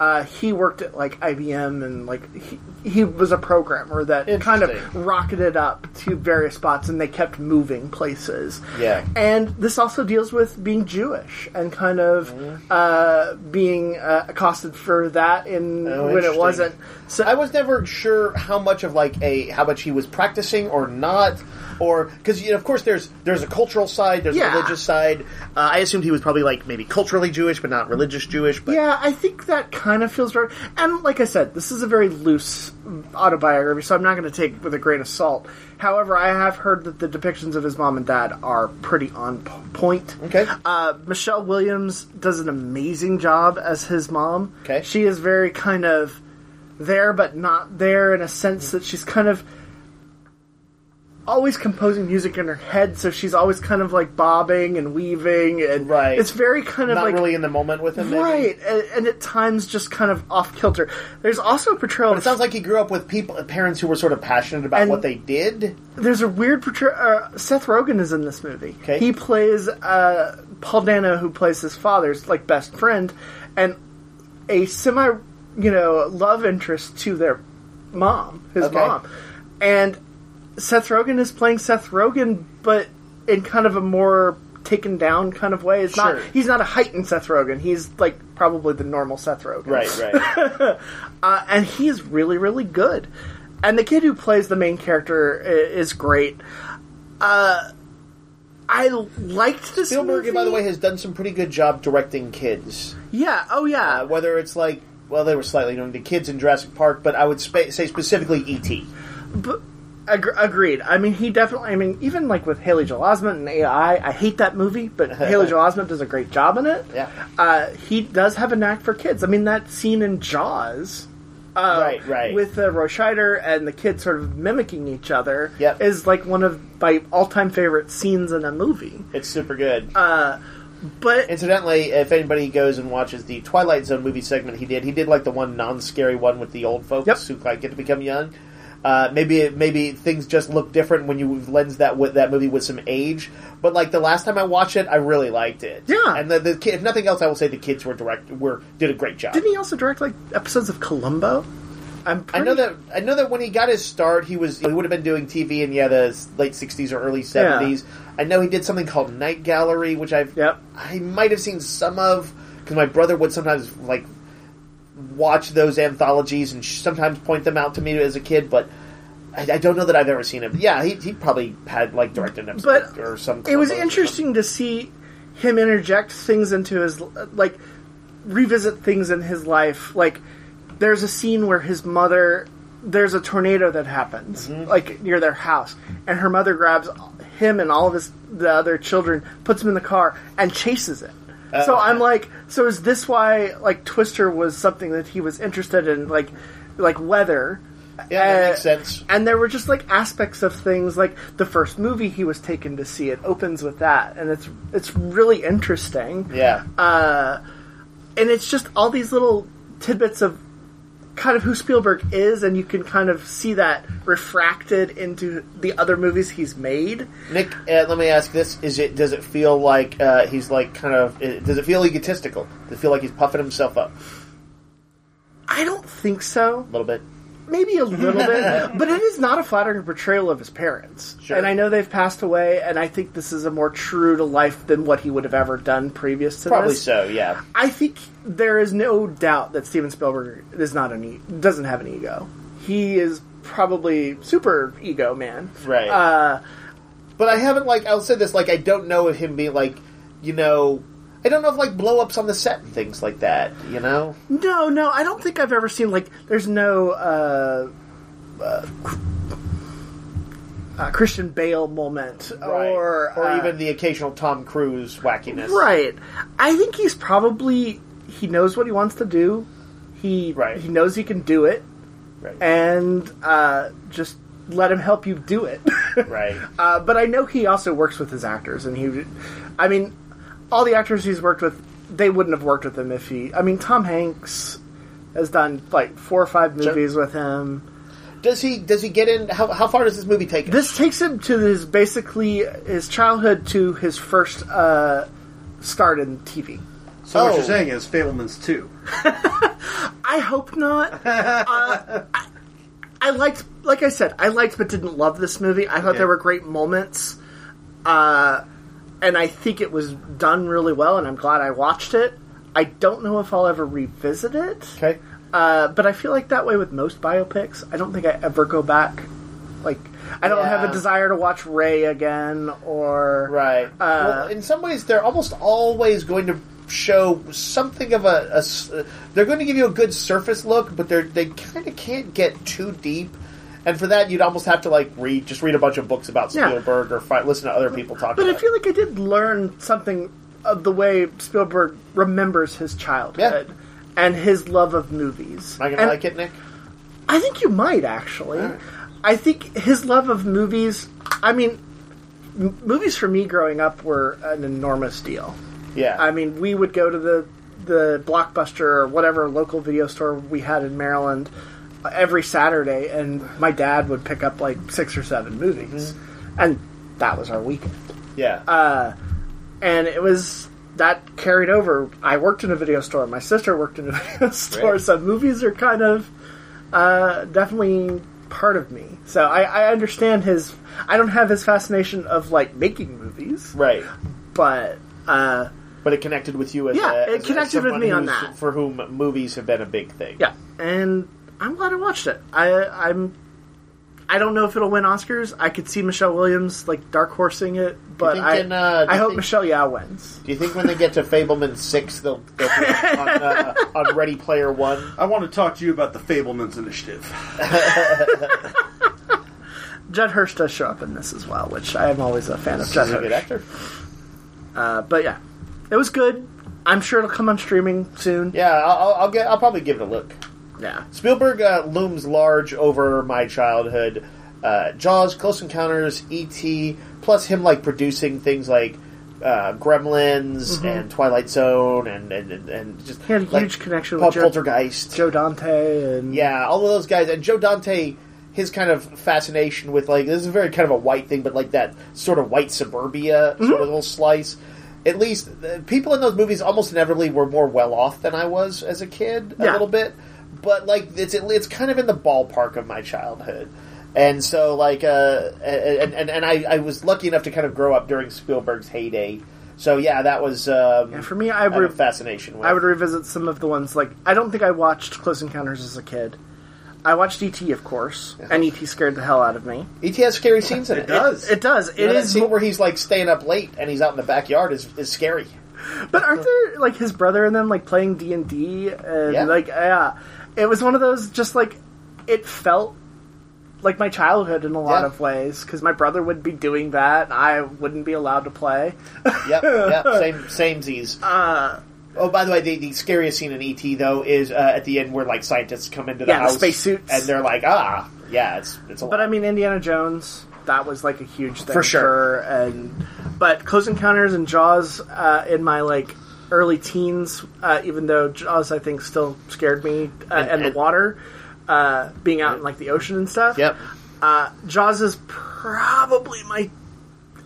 uh, he worked at like IBM, and like he, he was a programmer that kind of
Interesting.
rocketed up to various spots, and they kept moving places.
Yeah.
and this also deals with being Jewish and kind of
Mm-hmm.
uh, being uh, accosted for that in
Oh,
when it
interesting.
wasn't. So
I was never sure how much of like a how much he was practicing or not, or because you know, of course there's there's a cultural side, there's
Yeah.
a religious side. Uh, I assumed he was probably like maybe culturally Jewish, but not religious Jewish. But
Yeah, I think that kind of feels right. And like I said, this is a very loose autobiography, so I'm not going to take it with a grain of salt. However, I have heard that the depictions of his mom and dad are pretty on p- point.
okay,
Uh, Michelle Williams does an amazing job as his mom.
Okay.
She is very kind of there, but not there in a sense that she's kind of always composing music in her head, so she's always kind of like bobbing and weaving, and
Right.
it's very kind of
not
like
really in the moment with him. maybe.
Right, and, and at times just kind of off kilter. There's also a portrayal.
But it sounds like he grew up with people, parents who were sort of passionate about
And-
what they did.
there's a weird portrayal. Uh, Seth Rogen is in this movie.
Okay.
He plays uh, Paul Dano, who plays his father's like best friend, and a semi, you know, love interest to their mom, his
Okay.
mom, and Seth Rogen is playing Seth Rogen, but in kind of a more taken down kind of way. It's not
Sure.
he's not a heightened Seth Rogen. He's like probably the normal Seth Rogen. <laughs>
right.
uh, and he's really, really good. And the kid who plays the main character i- is great. Uh, I liked this
Spielberg,
movie.
by the way, has done some pretty good job directing kids.
yeah, oh yeah,
Uh, whether it's like well, they were slightly doing the kids in Jurassic Park, but I would spa- say specifically E E.T.
but, ag- agreed. I mean, he definitely. I mean, even like with Haley Joel Osment and AI, I hate that
<laughs>
movie, but Haley Joel Osment does a great job in it.
Yeah.
uh, he does have a knack for kids. I mean, that scene in Jaws.
right, right.
Oh, with uh, Roy Scheider and the kids sort of mimicking each other
Yep.
is like one of my all-time favorite scenes in a movie.
it's super good.
Uh, But
Incidentally, if anybody goes and watches the Twilight Zone movie segment he did, he did like the one non scary one with the old folks
Yep.
who like get to become young. Uh, maybe maybe things just look different when you lens that with that movie with some age. But like the last time I watched it, I really liked it.
Yeah.
and the, the ki- if nothing else, I will say the kids were direct were did a great job.
Didn't he also direct like episodes of Columbo? I'm
I
pretty,
know that I know that when he got his start, he was he would have been doing TV in yeah the late '60s or early '70s. I know he did something called Night Gallery, which I've
Yep.
I might have seen some of because my brother would sometimes like watch those anthologies and sh- sometimes point them out to me as a kid, but. I, I don't know that I've ever seen him. Yeah, he, he probably had like directed an episode
But
or some.
It was
clip or
interesting to see him interject things into his like revisit things in his life. Like there's a scene where his mother there's a tornado that happens
Mm-hmm.
like near their house and her mother grabs him and all of his the other children, puts him in the car and chases it.
Uh,
so I'm like so is this why like Twister was something that he was interested in like like weather
something. Yeah, that
uh,
makes sense.
and there were just like aspects of things like the first movie he was taken to see it opens with that and it's it's really interesting
Yeah,
and it's just all these little tidbits of kind of who Spielberg is and you can kind of see that refracted into the other movies he's made
Nick, uh, let me ask this: Is it does it feel like uh, he's like kind of? uh, Does it feel egotistical? Does it feel like he's puffing himself up
I don't think so
a little bit?
maybe a
<laughs>
little bit but it is not a flattering portrayal of his parents
Sure.
and I know they've passed away and I think this is a more true to life than what he would have ever done previous to
Probably
this
so. Yeah.
I think there is no doubt that Steven Spielberg is not an e- doesn't have an ego. He is probably super ego man.
Right. Uh, but I haven't like I'll say this like I don't know of him being like you know I don't know of like blow ups on the set and things like that. You know.
No, no, I don't think I've ever seen like there's no uh, uh, uh, Christian Bale moment
or
or uh,
even the occasional Tom Cruise wackiness.
Right. I think he's probably he knows what he wants to do. He
Right.
he knows he can do it,
Right.
and uh, just let him help you do it. <laughs>
right.
Uh, but I know he also works with his actors, and he, I mean, all the actors he's worked with, they wouldn't have worked with him if he. I mean, Tom Hanks has done like four or five movies with him.
Does he does he get in? How, how far does this movie take? him?
This takes him to his basically his childhood to his first uh, start in TV.
So what you're
Oh.
saying is Fableman's two.
I hope
<laughs>
not. uh, I, I liked, like I said, I liked but didn't love this movie. I thought
Okay.
there were great moments, uh, and I think it was done really well. And I'm glad I watched it. I don't know if I'll ever revisit it,
okay.
uh, but I feel like that way with most biopics. I don't think I ever go back. Like, I don't have
Yeah.
a desire to watch Ray again, or
Right.
Uh-huh.
well, in some ways, they're almost always going to show something of a. a s- uh, they're going to give you a good surface look, but they're they kind of can't get too deep. And for that, you'd almost have to like read just read a bunch of books about
Yeah.
Spielberg or fi- listen to other people talk.
But
about
I feel
it.
like I did learn something of the way Spielberg remembers his childhood and his love of movies.
am I
And
gonna like it, Nick?
I think you might actually. I think his love of movies. I mean, m- movies for me growing up were an enormous deal.
Yeah.
I mean, we would go to the the blockbuster or whatever local video store we had in Maryland uh, every Saturday, and my dad would pick up like six or seven movies,
Mm-hmm.
and that was our weekend
yeah.
uh, and it was that carried over. I worked in a video store. My sister worked in a <laughs> video store, so movies are kind of uh, definitely part of me. So I, I understand his. I don't have his fascination of like making movies,
right.
but uh,
But it connected with you as
Yeah,
a,
it
as- as
connected with
someone
me on
who's-
that.
for whom movies have been a big thing.
yeah, and I'm glad I watched it. I I'm. I don't know if it'll win Oscars. I could see Michelle Williams like dark horsing it, but
think
I,
in, uh, do
I
you
hope
think-
Michelle Yao wins.
Do you think when they get to Fableman six, they'll, they'll
<laughs>
be on, uh, on Ready Player One?
I want to talk to you about the Fableman's initiative.
Judd Hirsch does show up in this as well, which I am always a fan of. Judd
He's a
Hirsch.
good actor.
But yeah, it was good. I'm sure it'll come on streaming soon.
Yeah, I'll, I'll- I'll get. I'll probably give it a look.
Yeah.
Spielberg uh, looms large over my childhood. Uh, Jaws, Close Encounters, E.T., plus him like producing things like uh, Gremlins and Twilight Zone, and and, and, and just
Mm-hmm. He had a
like,
huge connection
Pul-
with Joe,
Poltergeist.
Joe Dante and
Yeah, all of those guys, and Joe Dante
his kind of fascination with like this is very kind of a white thing, but like that sort of white suburbia
Mm-hmm.
sort of little slice. At least uh, people in those movies almost inevitably were more well off than I was as a kid a
Yeah.
little bit, but like it's it's kind of in the ballpark of my childhood. And so, like, uh, and and, and I, I was lucky enough to kind of grow up during Spielberg's heyday. So yeah, that was um,
Yeah, for me, I
I have a
would
fascination with.
I would revisit some of the ones like I don't think I watched Close Encounters as a kid. I watched ET, of course, and ET scared the hell out of me.
ET has E scary scenes in it.
It does.
It does. It
It is
is,
scene where he's like staying up late and he's out in the backyard is, is scary.
but aren't there like his brother and them like playing D and D
Yeah.
and like yeah, it was one of those just like it felt like my childhood in a lot
Yeah.
of ways because my brother would be doing that and I wouldn't be allowed to play.
Yep,
<laughs>
yep, same samesies. Uh, oh, by the way, the, the scariest scene in ET though is uh, at the end where like scientists come into the
Yeah, the
house
spacesuits.
and they're like, ah, yeah, it's it's a
But
lot.
I mean, Indiana Jones, that was like a huge thing
For sure.
her, and but Close Encounters and Jaws uh, in my like early teens, uh, even though Jaws I think still scared me, uh, and,
and-
the water, uh, being out in like the ocean and stuff. Uh,
yep,
Jaws is probably my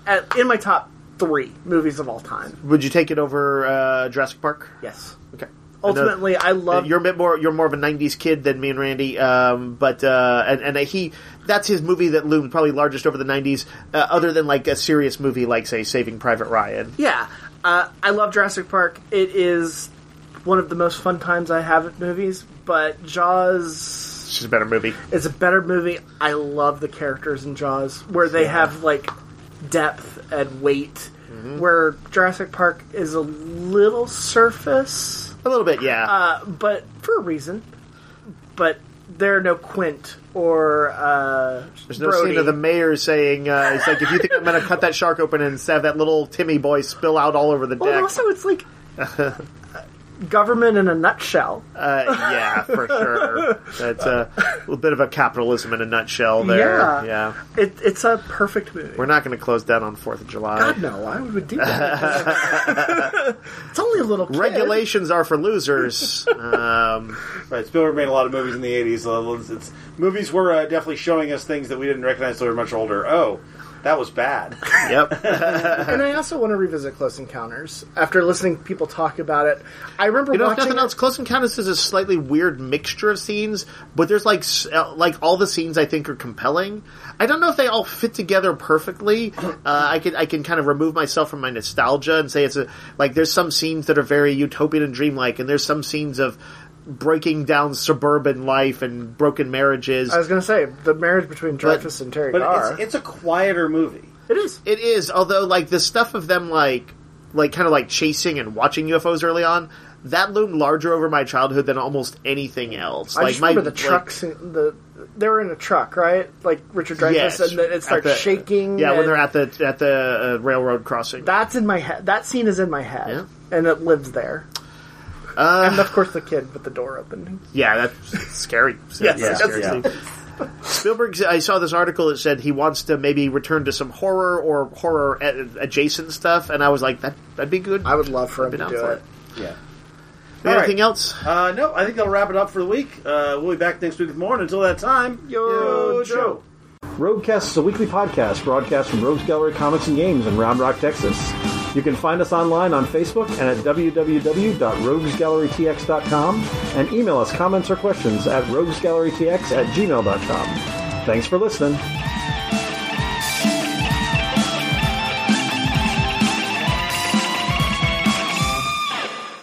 at, in my top three movies of all time.
Would you take it over uh, Jurassic Park?
Yes.
Okay.
Ultimately, I
Uh,
love
you're a bit more you're more of a '90s kid than me and Randy, um, but uh, and and he that's his movie that loomed probably largest over the '90s, uh, other than like a serious movie like say Saving Private Ryan.
Yeah, uh, I love Jurassic Park. It is one of the most fun times I have at movies. But Jaws
It's just a better movie.
is a better movie. I love the characters in Jaws, where they have like depth and weight.
Mm-hmm.
Where Jurassic Park is a little surface,
A little bit, yeah.
uh, but for a reason. But there are no Quint or uh,
There's no
Brody.
scene of the mayor saying uh, it's like if you think I'm going to cut that shark open and have that little Timmy boy spill out all over the
Well, and
deck.
also
<laughs>
it's like government in a nutshell.
Uh, yeah, for sure. That's a little bit of a capitalism in a nutshell there.
Yeah.
Yeah.
It, it's a perfect movie.
We're not going to close down on 4th of July.
God, no, I would do that.
<laughs>
it's only a little kid.
Regulations are for losers. um,
<laughs> Right, Spielberg made a lot of movies in the '80s. so It's, it's- movies were uh, definitely showing us things that we didn't recognize until we were much older. Oh, that was bad.
yep.
And I also want to revisit Close Encounters after listening to people talk about it. I remember
You know, if
watching
nothing
it-
else, Close Encounters is a slightly weird mixture of scenes, but there's like s- uh, like all the scenes I think are compelling. I don't know if they all fit together
<clears throat>
perfectly. Uh, I can I can kind of remove myself from my nostalgia and say it's a like there's some scenes that are very utopian and dreamlike, and there's some scenes of breaking down suburban life and broken marriages.
I was going to say the marriage between Dreyfus and Terry Garr.
But it's, it's a quieter movie.
it is.
It is, although like the stuff of them like like kind of like chasing and watching UFOs early on, that loomed larger over my childhood than almost anything else.
I
like
just
my
remember the
like-
trucks. in the they were in a truck, right? Like Richard Dreyfuss,
Yes.
and then it
At
starts
the-
shaking.
Yeah, when
and
they're at the at the uh, railroad crossing.
that's in my head. That scene is in my head,
Yeah. Uh,
and it lives there. and of course, the kid with the door opening.
yeah, that's
<laughs>
scary. That's
Yes,
yes,
scary. Spielberg. I saw this article that said he wants to maybe return to some horror or horror a- adjacent stuff, and I was like, that that'd be good.
I would love for him to
been out
do
for it.
it.
Yeah.
Anything
Alright.
else?
Uh, no, I think that'll wrap it up for the week. Uh, we'll be back next week with more. And until that time,
Yo, Joe.
Roguecast is a weekly podcast broadcast from Rogues Gallery Comics and Games in Round Rock, Texas. You can find us online on Facebook and at www.roguesgallerytx.com and email us comments or questions at roguesgallerytx at gmail.com. Thanks for listening.